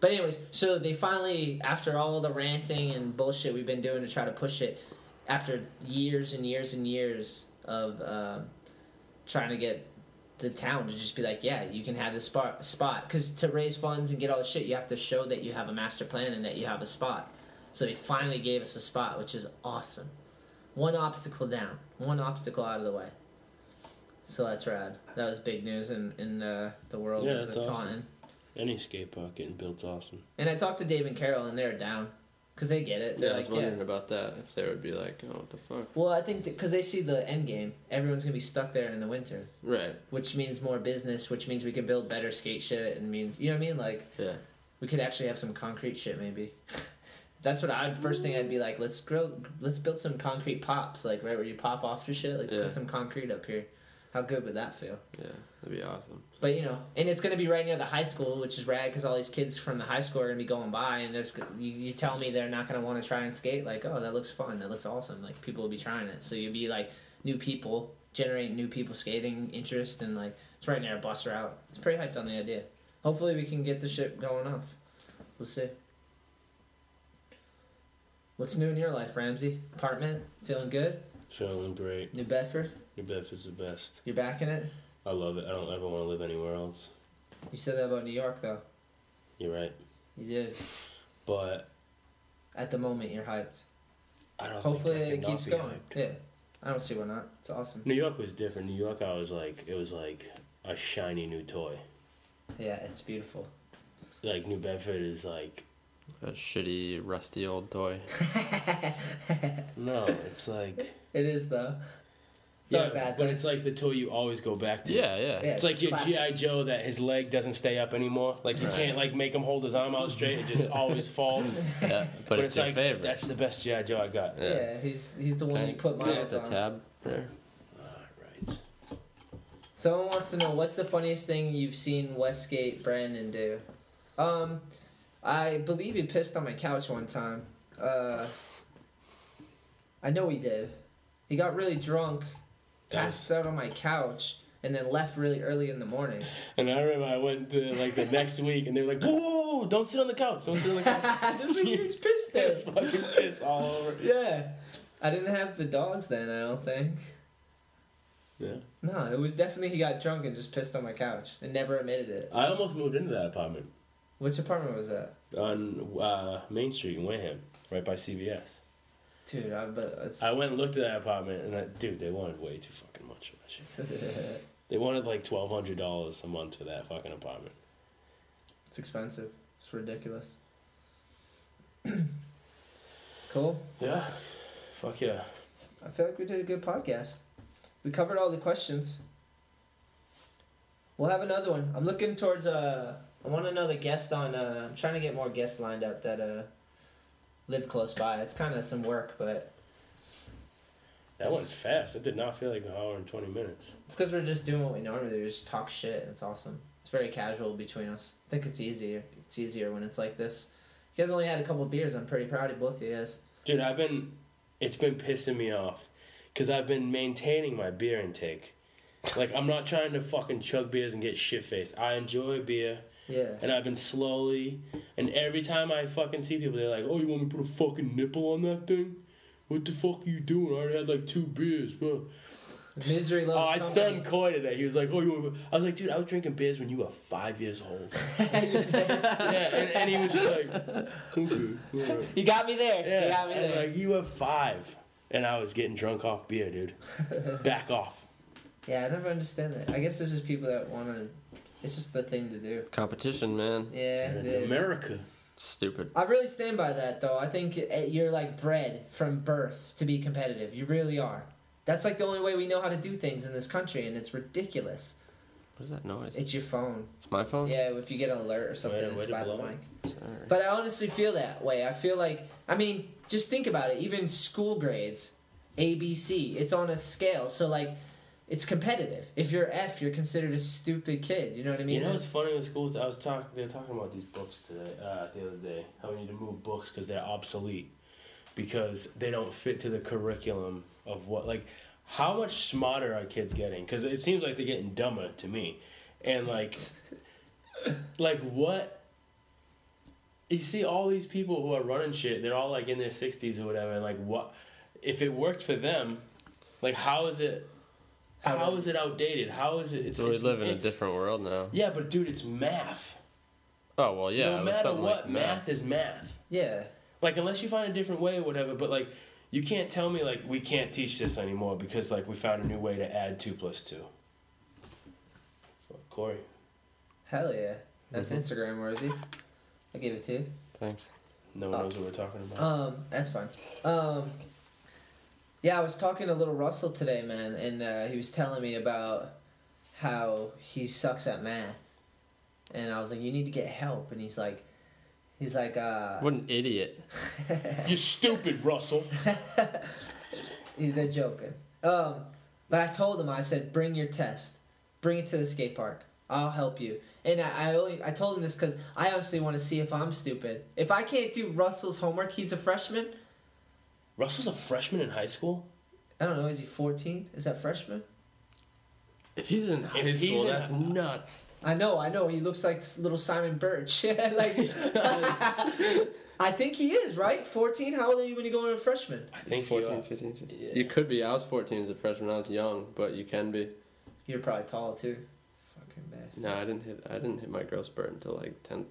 A: But anyways, so they finally, after all the ranting and bullshit we've been doing to try to push it, after years and years and years of um trying to get the town to just be like, yeah, you can have this spot, spot, because to raise funds and get all the shit, you have to show that you have a master plan and that you have a spot. So they finally gave us a spot, which is awesome. One obstacle down, one obstacle out of the way. So that's rad. That was big news in in uh, the world
B: Yeah,
A: of
B: that's
A: the
B: awesome.
A: Taunton.
B: Any skate park getting built's awesome.
A: And I talked to Dave and Carol, and they're down because they get it. They're
C: yeah, I
A: like,
C: was
A: yeah.
C: wondering about that, if they would be like, Oh what the fuck?
A: Well, I think because they see the end game, everyone's gonna be stuck there in the winter,
C: Right.
A: which means more business, which means we can build better skate shit, and means you know what I mean. Like
C: Yeah.
A: we could actually have some concrete shit, maybe. That's what I'd first thing I'd be like. Let's grow. Let's build some concrete pops, like right where you pop off your shit. Like
C: Yeah.
A: put some concrete up here. How good would that feel?
C: Yeah, that'd be awesome.
A: But you know, and it's gonna be right near the high school, which is rad because all these kids from the high school are gonna be going by, and there's you, you tell me they're not gonna want to try and skate. Like, oh, that looks fun. That looks awesome. Like people will be trying it, so you'll be like new people, generate new people skating interest, and like it's right near a bus route. It's pretty hyped on the idea. Hopefully, we can get the shit going off. We'll see. What's new in your life, Ramsey? Apartment? Feeling good?
B: Feeling great.
A: New Bedford?
B: Your best is the best.
A: You're back in it?
B: I love it. I don't ever want to live anywhere else.
A: You said that about New York, though.
B: You're right.
A: You did.
B: But
A: At the moment, you're hyped.
B: I don't
A: Hopefully
B: think I
A: it
B: can not
A: keeps
B: be
A: going.
B: hyped.
A: Yeah. I don't see why not. It's awesome.
B: New York was different. New York, I was like, it was like a shiny new toy.
A: Yeah, it's beautiful.
B: Like New Bedford is like,
C: That shitty, rusty old toy.
B: no, it's like,
A: It is though. It's not
B: yeah,
A: a bad
B: but
A: thing.
B: it's like the toy you always go back to.
C: Yeah, yeah.
A: Yeah,
B: It's like your
A: classic.
B: GI Joe that his leg doesn't stay up anymore. Like you can't like make him hold his arm out straight. It just always falls.
C: Yeah, but, it's, your
B: like
C: favorite.
B: that's the best GI Joe I got.
C: yeah.
A: Yeah, he's he's the one
C: Can I
A: you put
C: can I get
A: miles
C: the
A: on.
C: tab there?
B: All right.
A: Someone wants to know what's the funniest thing you've seen Westgate Brandon do. Um, I believe he pissed on my couch one time. Uh, I know he did. He got really drunk,
B: That
A: passed out on my couch, and then left really early in the morning.
B: And I remember I went to like the next week, and they were like, "Whoa, whoa, whoa, don't sit on the couch! Don't sit on the couch!"
A: There's a huge piss there.
B: There's fucking piss all over.
A: Yeah. I didn't have the dogs then, I don't think.
B: Yeah.
A: No, it was definitely he got drunk and just pissed on my couch and never admitted it.
B: I almost moved into that apartment
A: Which apartment was that?
B: on uh, Main Street in Wareham, right by CVS.
A: Dude, I but it's,
B: I went and looked at that apartment, and I, dude, they wanted way too fucking much for that shit.
A: it's
B: They wanted like twelve hundred dollars a month for that fucking apartment.
A: expensive. It's ridiculous. cool.
B: Yeah. Fuck yeah.
A: I feel like we did a good podcast. We covered all the questions. We'll have another one. I'm looking towards uh I want another guest on uh I'm trying to get more guests lined up that uh live close by. It's kind of some work, but
B: That one's fast. It did not feel like an hour and twenty minutes.
A: It's because we're just doing what we normally do. We just talk shit. and It's awesome. It's very casual between us. I think it's easier. It's easier when it's like this. You guys only had a couple beers. I'm pretty proud of both of you guys.
B: Dude, I've been. It's been pissing me off, cause I've been maintaining my beer intake. Like I'm not trying to fucking chug beers and get shit faced. I enjoy beer,
A: Yeah.
B: and I've been slowly. And every time I fucking see people, they're like, "Oh, you want me to put a fucking nipple on that thing? What the fuck are you doing? I already had like two beers, bro."
A: Misery
B: Oh, I
A: loves
B: son Coy today. He was like, "Oh, you." Were... I was like, "Dude, I was drinking beers when you were five years old." yeah, and, and he was just like, "Okay, all right."
A: You got me there.
B: "Yeah,
A: You got me
B: and
A: there.
B: like you were five, and I was getting drunk off beer, dude. Back off."
A: yeah, I never understand that. I guess this is people that want to. It's just the thing to do.
C: Competition, man.
A: Yeah,
B: And
A: it
B: it's
A: is.
B: America.
C: Stupid.
A: I really stand by that though. I think eh, you're like bred from birth to be competitive. You really are. That's like the only way we know how to do things in this country, and it's ridiculous.
C: What is that noise?
A: It's your phone.
C: It's my phone?
A: Yeah, if you get an alert or something,
B: Way to- way
A: it's
B: to
A: by the
B: blow it.
A: mic.
C: Sorry.
A: But I honestly feel that way. I feel like, I mean, just think about it. Even school grades, A, B, C, it's on a scale. So, like, it's competitive. If you're F, you're considered a stupid kid. You know what I mean?
B: You know what's funny with schools? I was talking. They were talking about these books today, uh, the other day. How we need to move books because they're obsolete, because they don't fit to the curriculum of what. Like, how much smarter are kids getting? Because it seems like they're getting dumber to me, and like, like what? You see all these people who are running shit. They're all like in their sixties or whatever. And like, what? If it worked for them, like, how is it? how is it outdated? How is it? It's,
C: so we
B: it's-
C: live in a
B: it's-
C: different world now.
B: yeah, but dude, it's math.
C: Oh, well, yeah.
B: no
C: it was
B: matter
C: something
B: what,
C: like
B: math.
C: math.
B: is math.
A: yeah.
B: Like unless you find a different way or whatever, but like you can't tell me like we can't teach this anymore because like we found a new way to add two plus two. Fuck, Corey.
A: Hell yeah. That's Instagram worthy. I gave it to you.
C: Thanks.
B: No one
A: Oh.
B: knows what we're talking about.
A: Um, that's fine. Um, yeah, I was talking to little Russell today, man, and uh, he was telling me about how he sucks at math, and I was like, "You need to get help," and he's like, "He's like, uh,
C: What an idiot.
B: you stupid Russell.
A: they're joking." Um, But I told him, I said, bring your test, bring it to the skate park. I'll help you. And I, I only I told him this because I honestly want to see if I'm stupid. If I can't do Russell's homework, he's a freshman.
B: Russell's a freshman in high school.
A: I don't know. Is he 14? Is that freshman?
E: If he's in high
B: he's
E: school,
B: in-
E: that's nuts.
A: I know, I know. He looks like little Simon Birch. like, I think he is right. 14. How old are you when you go in a freshman?
B: I think you
C: 14,
B: are.
C: 15, 16.
B: Yeah.
C: You could be. I was 14 as a freshman. I was young, but you can be.
A: You're probably tall too. Fucking bastard.
C: No, I didn't hit. I didn't hit my growth spurt until like 10th,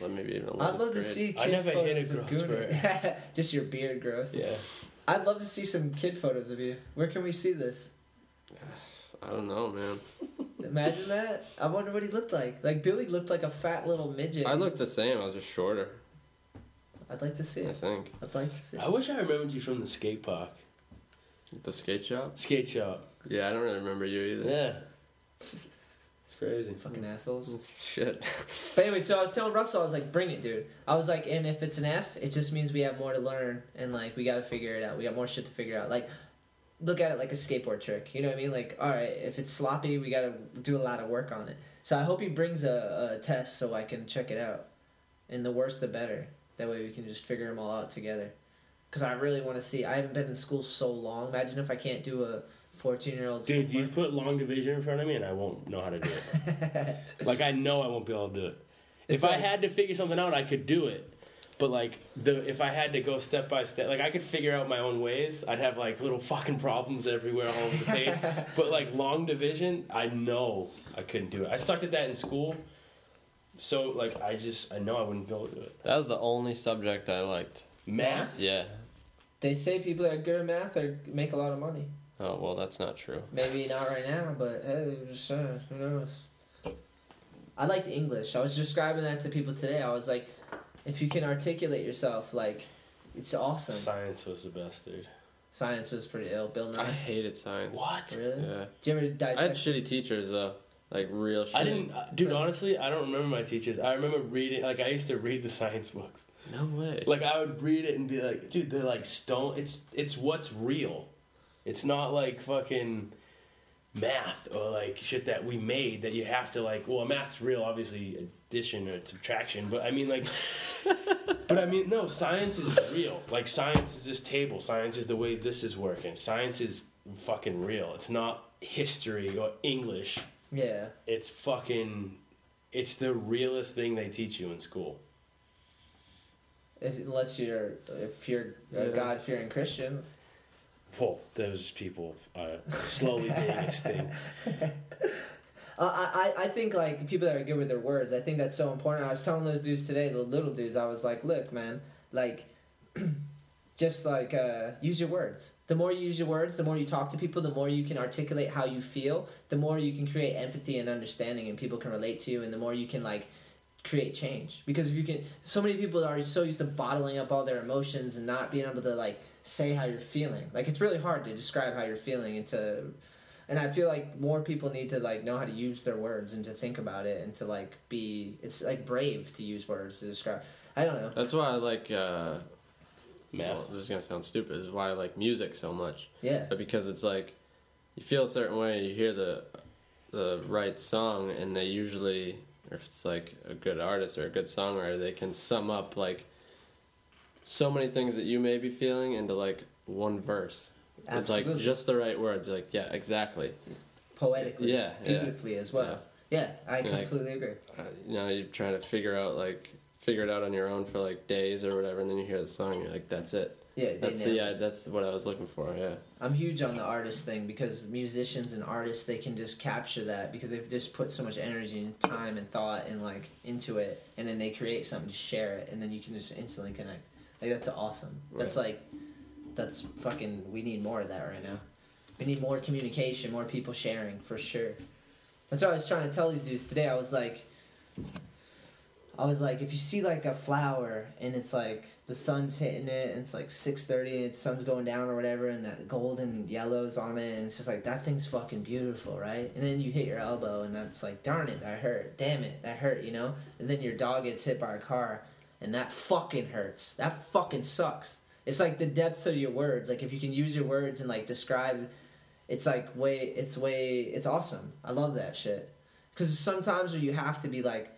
C: well, maybe even 11th.
A: I'd love to
C: grade.
A: see. Kid
B: I never hit
A: photos
B: a
A: of
B: growth
A: Gooner. Just your beard growth.
B: Yeah.
A: I'd love to see some kid photos of you. Where can we see this?
C: I don't know, man.
A: Imagine that. I wonder what he looked like. Like Billy looked like a fat little midget.
C: I looked the same. I was just shorter.
A: I'd like to see
C: I
A: it.
C: think
A: I'd like to see
B: I
A: it.
B: wish I remembered you from the skate park,
C: the skate shop.
B: skate shop.
C: Yeah, I don't really remember you either.
B: Yeah. It's crazy.
A: Fucking assholes.
C: Shit.
A: But anyway, so I was telling Russell, I was like, bring it, dude. I was like, and if it's an F, it just means we have more to learn and like we gotta figure it out. We got more shit to figure out. Like, look at it like a skateboard trick. You know what I mean? Like, all right, if it's sloppy, we gotta do a lot of work on it. So I hope he brings a, a test so I can check it out. And the worse, the better. That way we can just figure them all out together. Because I really want to see. I haven't been in school so long. Imagine if I can't do a 14 year old.
B: Dude, you put long division in front of me and I won't know how to do it. like, I know I won't be able to do it.
A: It's
B: If I
A: like-
B: had to figure something out, I could do it. But, like, the if I had to go step by step, like, I could figure out my own ways. I'd have, like, little fucking problems everywhere all over the page. but, like, long division, I know I couldn't do it. I sucked at that in school. So, like, I just, I know I wouldn't be able to do it.
C: That was the only subject I liked.
B: Math?
C: Yeah.
A: They say people that are good at math are, make a lot of money.
C: Oh well, that's not true.
A: Maybe not right now, but hey, I'm just saying, who knows? I liked English. I was describing that to people today. I was like, if you can articulate yourself, like, it's awesome.
B: Science was the best, dude.
A: Science was pretty ill. Bill
C: I
A: Nye.
C: hated science.
B: What?
A: Really?
C: Yeah.
A: Do you ever
C: I had
A: dissect?
C: shitty teachers though, like real shit.
B: I didn't, uh, dude. Honestly, I don't remember my teachers. I remember reading, like, I used to read the science books.
C: No way.
B: Like, I would read it and be like, dude, they're like stone. It's it's what's real. It's not like fucking math or like shit that we made that you have to like. Well, math's real, obviously, addition or subtraction. But I mean, like, but I mean, no, science is real. Like, science is this table. Science is the way this is working. Science is fucking real. It's not history or English
A: yeah.
B: it's fucking it's the realest thing they teach you in school
A: If, unless you're, if you're a
C: Yeah.
A: God fearing Christian,
B: well those people are slowly being extinct
A: Uh, I, I, I think like people that are good with their words, I think that's so important. I was telling those dudes today, the little dudes, I was like, look, man, like, just like uh, use your words. The more you use your words, the more you talk to people, the more you can articulate how you feel, the more you can create empathy and understanding, and people can relate to you, and the more you can like create change. Because if you can, so many people are so used to bottling up all their emotions and not being able to like say how you're feeling. Like it's really hard to describe how you're feeling and to and I feel like more people need to like know how to use their words and to think about it and to like be it's like brave to use words to describe. I don't know.
C: That's why I like. Uh, well,
B: math
C: this is gonna sound stupid. This is why I like music so much.
A: Yeah.
C: But because it's like, you feel a certain way, you hear the, the right song, and they usually, or if it's like a good artist or a good songwriter, they can sum up like, so many things that you may be feeling into like one verse. It's like
A: Absolutely.
C: just the right words. Like yeah, exactly.
A: Poetically.
C: Yeah, yeah.
A: Beautifully as well. Yeah, I
C: Yeah, like-
A: completely agree.
C: uh, you know, you try to figure out like figure it out on your own for like days or whatever, and then you hear the song, and you're like, that's it.
A: Yeah, they
C: That's
A: nailed it.
C: yeah, that's what I was looking for. Yeah,
A: I'm huge on the artist thing because musicians and artists they can just capture that because they've just put so much energy and time and thought and like into it and then they create something to share it and then you can just instantly connect. Like that's awesome. That's like that's fucking we need more of that right now. We need more communication, more people sharing for sure. That's what I was trying to tell these dudes today. I was like I was like, if you see like a flower and it's like the sun's hitting it and it's like six thirty and the sun's going down or whatever and that golden yellow's on it and it's just like that thing's fucking beautiful, right? And then you hit your elbow and that's like, darn it, that hurt. Damn it, that hurt, you know? And then your dog gets hit by a car and that fucking hurts. That fucking sucks. It's like the depths of your words. Like if you can use your words and like describe It's like way, it's way, it's awesome. I love that shit. Because sometimes where you have to be like,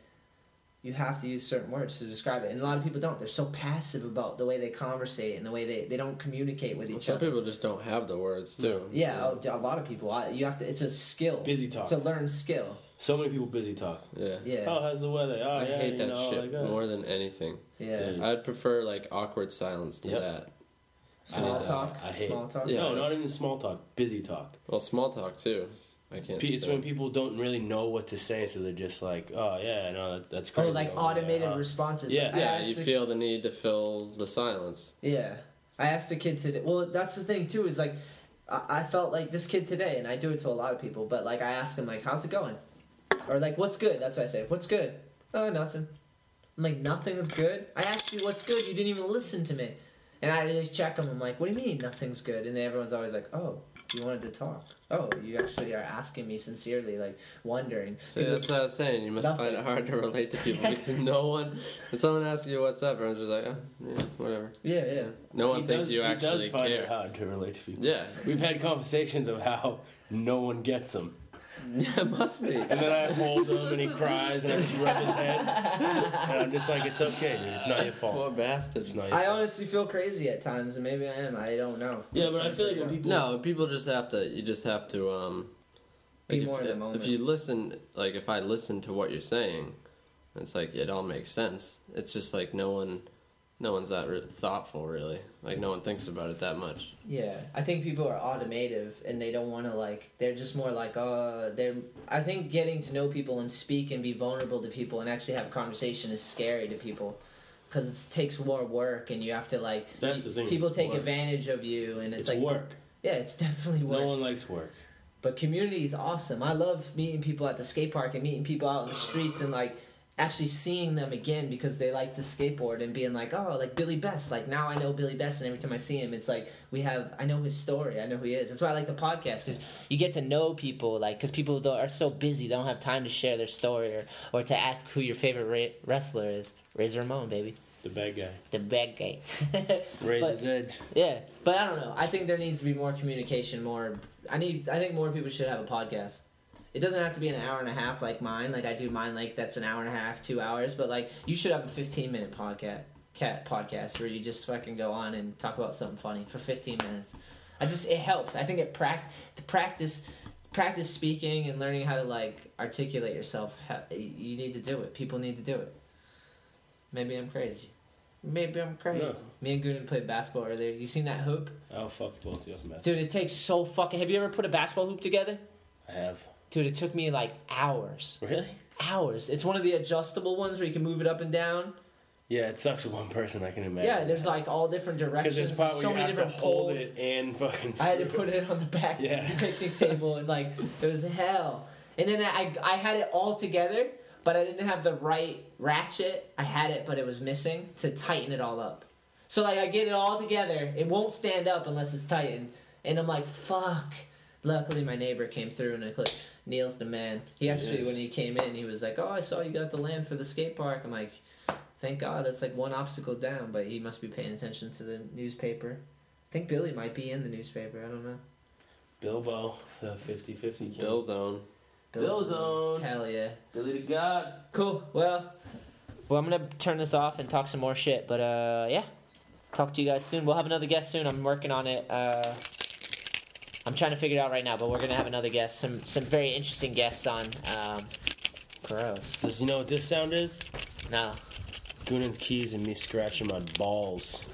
A: you have to use certain words to describe it, and a lot of people don't. They're so passive about the way they conversate and the way they they don't communicate with
E: Well,
A: each
E: some
A: other.
E: people just don't have the words too.
A: Yeah, oh, a lot of people. I, you have to. It's a skill.
B: Busy
A: It's
B: talk.
A: a learned skill.
B: So many people busy talk.
E: Yeah.
A: Yeah.
B: Oh, how's the weather? Oh,
E: I
B: yeah,
E: hate
B: you
E: that
B: know,
E: shit
B: like, oh.
E: more than anything.
A: yeah.
B: Yeah.
E: I'd prefer like awkward silence to
B: Yep.
E: that.
A: Small
B: I hate
A: talk.
B: that. I hate.
A: small talk.
E: Yeah,
B: no, not
E: that's-
B: even small talk. Busy talk.
E: Well, small talk too. I can't.
B: Pe- It's when
E: stand-
B: people don't really know what to say, so they're just like, "Oh yeah, no, that, that's
A: Or
B: crazy."
A: Oh,
B: Oh, uh,
A: like
B: over there,
A: automated
B: huh?"
A: responses.
B: Yeah.
A: I
E: yeah,
A: asked
E: you
A: the-
E: feel the need to fill the silence.
A: Yeah. I asked a kid today. Well, that's the thing too. Is like, I, I felt like this kid today, and I do it to a lot of people. But like, I ask him like, "How's it going?" Or like, "What's good?" That's what I say. "What's good?" Oh, nothing. I'm like, "Nothing's good." I asked you what's good. You didn't even listen to me. And I just check them. I'm like, "What do you mean nothing's good?" And everyone's always like, "Oh, you wanted to talk. Oh, you actually are asking me sincerely, like wondering."
E: See, that's what I was saying. You must find it hard to relate to people because no one. When someone asks you what's up, everyone's just like, oh, yeah, whatever.
A: yeah, yeah.
E: No one
B: He
E: thinks
B: does-
E: you
B: he
E: actually
B: does find
E: care.
B: it hard to relate to people.
E: Yeah,
B: We've had conversations of how no one gets him,
E: it must be.
B: and then I hold him, and he cries, and I just rub his head, and I'm just like, "It's okay, dude. It's not your fault.
E: Poor bastard.
B: It's not." Your
A: I
B: fault.
A: honestly feel crazy at times, and maybe I am. I don't know.
B: Yeah, but I feel like when people
E: No, people just have to. You just have to. Um,
A: Be
E: like,
A: more in
E: if,
A: the
E: if
A: moment.
E: you listen, like if I listen to what you're saying, it's like it all makes sense. It's just like no one, no one's that re- thoughtful really. Like no one thinks about it that much.
A: Yeah, I think people are automative and they don't want to like. They're just more like, uh, they're. I think getting to know people and speak and be vulnerable to people and actually have a conversation is scary to people, because it takes more work and you have to like.
B: That's the thing,
A: People
B: it's
A: take
B: work.
A: advantage of you and it's, like.
B: it's work.
A: Yeah, it's definitely work.
B: No one likes work.
A: But community is awesome. I love meeting people at the skate park and meeting people out in the streets and like actually seeing them again because they like to skateboard and being like, oh, like Billy Best. Like now I know Billy Best, and every time I see him, it's like we have I know his story. I know who he is. That's why I like the podcast because
D: you get to know people like because people tho- are so busy they don't have time to share their story or, or to ask who your favorite ra- wrestler is razor ramon baby
B: The bad guy
D: the bad guy
B: raise
D: But-
B: his edge.
D: yeah
A: But I don't know. I think there needs to be more communication. More, I need. I think more people should have a podcast. It doesn't have to be an hour and a half like mine. Like I do mine, like that's an hour and a half, two hours. But like you should have a fifteen minute podcast, cat podcast where you just fucking go on and talk about something funny for fifteen minutes. I just it helps. I think it prac the practice practice speaking and learning how to like articulate yourself. ha- You need to do it. People need to do it. Maybe I'm crazy. Maybe I'm crazy.
B: No.
A: Me and Gooden played basketball earlier. You seen that hoop?
B: I'll fuck both of you up, man.
D: dude it takes so fucking have you ever put a basketball hoop together
B: I have
D: dude it took me like hours
B: really.
D: hours
A: It's one of the adjustable ones where you can move it up and down.
B: Yeah, it sucks with one person. I can imagine.
A: Yeah, there's like all different directions.
B: Because there's part where
A: so
B: you
A: many
B: have to
A: different
B: hold
A: poles.
B: it and fucking.
A: I had to
B: screw
A: put it on the back
B: Yeah.
A: of the picnic table and like it was hell. And then I I had it all together, but I didn't have the right ratchet. I had it, but it was missing to tighten it all up. So like I get it all together, it won't stand up unless it's tightened. And I'm like, fuck. Luckily, my neighbor came through and I clicked. Neil's the man. He actually,
B: is.
A: when he came in, he was like, "Oh, I saw you got the land for the skate park." I'm like, "Thank God, that's like one obstacle down." But he must be paying attention to the newspaper. I think Billy might be in the newspaper. I don't know.
B: Bilbo, the 50-50
E: Bill zone.
B: Bill's own.
A: Hell yeah.
B: Billy the God.
A: Cool. Well,
D: well i'm gonna turn this off and talk some more shit but uh yeah talk to you guys soon we'll have another guest soon i'm working on it uh i'm trying to figure it out right now but we're gonna have another guest some some very interesting guests on um gross
B: Does you know what this sound is?
D: no
B: Gunnan's keys and me scratching my balls.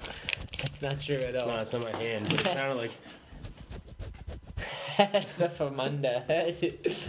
D: that's not true at
B: It's
D: all
B: not, it's not my hand, but it sounded like
D: That's the Famunda.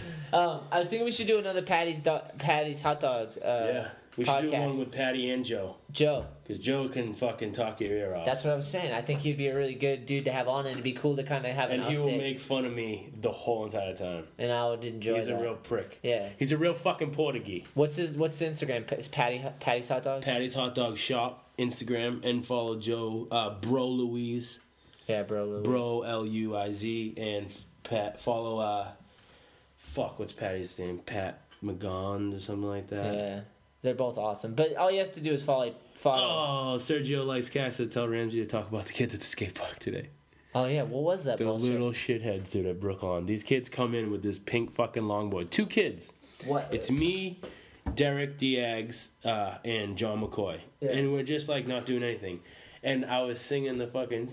D: um, I was thinking we should do another Patty's do- Patty's hot dogs. Uh,
B: yeah. We should do
D: podcast.
B: one with Patty and Joe,
D: Joe,
B: because Joe can fucking talk your ear off,
D: that's what I was saying. I think he'd be a really good dude to have on, and it'd be cool to kind of have
B: and
D: an
B: he
D: update.
B: will make fun of me the whole entire time.
D: and I would enjoy
B: He's
D: that.
B: a real prick.
D: yeah.
B: He's a real fucking Portuguese.
D: What's his What's the Instagram? It's Patty Patty's hot dogs.
B: Patty's Hot Dog Shop Instagram and follow Joe uh, Bro Louise
D: yeah, bro. Louis.
B: Bro L U I Z and Pat follow uh fuck what's Patty's name? Pat McGond or something like that.
D: Yeah, they're both awesome. But all you have to do is follow. Follow.
B: Oh, Sergio likes Casa. Tell Ramsey to talk about the kids at the skate park today.
D: Oh yeah, what was that?
B: The
D: bullshit?
B: little shitheads, dude, at Brooklawn. These kids come in with this pink fucking longboard. Two kids.
A: What?
B: It's me, Derek Diags, uh, and John McCoy. And we're just like not doing anything. And I was singing the fucking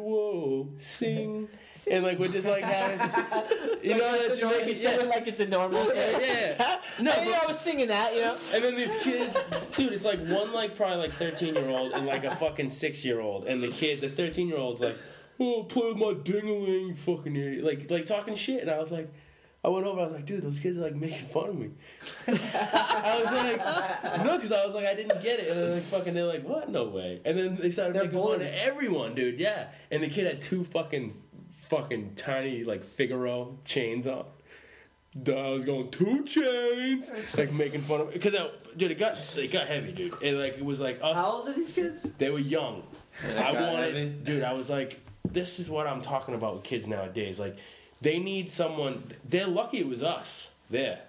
B: whoa, sing. And like we're just like having You know that joint? Yeah,
I: like it's a normal thing.
B: yeah. No,
I: Hey,
B: but-
I: I was singing that, you know.
B: and then these kids, dude, it's like one like probably like thirteen year old and like a fucking six year old, and the kid, the thirteen year old's like, "Oh, play with my dingaling, you fucking idiot!" Like like talking shit, and I was like, I went over, I was like, dude, those kids are like making fun of me. I was like, no, because I was like, I didn't get it, and they're like, fucking, they're like, what? No way. And then they started making fun of
A: bullies.
B: everyone, dude. Yeah, and the kid had two fucking, fucking tiny like Figaro chains on. Duh, I was going two chains, like making fun of because dude, it got it got heavy, dude. And like it was like us,
A: How old are these kids?
B: they were young.
E: And it
B: I
E: got
B: wanted,
E: heavy?
B: dude. I was like, this is what I'm talking about with kids nowadays. Like, they need someone. They're lucky it was us there.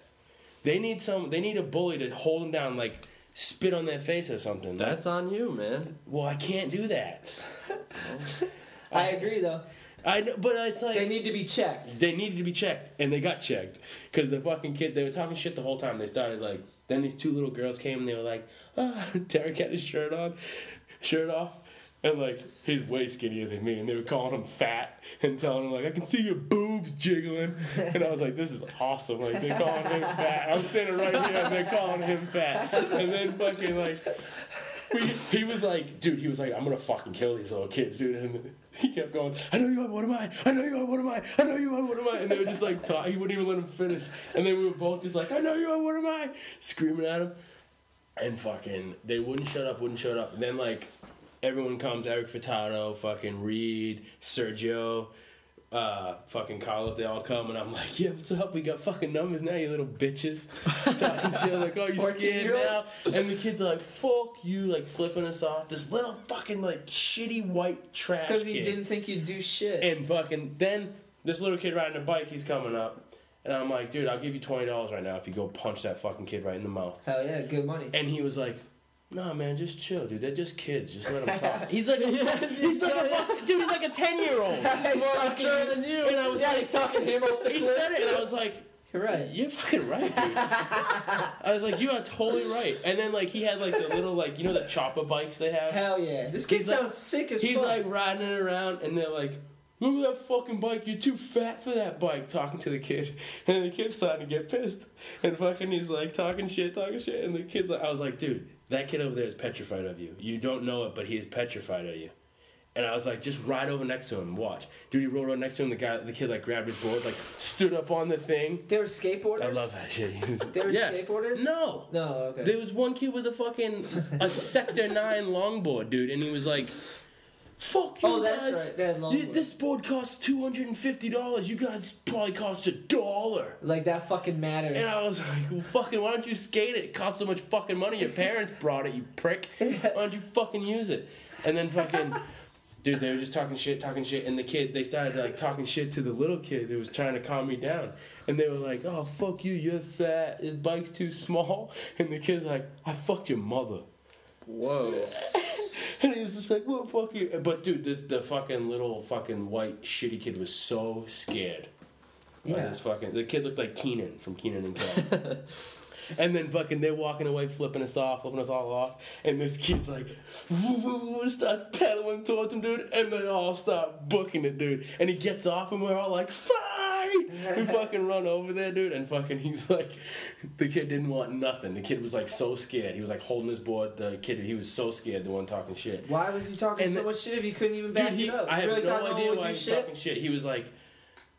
B: They need some. They need a bully to hold them down, like spit on their face or something. Like,
E: That's on you, man.
B: well, I can't do that.
A: I agree though.
B: I know, but it's like
A: They need to be checked.
B: they needed to be checked, and they got checked because the fucking kid. They were talking shit the whole time. They started like. Then these two little girls came and they were like, ah, Derek had his shirt on, shirt off, and like he's way skinnier than me, and they were calling him fat and telling him like, I can see your boobs jiggling, and I was like, this is awesome. Like they're calling him fat. I'm sitting right here and they're calling him fat, and then fucking like. We, he was like, dude, he was like, I'm gonna fucking kill these little kids, dude. And he kept going, I know you are, what am I? I know you are, what am I? I know you are, what am I? And they were just like, talk, he wouldn't even let him finish. And then we were both just like, I know you are, what am I? Screaming at him. And fucking, they wouldn't shut up, wouldn't shut up. And then, like, everyone comes Eric Furtado, fucking Reed, Sergio, uh, fucking Carlos, they all come. And I'm like, yeah, what's up? We got fucking numbers now, you little bitches. Talking shit, like, oh, you scared now? And the kids are like, fuck you, like, flipping us off. This little fucking, like, shitty white trash.
A: Because you
B: kid.
A: didn't think you'd do shit.
B: And fucking then this little kid riding a bike, he's coming up, and I'm like, dude, I'll give you twenty dollars right now if you go punch that fucking kid right in the mouth.
A: Hell yeah, good money.
B: And he was like, Nah, man, just chill, dude. They're just kids. Just let them talk. he's like, a, he's like a fucking, dude. He's like a ten year old.
A: he's talking to you.
B: And I was
A: yeah,
B: like-
A: he's talking him off the
B: He
A: cliff.
B: said it, and I was like.
A: You're right.
B: You're fucking right, dude. I was like, you are totally right. And then like he had like the little like you know the chopper bikes they have.
A: Hell yeah. This kid
B: He's like-
A: sounds sick as
B: He's
A: fuck.
B: like riding it around, and they're like, "Look at that fucking bike! You're too fat for that bike." Talking to the kid, and the kid's starting to get pissed, and fucking he's like talking shit, talking shit, and the kid's like, "I was like, dude, that kid over there is petrified of you. You don't know it, but he is petrified of you." And I was like, just ride over next to him, watch. Dude, he rolled over next to him. The guy, the kid, like grabbed his board, like stood up on the thing.
A: they were skateboarders.
B: I love that shit.
A: They were skateboarders?
B: No.
A: No, okay.
B: There was one kid with a fucking a Sector Nine longboard, dude, and he was like, "Fuck you
A: Oh, that's
B: guys!
A: right, they had longboards.
B: This board costs two hundred and fifty dollars. You guys probably cost a dollar."
A: like that fucking matters.
B: And I was like, well, "Fucking, why don't you skate it? It costs so much fucking money. Your parents brought it, you prick. Why don't you fucking use it?" And then fucking. Dude, they were just talking shit, talking shit, and the kid, they started like talking shit to the little kid that was trying to calm me down. And they were like, oh, fuck you, you're fat, this bike's too small. And the kid's like, I fucked your mother.
E: Whoa.
B: And he's just like, "What fuck you?" But dude, this the fucking little fucking white shitty kid was so scared. Yeah.
A: Yeah.
B: this fucking the kid looked like Keenan from Keenan and Kel. and then fucking they're walking away, flipping us off, flipping us all off, and this kid's like, woo, woo, woo, starts pedaling towards him, dude, and they all start booking it, dude. And he gets off, and we're all like, fight! We fucking run over there, dude, and fucking he's like, the kid didn't want nothing. The kid was like so scared. He was like holding his board. The kid, he was so scared. The one talking shit.
A: Why was he talking
B: And
A: so
B: the-
A: much shit if he couldn't even back
B: Dude, he,
A: it up? You
B: I have
A: really thought
B: no
A: one
B: idea
A: would
B: why
A: do
B: he's
A: shit?
B: talking shit. He was like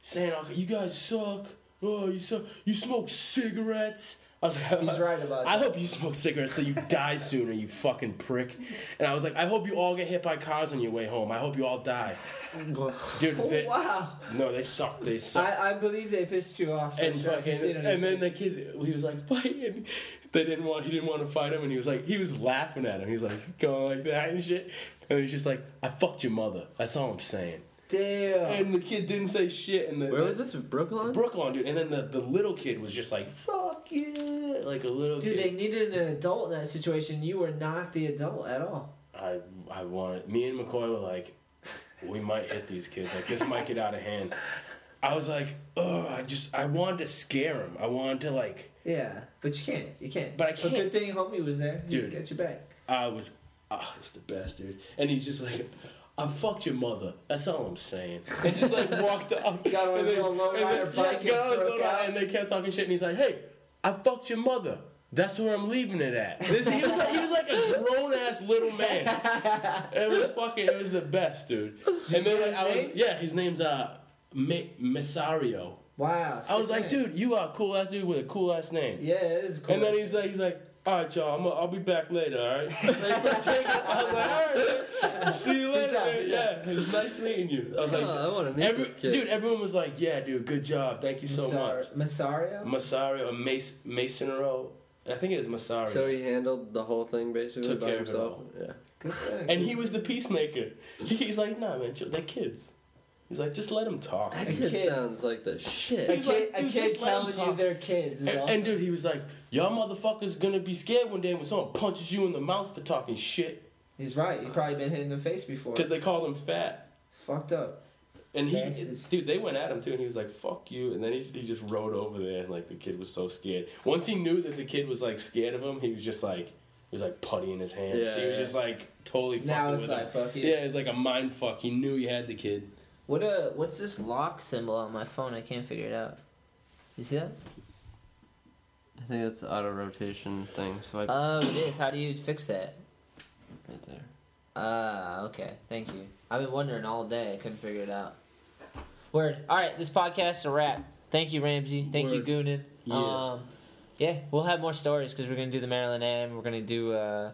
B: saying, all- "You guys suck. Oh, you suck. You smoke cigarettes." I was like,
A: He's right about
B: I
A: that.
B: hope you smoke cigarettes so you die sooner, you fucking prick. And I was like, I hope you all get hit by cars on your way home. I hope you all die, dude.
A: Oh,
B: they-
A: wow.
B: No, they suck. They suck.
A: I, I believe they pissed you off. for
B: and
A: sure. I can
B: fucking,
A: see it on your
B: and then
A: face.
B: the kid, he was like, fight. And they didn't want, he didn't want to fight him, and he was like, he was laughing at him. He was like going like that and shit. And he was just like, I fucked your mother. That's all I'm saying.
A: Damn.
B: And the kid didn't say shit. And the,
E: Where was this? Brooklyn?
B: Brooklyn, dude. And then the, the little kid was just like, fuck you. Like a little
A: Dude, they
B: kid.
A: needed an adult in that situation. You were not the adult at all.
B: I, I wanted, me and McCoy were like, we might hit these kids. Like this might get out of hand. I was like, oh, I just I wanted to scare him. I wanted to like
D: Yeah, but you can't. You can't.
B: But I can't.
D: good thing homie was there. He
B: Dude.
D: got your back.
B: I was ah, it was the best dude. And he's just like. I fucked your mother. That's all I'm saying. And just like walked off.
D: Got on
B: and
D: his
B: they-
D: little lowrider
B: and they-
D: bike
B: yeah,
D: and
B: got on his
D: broke
B: lowrider,
D: out.
B: And they kept talking shit. And he's like, "Hey, I fucked your mother. That's where I'm leaving it at." This, he was like, he was like a grown ass little man. It was fucking. It was the best, dude. and then like,
D: his
B: I was,
D: name?
B: yeah, his name's uh, Mi- Misario.
D: Wow.
B: I was
D: sick
B: like,
D: man.
B: dude, you are a cool ass dude with a cool ass name.
D: Yeah, it is cool.
B: And then he's like, he's like, all right, y'all, I'm gonna, I'll be back later, all right? I was like, all right, see you later.
D: out,
B: man." yeah. it was nice meeting you. I was like,
C: Oh, I want to meet
B: every,
C: this kid.
B: dude, everyone was like, yeah, dude, good job, thank you so much.
D: Masar- Masario.
B: Masario, or Mas- Masonero, I think it was Masario.
C: So he handled the whole thing basically
B: Took
C: by
B: care of it
C: himself. Yeah.
D: Good thing.
B: and he was the peacemaker. He- He's like, nah, man, chill, they're kids. He's like, just let them talk.
C: That kid,
D: kid-
C: sounds like the shit.
D: a
B: He's like,
D: kid, a
B: "Dude,
D: kid
B: just let 'em
D: telling you
B: talk."
D: they're kids is
B: And,
D: awesome.
B: and dude, he was like, y'all motherfuckers gonna be scared one day when someone punches you in the mouth for talking shit.
D: He's right. He probably been hit in the face before.
B: Because they called him fat.
D: It's fucked up.
B: And he,
D: Bastards.
B: dude, they went at him too, and he was like, "Fuck you!" And then he, he just rode over there, and like the kid was so scared. Once he knew that the kid was like scared of him, he was just like, he was like putty in his hands.
C: Yeah,
B: he was
C: yeah.
B: just like totally. Fucking
D: Now it's
B: with
D: like
B: him.
D: fuck you.
B: yeah, it's like a mind fuck. He knew he had the kid.
A: What uh? What's this lock symbol on my phone? I can't figure it out. You see that?
C: I think that's the auto rotation thing. Swipe
A: Oh,
D: Uh,
A: it is. How do you fix that?
C: right there.
A: Ah, okay. Thank you. I've been wondering all day. I couldn't figure it out. Word. All right, this podcast's a wrap. Thank you, Ramsey. Thank you,
C: Word.
A: Goonan.
B: Yeah.
A: Um, yeah, we'll have more stories because we're gonna do the Maryland Am. We're gonna do uh,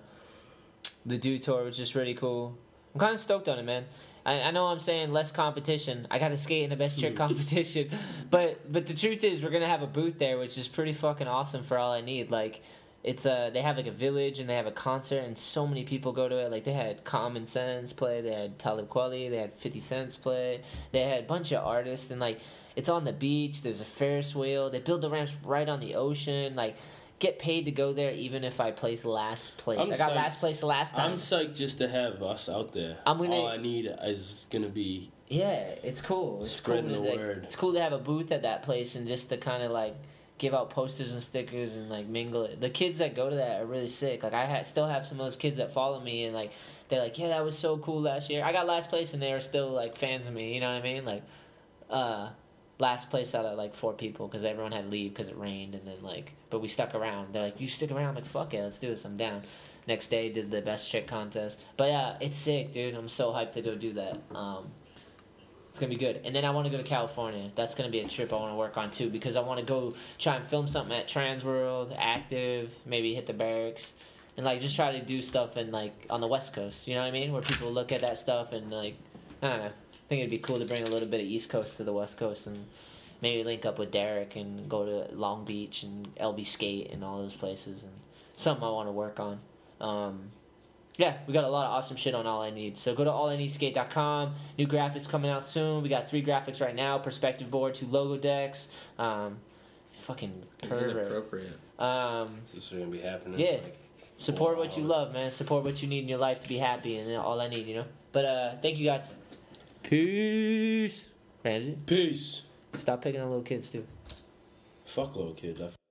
A: the Dew Tour, which is pretty cool. I'm kind of stoked on it, man. I, I know I'm saying less competition. I got to skate in the best trick competition, but but the truth is we're gonna have a booth there, which is pretty fucking awesome for all I need. Like it's uh they have like a village and they have a concert and so many people go to it. Like they had Common Sense play, they had Talib Kweli, they had Fifty Cents play, they had a bunch of artists and like it's on the beach. There's a Ferris wheel. They build the ramps right on the ocean. Like get paid to go there even if I place last place.
B: I'm
A: i got
B: psyched.
A: last place last time.
B: I'm psyched just to have us out there.
A: I'm gonna-
B: All I need is gonna be
A: Yeah, it's cool. It's
B: Spreading
A: cool to,
B: the
A: like-
B: word.
A: It's cool to have a booth at that place and just to kind of like give out posters and stickers and like mingle it. The kids that go to that are really sick. Like I ha- still have some of those kids that follow me and like they're like, yeah, that was so cool last year. I got last place and they are still like fans of me. You know what I mean? Like, uh, last place out of like four people because everyone had to leave because it rained and then like, but we stuck around. They're like, you stick around. I'm like, fuck it, let's do this. I'm down. Next day, did the best trick contest. But yeah, it's sick, dude. I'm so hyped to go do that. Um, it's gonna be good. And then I want to go to California. That's gonna be a trip I want to work on too because I want to go try and film something at Trans World, Active, maybe hit the barracks, and like just try to do stuff in like on the West Coast. You know what I mean? Where people look at that stuff and like I don't know. I think it'd be cool to bring a little bit of East Coast to the West Coast and maybe link up with Derek and go to Long Beach and LB Skate and all those places and something I want to work on. Um, yeah, we got a lot of awesome shit on All I Need. So go to allineedskate.com. New graphics coming out soon. We got three graphics right now: perspective board, two logo decks. Um, fucking pervert.
C: Inappropriate.
A: Um,
B: this is gonna be happening.
A: Yeah.
B: Like,
A: support
B: four
A: what you
B: hours.
A: love, man. Support what you need in your life to be happy, and all I need, you know. But uh, thank you guys. Peace, Ramsey.
B: Peace.
A: Stop picking on little kids too.
B: Fuck little kids. I